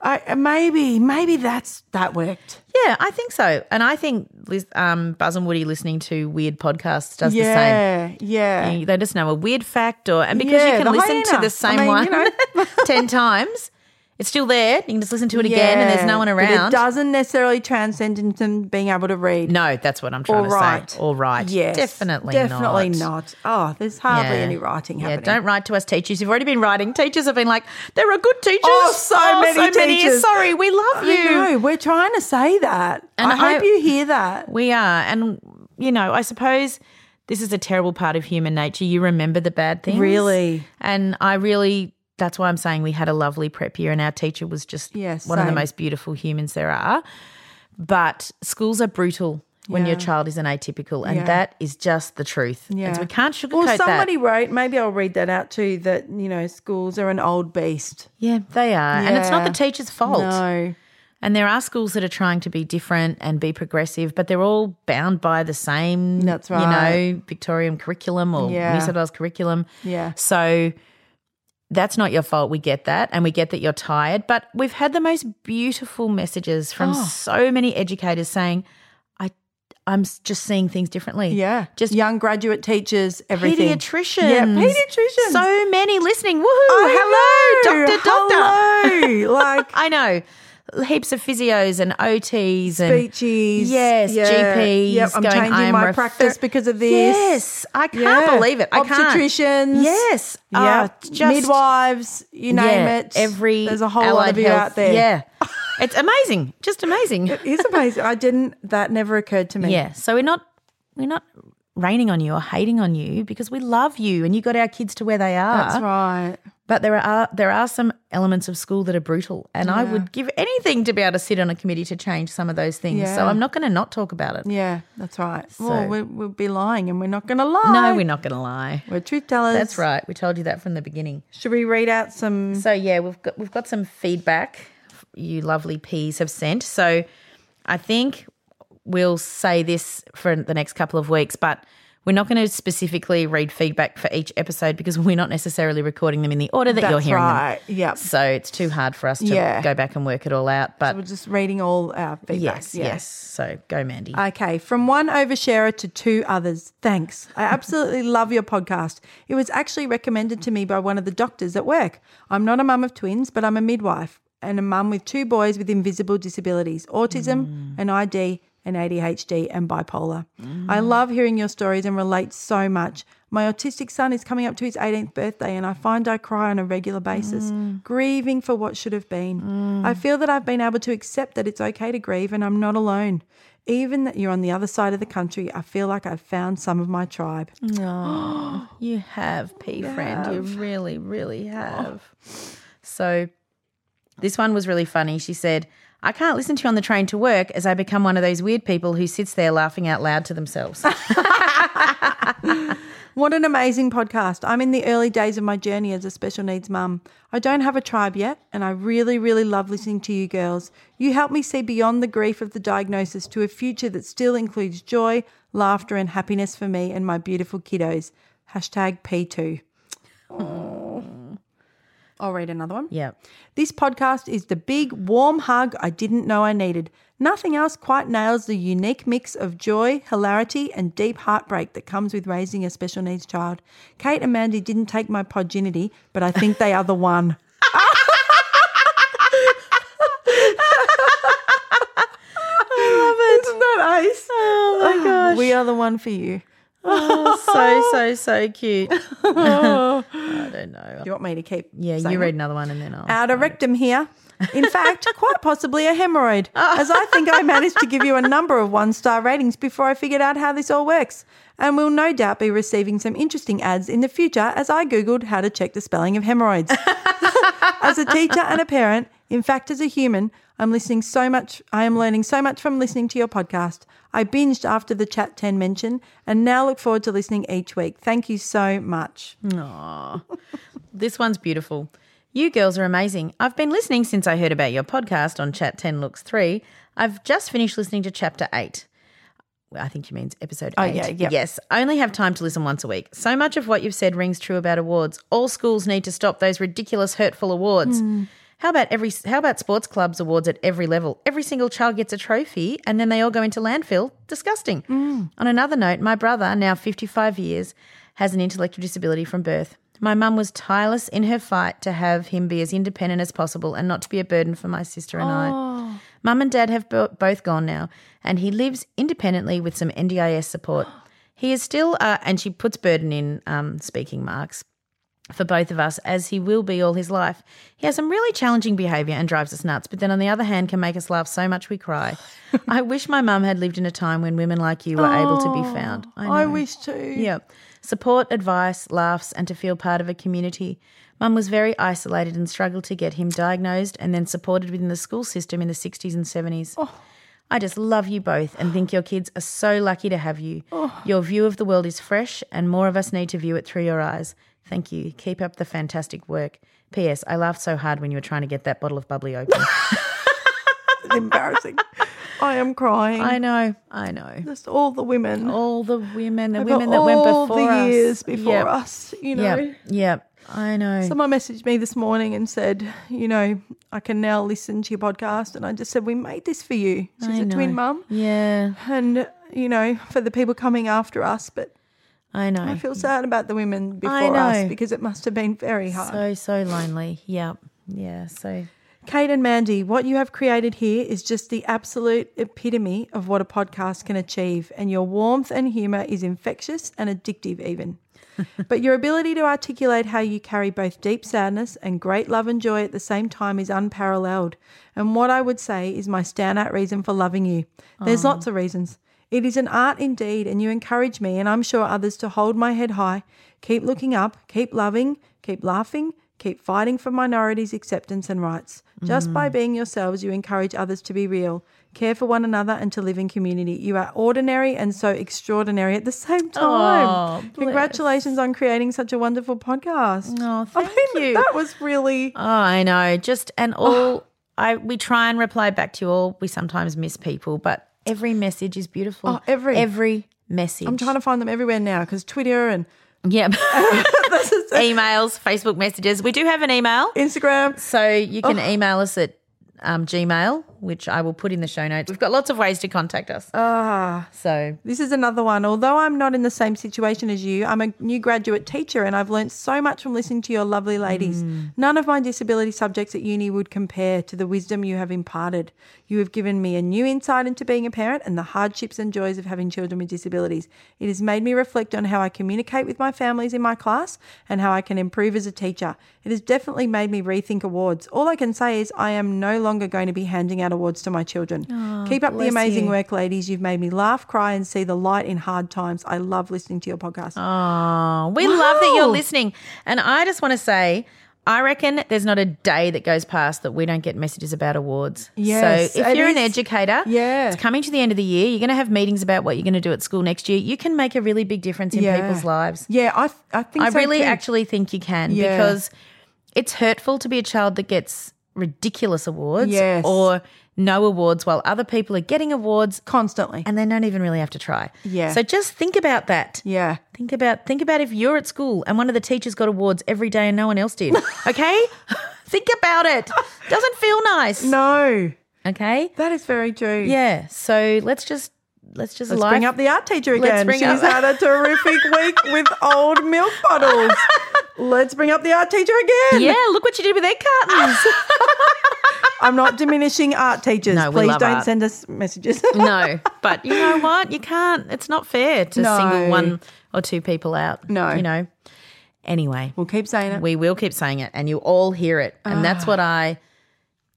Speaker 1: I, "Maybe, maybe that's that worked."
Speaker 2: Yeah, I think so. And I think lis- um, Buzz and Woody listening to weird podcasts does
Speaker 1: yeah,
Speaker 2: the
Speaker 1: yeah,
Speaker 2: same. You- They just know a weird fact, or and because
Speaker 1: Yeah, the
Speaker 2: you can listen
Speaker 1: hyena.
Speaker 2: to
Speaker 1: I
Speaker 2: the same
Speaker 1: mean, you
Speaker 2: one
Speaker 1: know.
Speaker 2: ten times, it's still there. You can just listen to it again, and
Speaker 1: Yeah.
Speaker 2: there's no one
Speaker 1: But
Speaker 2: around.
Speaker 1: it doesn't necessarily transcend into them being able to read.
Speaker 2: no, that's what I'm
Speaker 1: All
Speaker 2: trying to
Speaker 1: right.
Speaker 2: say. All right,
Speaker 1: Yes.
Speaker 2: definitely,
Speaker 1: Definitely
Speaker 2: not.
Speaker 1: not. Oh, there's hardly
Speaker 2: Yeah.
Speaker 1: any writing
Speaker 2: Yeah,
Speaker 1: happening.
Speaker 2: don't write to us, teachers. You've already been writing. Teachers have been like, there are good teachers.
Speaker 1: Oh, so many teachers.
Speaker 2: Sorry, we love you.
Speaker 1: I know. We're trying to say that.
Speaker 2: And
Speaker 1: I hope
Speaker 2: I-
Speaker 1: you hear that.
Speaker 2: We are. And, you know, I suppose this is a terrible part of human nature. You remember the bad things.
Speaker 1: Really.
Speaker 2: And I really, that's why I'm saying we had a lovely prep year and our teacher was just
Speaker 1: Yes,
Speaker 2: one of
Speaker 1: same.
Speaker 2: the most beautiful humans there are. But schools are brutal when your
Speaker 1: Yeah.
Speaker 2: child is an atypical. And
Speaker 1: Yeah.
Speaker 2: that is just the truth. And
Speaker 1: Yeah.
Speaker 2: so we can't sugarcoat
Speaker 1: Well, somebody
Speaker 2: that.
Speaker 1: wrote, maybe I'll read that out too, that, you know, schools are an old beast.
Speaker 2: Yeah, they are. And it's not
Speaker 1: Yeah.
Speaker 2: the teacher's fault.
Speaker 1: No.
Speaker 2: And there are schools that are trying to be different and be progressive, but they're all bound by the same,
Speaker 1: That's
Speaker 2: you
Speaker 1: right.
Speaker 2: know, Victorian curriculum or
Speaker 1: Yeah.
Speaker 2: New South Wales curriculum.
Speaker 1: Yeah.
Speaker 2: So that's not your fault. We get that. And we get that you're tired. But we've had the most beautiful messages from
Speaker 1: Oh.
Speaker 2: so many educators saying, I, I'm s- just seeing things differently.
Speaker 1: Yeah.
Speaker 2: Just
Speaker 1: young graduate teachers, everything.
Speaker 2: pediatricians.
Speaker 1: Yeah, pediatricians.
Speaker 2: So many listening. Woohoo.
Speaker 1: I
Speaker 2: hello,
Speaker 1: know.
Speaker 2: doctor, doctor.
Speaker 1: Hello. like,
Speaker 2: I know. heaps of physios and OTs and
Speaker 1: Beachies.
Speaker 2: Yes,
Speaker 1: Yeah.
Speaker 2: GPs.
Speaker 1: Yep, I'm
Speaker 2: going,
Speaker 1: changing
Speaker 2: "I'm
Speaker 1: my
Speaker 2: refer-
Speaker 1: practice because of this."
Speaker 2: Yes, I can't
Speaker 1: Yeah.
Speaker 2: believe it. I can't.
Speaker 1: Obstetricians.
Speaker 2: Yes.
Speaker 1: Yeah.
Speaker 2: Oh, just-
Speaker 1: Midwives, you name
Speaker 2: Yeah,
Speaker 1: it.
Speaker 2: Every
Speaker 1: There's a whole lot
Speaker 2: allied
Speaker 1: of you
Speaker 2: health-
Speaker 1: out there.
Speaker 2: Yeah, it's amazing. Just amazing.
Speaker 1: It's amazing. I didn't, that never occurred to me.
Speaker 2: Yeah. So we're not we're not raining on you or hating on you because we love you and you got our kids to where they are.
Speaker 1: That's right.
Speaker 2: But there are there are some elements of school that are brutal and I would give anything to be able to sit on a committee to change some of those things. So
Speaker 1: Yeah.
Speaker 2: I'm not going to not talk about it.
Speaker 1: Yeah, that's right.
Speaker 2: So-
Speaker 1: well, we, we'll be lying and we're not going to lie.
Speaker 2: No, we're not going to lie.
Speaker 1: We're truth tellers.
Speaker 2: That's right. We told you that from the beginning.
Speaker 1: Should we read out some?
Speaker 2: So yeah, we've got we've got some feedback you lovely peas have sent. So I think we'll say this for the next couple of weeks, but we're not going to specifically read feedback for each episode because we're not necessarily recording them in the order that you're
Speaker 1: That's
Speaker 2: hearing
Speaker 1: right.
Speaker 2: them.
Speaker 1: Yep.
Speaker 2: So it's too hard for us to
Speaker 1: Yeah.
Speaker 2: go back and work it all out. But
Speaker 1: We're just reading all our feedback.
Speaker 2: yes,
Speaker 1: Yeah.
Speaker 2: yes. So go, Mandy.
Speaker 1: Okay, from one oversharer to two others. Thanks. I absolutely love your podcast. It was actually recommended to me by one of the doctors at work. I'm not a mum of twins, but I'm a midwife and a mum with two boys with invisible disabilities autism and ID and ADHD and bipolar. I love hearing your stories and relate so much. My autistic son is coming up to his 18th birthday, and I find I cry on a regular basis, grieving for what should have been. I feel that I've been able to accept that it's okay to grieve and I'm not alone. Even that you're on the other side of the country, I feel like I've found some of my tribe.
Speaker 2: You have, P friend. You really, really
Speaker 1: Oh.
Speaker 2: have. So this one was really funny. She said, I can't listen to you on the train to work as I become one of those weird people who sits there laughing out loud to themselves.
Speaker 1: What an amazing podcast. I'm in the early days of my journey as a special needs mum. I don't have a tribe yet, and I really, really love listening to you girls. You help me see beyond the grief of the diagnosis to a future that still includes joy, laughter, and happiness for me and my beautiful kiddos. Hashtag P2. I'll read another one.
Speaker 2: yeah.
Speaker 1: This podcast is the big warm hug I didn't know I needed. Nothing else quite nails the unique mix of joy, hilarity, and deep heartbreak that comes with raising a special needs child. Kate and Mandy didn't take my podginity, but I think they are the one. I love it. Isn't that ace? Oh my gosh. We are the one for you.
Speaker 2: So, so, so cute. I don't know.
Speaker 1: You want me to keep?
Speaker 2: Yeah,
Speaker 1: saying
Speaker 2: you
Speaker 1: it?
Speaker 2: read another one and then I'll.
Speaker 1: out of rectum here. In fact, quite possibly a hemorrhoid, as I think I managed to give you a number of one star ratings before I figured out how this all works. And will no doubt be receiving some interesting ads in the future as I Googled how to check the spelling of hemorrhoids. as a teacher and a parent, in fact, as a human, I'm listening so much. I am learning so much from listening to your podcast. I binged after the Chat 10 mention and now look forward to listening each week. Thank you so much.
Speaker 2: This one's beautiful. You girls are amazing. I've been listening since I heard about your podcast on Chat 10 Looks 3. I've just finished listening to Chapter 8. Well, I think she means episode 8. Oh,
Speaker 1: yeah, yep.
Speaker 2: Yes. I only have time to listen once a week. So much of what you've said rings true about awards. All schools need to stop those ridiculous, hurtful awards.
Speaker 1: Hmm.
Speaker 2: How about every how about sports clubs awards at every level? Every single child gets a trophy and then they all go into landfill. Disgusting. On another note, my brother, now 55 years, has an intellectual disability from birth. My mum was tireless in her fight to have him be as independent as possible and not to be a burden for my sister and
Speaker 1: Oh.
Speaker 2: I. Mum and dad have bo- both gone now, and he lives independently with some NDIS support. He is still, uh, and she puts burden in um, speaking marks for both of us, as he will be all his life. He has some really challenging behaviour and drives us nuts, but then on the other hand, can make us laugh so much we cry. I wish my mum had lived in a time when women like you were able to be found.
Speaker 1: Oh, I
Speaker 2: know.
Speaker 1: wish to.
Speaker 2: Yeah. Support, advice, laughs, and to feel part of a community. Mum was very isolated and struggled to get him diagnosed and then supported within the school system in the 60s and 70s.
Speaker 1: Oh.
Speaker 2: I just love you both and think your kids are so lucky to have you.
Speaker 1: Oh.
Speaker 2: Your view of the world is fresh, and more of us need to view it through your eyes. Thank you. Keep up the fantastic work. P.S. I laughed so hard when you were trying to get that bottle of bubbly open.
Speaker 1: Embarrassing. I am crying.
Speaker 2: I know. I know.
Speaker 1: just all the women,
Speaker 2: All the women, the
Speaker 1: Over
Speaker 2: women that went
Speaker 1: all
Speaker 2: before
Speaker 1: the
Speaker 2: us.
Speaker 1: years before
Speaker 2: Yep.
Speaker 1: us. You know,
Speaker 2: Yep. Yep. I know.
Speaker 1: someone messaged me this morning and said, you know, I can now listen to your podcast, and I just said we made this for you. She's
Speaker 2: I
Speaker 1: a
Speaker 2: know.
Speaker 1: twin mum,
Speaker 2: Yeah,
Speaker 1: and you know, for the people coming after us, but.
Speaker 2: I know.
Speaker 1: I feel sad about the women before
Speaker 2: I know.
Speaker 1: us because it must have been very hard.
Speaker 2: so so lonely. Yeah, yeah. So
Speaker 1: Kate and Mandy, what you have created here is just the absolute epitome of what a podcast can achieve, and your warmth and humor is infectious and addictive, even. but your ability to articulate how you carry both deep sadness and great love and joy at the same time is unparalleled. And what I would say is my standout reason for loving you. There's lots of reasons. It is an art indeed, and you encourage me, and I'm sure others, to hold my head high, keep looking up, keep loving, keep laughing, keep fighting for minorities' acceptance and rights. Just by being yourselves, you encourage others to be real, care for one another, and to live in community. You are ordinary and so extraordinary at the same time.
Speaker 2: Oh,
Speaker 1: Congratulations on creating such a wonderful podcast.
Speaker 2: Oh,
Speaker 1: I
Speaker 2: thank
Speaker 1: mean,
Speaker 2: you.
Speaker 1: That was really.
Speaker 2: Oh, I know. Just and
Speaker 1: Oh.
Speaker 2: all I we try and reply back to you all. We sometimes miss people, but every message is beautiful.
Speaker 1: Oh, every-
Speaker 2: every message.
Speaker 1: I'm trying to find them everywhere now because Twitter and
Speaker 2: Yeah. Emails, Facebook messages. We do have an email.
Speaker 1: Instagram.
Speaker 2: So you can
Speaker 1: Oh.
Speaker 2: email us at um, Gmail, which I will put in the show notes. We've got lots of ways to contact us.
Speaker 1: Ah.
Speaker 2: so
Speaker 1: This is another one. Although I'm not in the same situation as you, I'm a new graduate teacher and I've learnt so much from listening to your lovely ladies.
Speaker 2: Mm.
Speaker 1: None of my disability subjects at uni would compare to the wisdom you have imparted. You have given me a new insight into being a parent and the hardships and joys of having children with disabilities. It has made me reflect on how I communicate with my families in my class and how I can improve as a teacher. It has definitely made me rethink awards. All I can say is I am no longer going to be handing out awards to my children. Keep up the amazing
Speaker 2: you.
Speaker 1: work work, ladies. You've made me laugh, cry, and see the light in hard times. I love listening to your podcast.
Speaker 2: Oh, we love that you're
Speaker 1: Wow.
Speaker 2: listening. And I just want to say, I reckon there's not a day that goes past that we don't get messages about awards.
Speaker 1: Yes,
Speaker 2: so if
Speaker 1: it
Speaker 2: you're an
Speaker 1: is-
Speaker 2: educator,
Speaker 1: Yeah.
Speaker 2: it's coming to the end of the year. You're going to have meetings about what you're going to do at school next year. You can make a really big difference in
Speaker 1: Yeah.
Speaker 2: people's lives.
Speaker 1: yeah, I, th- I think
Speaker 2: I
Speaker 1: so
Speaker 2: really
Speaker 1: too.
Speaker 2: actually think you can
Speaker 1: Yeah.
Speaker 2: because it's hurtful to be a child that gets ridiculous awards
Speaker 1: Yes.
Speaker 2: or no awards while other people are getting awards
Speaker 1: constantly.
Speaker 2: and they don't even really have to try.
Speaker 1: Yeah.
Speaker 2: So just think about that.
Speaker 1: yeah,
Speaker 2: Think about think about if you're at school and one of the teachers got awards every day and no one else did. Okay? think about it. Doesn't feel nice.
Speaker 1: no,
Speaker 2: Okay?
Speaker 1: that is very true.
Speaker 2: Yeah. So let's just let's just
Speaker 1: Let's
Speaker 2: life-
Speaker 1: bring up the art teacher again.
Speaker 2: Let's bring
Speaker 1: She's
Speaker 2: up-
Speaker 1: had a terrific week with old milk bottles. Let's bring up the art teacher again.
Speaker 2: Yeah, look what you did with egg cartons.
Speaker 1: I'm not diminishing art teachers.
Speaker 2: No, we
Speaker 1: Please
Speaker 2: love
Speaker 1: don't
Speaker 2: art.
Speaker 1: send us messages.
Speaker 2: no. But you know what? You can't. It's not fair to
Speaker 1: No.
Speaker 2: single one or two people out.
Speaker 1: No.
Speaker 2: You know. Anyway.
Speaker 1: we'll keep saying it. Ah.
Speaker 2: We will keep saying it and you all hear it. And that's what I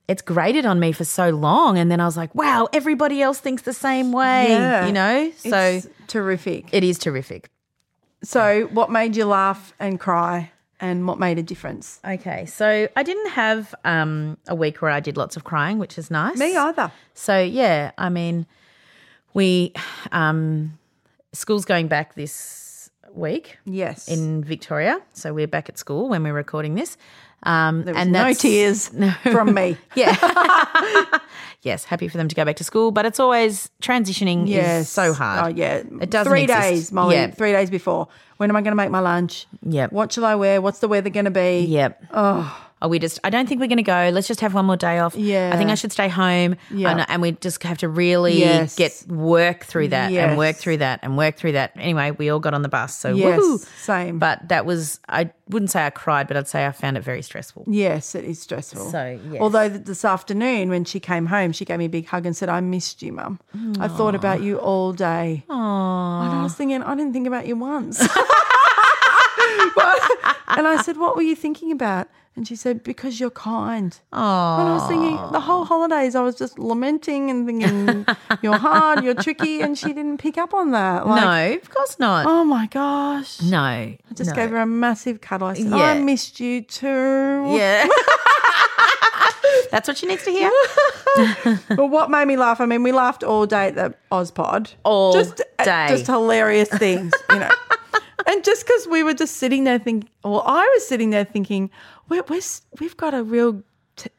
Speaker 2: it's grated on me for so long and then I was like, wow, everybody else thinks the same way,
Speaker 1: Yeah.
Speaker 2: you know? So
Speaker 1: It's terrific.
Speaker 2: it is terrific.
Speaker 1: So, what made you laugh and cry, and what made a difference?
Speaker 2: Okay. So I didn't have um a week where I did lots of crying, which is nice.
Speaker 1: Me either.
Speaker 2: So yeah, I mean, we um school's going back this week
Speaker 1: Yes.
Speaker 2: in Victoria. So we're back at school when we're recording this. Um
Speaker 1: there was
Speaker 2: and
Speaker 1: no
Speaker 2: that's-
Speaker 1: tears from me.
Speaker 2: Yeah. yes, happy for them to go back to school, but it's always transitioning
Speaker 1: Yes.
Speaker 2: is so hard.
Speaker 1: Oh, yeah.
Speaker 2: It doesn't
Speaker 1: Three
Speaker 2: exist.
Speaker 1: days, Molly.
Speaker 2: Yeah.
Speaker 1: Three days before. When am I going to make my lunch?
Speaker 2: Yep.
Speaker 1: What shall I wear? What's the weather going to be?
Speaker 2: Yep. Oh. we just I don't think we're gonna go. Let's just have one more day off.
Speaker 1: Yeah.
Speaker 2: I think I should stay home.
Speaker 1: Yeah.
Speaker 2: And, and we just have to really
Speaker 1: Yes.
Speaker 2: get work through that
Speaker 1: Yes.
Speaker 2: and work through that and work through that. Anyway, we all got on the bus. So
Speaker 1: Yes.
Speaker 2: woohoo.
Speaker 1: Same.
Speaker 2: But that was I wouldn't say I cried, but I'd say I found it very stressful.
Speaker 1: Yes, it is stressful.
Speaker 2: So, yes.
Speaker 1: although th- this afternoon when she came home, she gave me a big hug and said, "I missed you, Mum. I thought about you all day." And I was thinking, I didn't think about you once. and I said, "What were you thinking about?" And she said, "Because you're kind." And I was thinking the whole holidays, I was just lamenting and thinking, "You're hard, you're tricky," and she didn't pick up on that. Like,
Speaker 2: no, of course not.
Speaker 1: Oh my gosh.
Speaker 2: no.
Speaker 1: I just
Speaker 2: no.
Speaker 1: gave her a massive cuddle. I said,
Speaker 2: Yeah.
Speaker 1: "I missed you too."
Speaker 2: Yeah. That's what she needs to hear.
Speaker 1: But what made me laugh? I mean, we laughed all day at the Ozpod.
Speaker 2: All
Speaker 1: just, at
Speaker 2: day.
Speaker 1: Just hilarious things, you know. and just because we were just sitting there thinking, well, I was sitting there thinking, we're, we're, s- we've got a real t-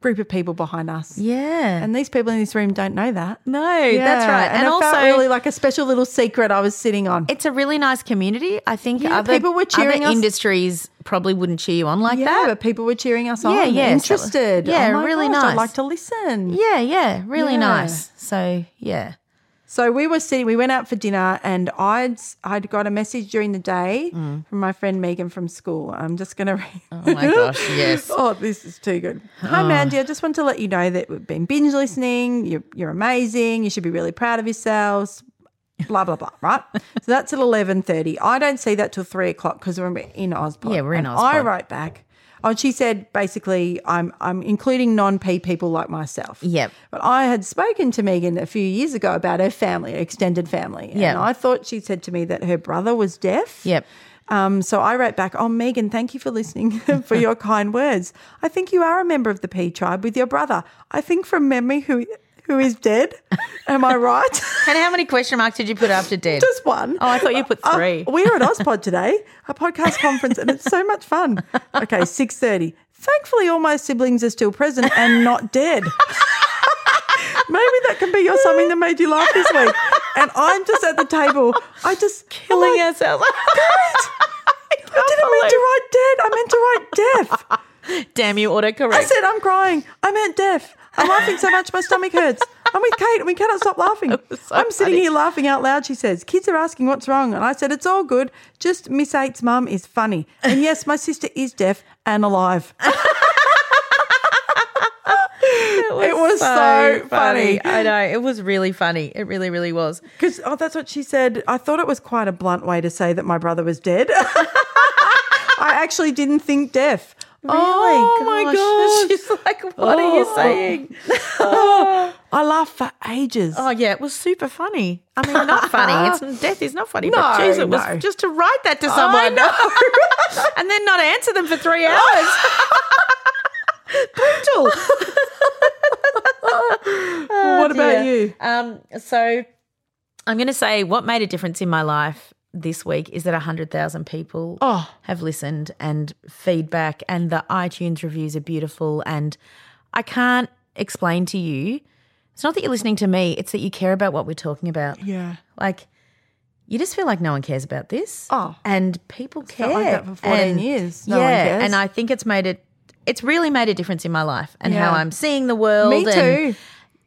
Speaker 1: group of people behind us.
Speaker 2: Yeah.
Speaker 1: And these people in this room don't know that.
Speaker 2: no, that's
Speaker 1: Yeah,
Speaker 2: right. And,
Speaker 1: And, it
Speaker 2: also
Speaker 1: felt really like a special little secret I was sitting on.
Speaker 2: it's a really nice community. I think
Speaker 1: Yeah,
Speaker 2: other
Speaker 1: people were cheering
Speaker 2: other
Speaker 1: us.
Speaker 2: industries probably wouldn't cheer you on like
Speaker 1: yeah,
Speaker 2: that.
Speaker 1: but people were cheering us on.
Speaker 2: Yeah, yeah, so-
Speaker 1: Interested.
Speaker 2: yeah,
Speaker 1: Oh my
Speaker 2: really
Speaker 1: gosh, I
Speaker 2: nice.
Speaker 1: like to listen.
Speaker 2: yeah, yeah, really
Speaker 1: Yeah.
Speaker 2: nice. So yeah,
Speaker 1: So we were sitting, we went out for dinner, and I'd I'd got a message during the day from my friend Megan from school. I'm just going to read.
Speaker 2: Mm. Oh my gosh, yes. Ah.
Speaker 1: Oh, this is too good. Hi, Mandy. I just want to let you know that we've been binge listening. You're, you're amazing. You should be really proud of yourselves. Blah blah blah. Right. so that's at eleven thirty. I don't see that till three o'clock because we're in Ozpod.
Speaker 2: Yeah, we're in
Speaker 1: And I
Speaker 2: Ozpod.
Speaker 1: wrote back. Oh, she said basically, I'm I'm including non P people like myself.
Speaker 2: Yep.
Speaker 1: But I had spoken to Megan a few years ago about her family, her extended family. And
Speaker 2: Yep.
Speaker 1: I thought she said to me that her brother was deaf.
Speaker 2: Yep.
Speaker 1: Um, so I wrote back, Oh, Megan, thank you for listening for your kind words. I think you are a member of the P tribe with your brother. I think from memory, who who is dead. Am I right?
Speaker 2: And how many question marks did you put after dead?
Speaker 1: Just one.
Speaker 2: Oh, I thought you put
Speaker 1: Uh,
Speaker 2: three.
Speaker 1: we're at Ozpod today, a podcast conference, and it's so much fun. Okay, 6.30. Thankfully, all my siblings are still present and not dead. Maybe that can be your something that made you laugh this week. And I'm just at the table. I just I'm
Speaker 2: Killing
Speaker 1: like,
Speaker 2: ourselves.
Speaker 1: I didn't mean to write dead. I meant to write death.
Speaker 2: Damn you, autocorrect.
Speaker 1: I said, I'm crying. I meant deaf. I'm laughing so much, my stomach hurts. I'm with Kate and we cannot stop laughing.
Speaker 2: so
Speaker 1: I'm sitting
Speaker 2: funny.
Speaker 1: here laughing out loud, she says. Kids are asking what's wrong. And I said, It's all good. Just Miss Eight's mum is funny. And yes, my sister is deaf and alive.
Speaker 2: it was,
Speaker 1: so funny.
Speaker 2: I know. It was really funny. It really, really was.
Speaker 1: Because, oh, that's what she said. I thought it was quite a blunt way to say that my brother was dead. I actually didn't think deaf.
Speaker 2: Oh my
Speaker 1: gosh. Oh.
Speaker 2: gosh. Oh. She's like, what are you saying?
Speaker 1: I laughed for ages.
Speaker 2: Oh yeah, it was super funny. I mean, not funny. It's death is not funny.
Speaker 1: No,
Speaker 2: but geez, it was
Speaker 1: no.
Speaker 2: just to write that to someone and then not answer them for three hours. Brutal.
Speaker 1: what about
Speaker 2: Oh, dear.
Speaker 1: you?
Speaker 2: Um, so I'm going to say what made a difference in my life this week is that 100,000 people
Speaker 1: Oh.
Speaker 2: have listened and feedback, and the iTunes reviews are beautiful. And I can't explain to you, it's not that you're listening to me, it's that you care about what we're talking about.
Speaker 1: Yeah.
Speaker 2: Like, you just feel like no one cares about this.
Speaker 1: Oh.
Speaker 2: And people care.
Speaker 1: felt like that for 14
Speaker 2: and,
Speaker 1: years. No
Speaker 2: yeah.
Speaker 1: one cares.
Speaker 2: And I think it's made it, it's really made a difference in my life and
Speaker 1: Yeah.
Speaker 2: how I'm seeing the world.
Speaker 1: Me
Speaker 2: and-
Speaker 1: too.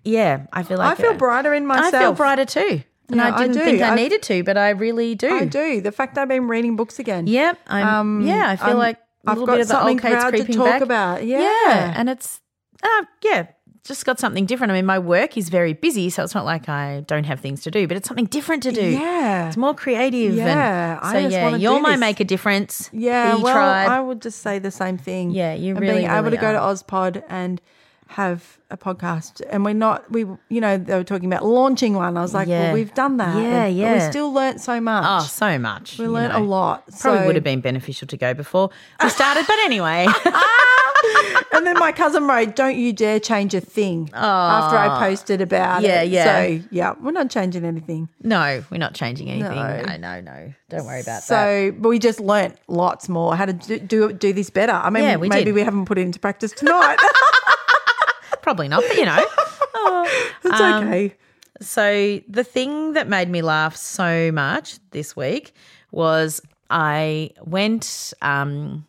Speaker 2: yeah, I feel like
Speaker 1: I feel
Speaker 2: uh,
Speaker 1: brighter in myself.
Speaker 2: I feel brighter too, and
Speaker 1: Yeah,
Speaker 2: I
Speaker 1: I
Speaker 2: didn't
Speaker 1: do.
Speaker 2: think I
Speaker 1: I've-
Speaker 2: needed to, but I really do.
Speaker 1: I do. The fact I've been reading books again. Um,
Speaker 2: Yep. I'm, yeah, I feel
Speaker 1: I'm-
Speaker 2: like a
Speaker 1: I've
Speaker 2: little
Speaker 1: got
Speaker 2: bit of the
Speaker 1: something
Speaker 2: old Kate's
Speaker 1: proud to
Speaker 2: creeping
Speaker 1: talk
Speaker 2: back.
Speaker 1: about. Yeah.
Speaker 2: and it's uh, yeah, just got something different. I mean, my work is very busy, so it's not like I don't have things to do, but it's something different to do.
Speaker 1: Yeah.
Speaker 2: it's more creative.
Speaker 1: Yeah,
Speaker 2: and,
Speaker 1: I
Speaker 2: so
Speaker 1: just
Speaker 2: yeah,
Speaker 1: wanna
Speaker 2: you're
Speaker 1: do
Speaker 2: my
Speaker 1: this.
Speaker 2: make a difference.
Speaker 1: Yeah,
Speaker 2: Be
Speaker 1: well,
Speaker 2: tried.
Speaker 1: I would just say the same thing.
Speaker 2: Yeah, you
Speaker 1: and
Speaker 2: really,
Speaker 1: being able
Speaker 2: really
Speaker 1: to go to
Speaker 2: are.
Speaker 1: OzPod and have a podcast, and we're not we you know they were talking about launching one. I was like,
Speaker 2: Yeah.
Speaker 1: well, we've done that.
Speaker 2: Yeah,
Speaker 1: and- But we
Speaker 2: yeah.
Speaker 1: still learnt so much.
Speaker 2: Oh, so much.
Speaker 1: we
Speaker 2: you
Speaker 1: learnt a
Speaker 2: know.
Speaker 1: lot.
Speaker 2: Probably
Speaker 1: so-
Speaker 2: would have been beneficial to go before we started, but anyway.
Speaker 1: and then my cousin wrote, "Don't you dare change a thing." After I posted about
Speaker 2: Oh. Yeah,
Speaker 1: it.
Speaker 2: yeah.
Speaker 1: So yeah, we're not changing anything.
Speaker 2: No, we're not changing anything.
Speaker 1: No.
Speaker 2: No, no, no. Don't worry about that.
Speaker 1: So but we just learnt lots more how to do do, do this better. I mean,
Speaker 2: Yeah, we
Speaker 1: maybe
Speaker 2: did.
Speaker 1: we haven't put it into practice tonight.
Speaker 2: Probably not, but you know.
Speaker 1: it's
Speaker 2: Um,
Speaker 1: okay.
Speaker 2: so the thing that made me laugh so much this week was I went um,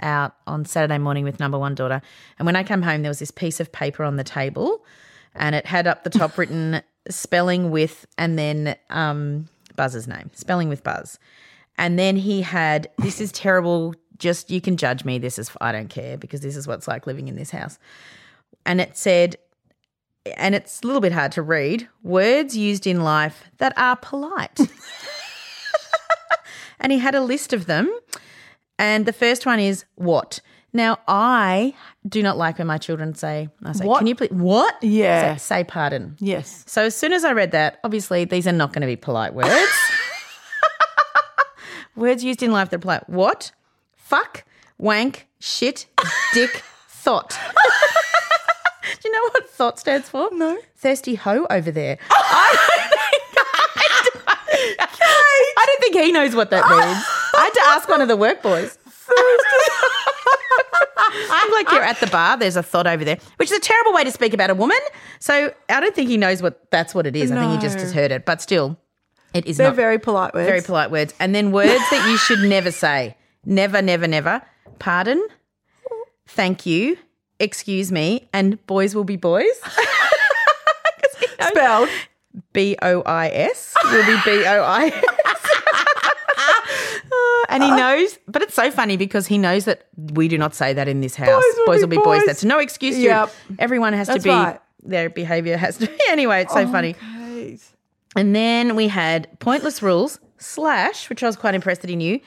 Speaker 2: out on Saturday morning with number one daughter, and when I came home, there was this piece of paper on the table, and it had up the top written spelling with, and then um, Buzz's name, spelling with Buzz. And then he had, this is terrible. Just you can judge me. This is, I don't care because this is what's like living in this house. And it said, and it's a little bit hard to read words used in life that are polite. and he had a list of them. And the first one is what. Now, I do not like when my children say, I say,
Speaker 1: What?
Speaker 2: can you please, what?
Speaker 1: Yeah.
Speaker 2: Say, say pardon.
Speaker 1: Yes.
Speaker 2: So as soon as I read that, obviously these are not going to be polite words. words used in life that are polite. What? Fuck, wank, shit, dick, thought. Do you know what thought stands for? No. Thirsty hoe over there. I don't think he knows what that means. I had to ask one of the work boys. I'm like, you're at the bar, there's a thought over there, which is a terrible way to speak about a woman. So I don't think he knows what that's what it is. I think he just has heard it, but still, it is
Speaker 1: They're
Speaker 2: not
Speaker 1: very polite words.
Speaker 2: very polite words. And then words that you should never say. Never, never, never. Pardon, thank you, excuse me, and boys will be boys.
Speaker 1: Spelled
Speaker 2: B O I S will be B O I S. And he knows, but it's so funny because he knows that we do not say that in this house. Boys will, be, boys. That's no excuse.
Speaker 1: Yep.
Speaker 2: You, everyone has
Speaker 1: That's
Speaker 2: to be.
Speaker 1: right.
Speaker 2: Their behaviour has to be. Anyway, it's so funny. And then we had pointless rules slash, which I was quite impressed that he knew,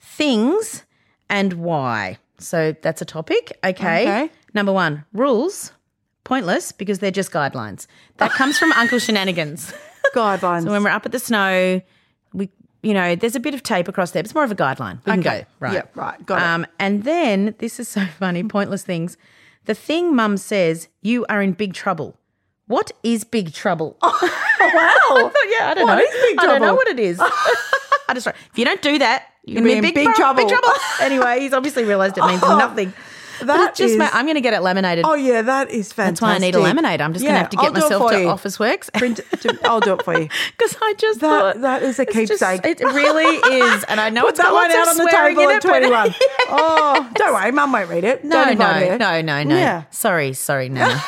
Speaker 2: things and why. So that's a topic. Okay.
Speaker 1: Okay.
Speaker 2: Number one, rules. Pointless because they're just guidelines. That comes from Uncle Shenanigans.
Speaker 1: Guidelines.
Speaker 2: So when we're up at the snow, we you know, there's a bit of tape across there, but it's more of a guideline. We can
Speaker 1: Okay.
Speaker 2: go. Right.
Speaker 1: Yep, right. Got it.
Speaker 2: um, And then this is so funny, pointless things. The thing mum says, you are in big trouble. What is big trouble?
Speaker 1: Oh, wow.
Speaker 2: But Oh, yeah, I don't
Speaker 1: What
Speaker 2: know.
Speaker 1: is big
Speaker 2: I don't know
Speaker 1: trouble?
Speaker 2: what it is. I just if you don't do that, you're gonna be in big, trouble. Big trouble. Oh, anyway, he's obviously realised it means nothing. But
Speaker 1: That
Speaker 2: it's just
Speaker 1: is-
Speaker 2: ma- I'm gonna get it laminated.
Speaker 1: Oh, yeah, that is fantastic.
Speaker 2: That's why I need a laminate. I'm just
Speaker 1: Yeah,
Speaker 2: gonna have to get
Speaker 1: I'll do it
Speaker 2: myself
Speaker 1: for
Speaker 2: to
Speaker 1: you.
Speaker 2: Office Works.
Speaker 1: Print, to- I'll do it for you.
Speaker 2: Because I just
Speaker 1: That-
Speaker 2: thought
Speaker 1: that is a
Speaker 2: it's just-
Speaker 1: keepsake.
Speaker 2: it really is, and I know
Speaker 1: Put
Speaker 2: it's got
Speaker 1: that one
Speaker 2: lots
Speaker 1: out
Speaker 2: of
Speaker 1: on the
Speaker 2: swearing
Speaker 1: table
Speaker 2: in
Speaker 1: at
Speaker 2: it, but-
Speaker 1: 21. Oh, don't worry. Mum won't read it.
Speaker 2: No,
Speaker 1: Don't invite
Speaker 2: no,
Speaker 1: her.
Speaker 2: no, no, no.
Speaker 1: Yeah.
Speaker 2: Sorry, sorry, no.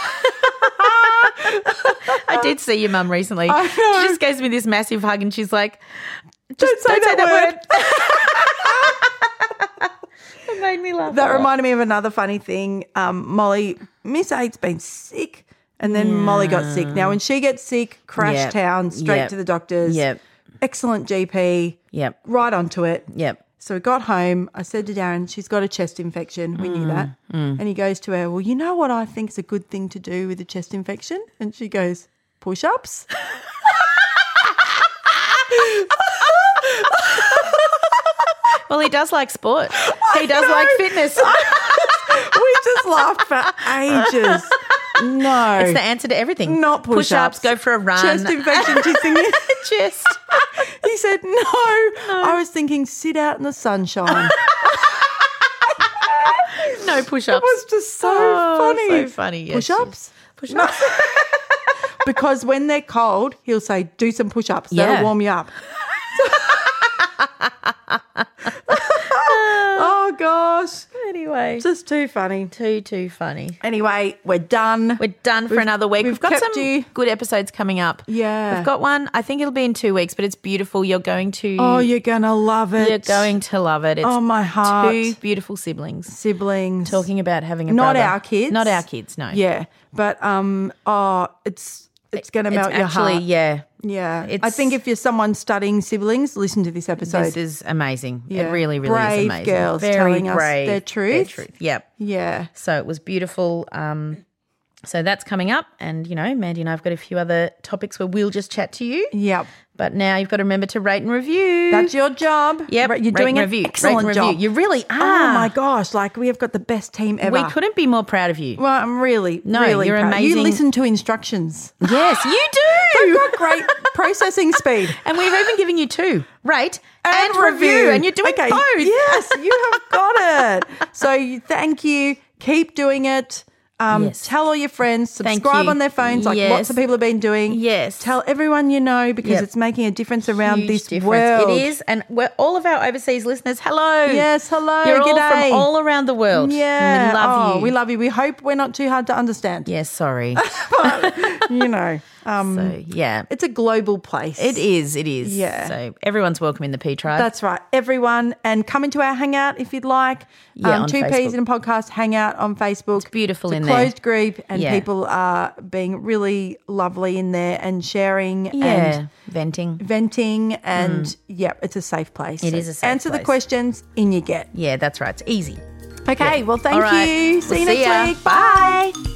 Speaker 2: I did see your mum recently.
Speaker 1: I know.
Speaker 2: She just gives me this massive hug, and she's like,
Speaker 1: Don't say that word.
Speaker 2: word. it made me laugh.
Speaker 1: That reminded me of another funny thing. Um, Molly, Miss Eight's been sick, and then Molly got sick. Now, when she gets sick, crash
Speaker 2: Yep.
Speaker 1: town, straight
Speaker 2: Yep.
Speaker 1: to the doctors.
Speaker 2: Yep.
Speaker 1: Excellent GP.
Speaker 2: Yep.
Speaker 1: Right onto it.
Speaker 2: Yep.
Speaker 1: So we got home. I said to Darren, she's got a chest infection. We
Speaker 2: Mm,
Speaker 1: knew that. And he goes to her, Well, you know what I think's a good thing to do with a chest infection? And she goes, Push ups.
Speaker 2: Well, he does like sport. He does like fitness.
Speaker 1: we just laughed for ages. No.
Speaker 2: It's the answer to everything.
Speaker 1: not push,
Speaker 2: ups. Go for a run.
Speaker 1: Chest infection. She's thinking,
Speaker 2: Chest.
Speaker 1: He said, no. I was thinking, sit out in the sunshine.
Speaker 2: No push
Speaker 1: It
Speaker 2: ups.
Speaker 1: was just so
Speaker 2: Oh,
Speaker 1: funny.
Speaker 2: so funny, yes,
Speaker 1: push ups? Push ups. because when they're cold, he'll say, do some push ups.
Speaker 2: Yeah.
Speaker 1: That'll warm you up. oh, gosh.
Speaker 2: anyway.
Speaker 1: Just too funny.
Speaker 2: too, too funny.
Speaker 1: Anyway, we're done.
Speaker 2: We're done for
Speaker 1: We've-
Speaker 2: another week.
Speaker 1: we've
Speaker 2: We've, got
Speaker 1: kept
Speaker 2: some
Speaker 1: you-
Speaker 2: good episodes coming up.
Speaker 1: Yeah.
Speaker 2: We've got one. I think it'll be in two weeks, but it's beautiful. You're going to.
Speaker 1: oh, you're going to love it.
Speaker 2: You're going to love it. It's
Speaker 1: Oh, my heart.
Speaker 2: Two beautiful siblings
Speaker 1: Siblings.
Speaker 2: talking about having a
Speaker 1: Not
Speaker 2: brother.
Speaker 1: our kids.
Speaker 2: Not our kids. No.
Speaker 1: Yeah, but um, oh, it's it's going to
Speaker 2: It's
Speaker 1: melt your
Speaker 2: actually,
Speaker 1: heart.
Speaker 2: yeah.
Speaker 1: Yeah, I
Speaker 2: it's-
Speaker 1: think if you're someone studying siblings, listen to this episode.
Speaker 2: This is amazing.
Speaker 1: Yeah.
Speaker 2: It really, really
Speaker 1: Brave
Speaker 2: is amazing.
Speaker 1: girls telling us their truth.
Speaker 2: Yep.
Speaker 1: yeah,
Speaker 2: So it was beautiful. Um, so that's coming up, and you know, Mandy and I've got a few other topics where we'll just chat to you.
Speaker 1: yep,
Speaker 2: But now you've got to remember to rate and review.
Speaker 1: that's your job.
Speaker 2: Yep,
Speaker 1: Right, you're
Speaker 2: rate
Speaker 1: doing
Speaker 2: and
Speaker 1: an
Speaker 2: review, rate
Speaker 1: excellent
Speaker 2: and
Speaker 1: job.
Speaker 2: review. You really
Speaker 1: Oh
Speaker 2: are.
Speaker 1: my gosh, like we have got the best team ever.
Speaker 2: we couldn't be more proud of you.
Speaker 1: Well, I'm really,
Speaker 2: No,
Speaker 1: really
Speaker 2: you're
Speaker 1: proud. You
Speaker 2: amazing.
Speaker 1: listen to instructions.
Speaker 2: yes, you
Speaker 1: You've got
Speaker 2: do.
Speaker 1: great processing speed.
Speaker 2: and we've even given you two rate and, review. and you're doing
Speaker 1: Okay,
Speaker 2: both.
Speaker 1: Yes, you have got it. So you- thank you. Keep doing it. Um,
Speaker 2: Yes.
Speaker 1: Tell all your friends.
Speaker 2: Thank
Speaker 1: Subscribe
Speaker 2: you.
Speaker 1: on their phones, like
Speaker 2: Yes.
Speaker 1: lots of people have been doing.
Speaker 2: Yes.
Speaker 1: Tell everyone you know because
Speaker 2: Yep.
Speaker 1: it's making a difference around
Speaker 2: Huge
Speaker 1: this
Speaker 2: difference.
Speaker 1: world.
Speaker 2: It is, and we're, all of our overseas listeners, hello.
Speaker 1: Yes, hello,
Speaker 2: You're all
Speaker 1: g'day.
Speaker 2: from all around the world. and
Speaker 1: Yeah.
Speaker 2: we love
Speaker 1: Oh,
Speaker 2: you.
Speaker 1: We love you. We hope we're not too hard to understand.
Speaker 2: Yes, sorry.
Speaker 1: You know, um,
Speaker 2: so yeah,
Speaker 1: it's a global place.
Speaker 2: it is. It is.
Speaker 1: Yeah.
Speaker 2: So everyone's welcome in the P tribe.
Speaker 1: That's right. Everyone, and come into our hangout if you'd like. Um,
Speaker 2: Yeah, on
Speaker 1: two
Speaker 2: Facebook.
Speaker 1: peas in a podcast hangout on Facebook. It's
Speaker 2: beautiful
Speaker 1: it's a
Speaker 2: in there.
Speaker 1: closed group, and
Speaker 2: Yeah.
Speaker 1: people are being really lovely in there and sharing
Speaker 2: yeah.
Speaker 1: and
Speaker 2: Venting.
Speaker 1: venting, and yeah, it's a safe place.
Speaker 2: It is a safe
Speaker 1: answer the
Speaker 2: place.
Speaker 1: questions in you get.
Speaker 2: Yeah, that's right. It's easy.
Speaker 1: Okay, well, thank
Speaker 2: All right.
Speaker 1: you. See
Speaker 2: We'll
Speaker 1: you
Speaker 2: see
Speaker 1: next
Speaker 2: ya.
Speaker 1: week. Bye.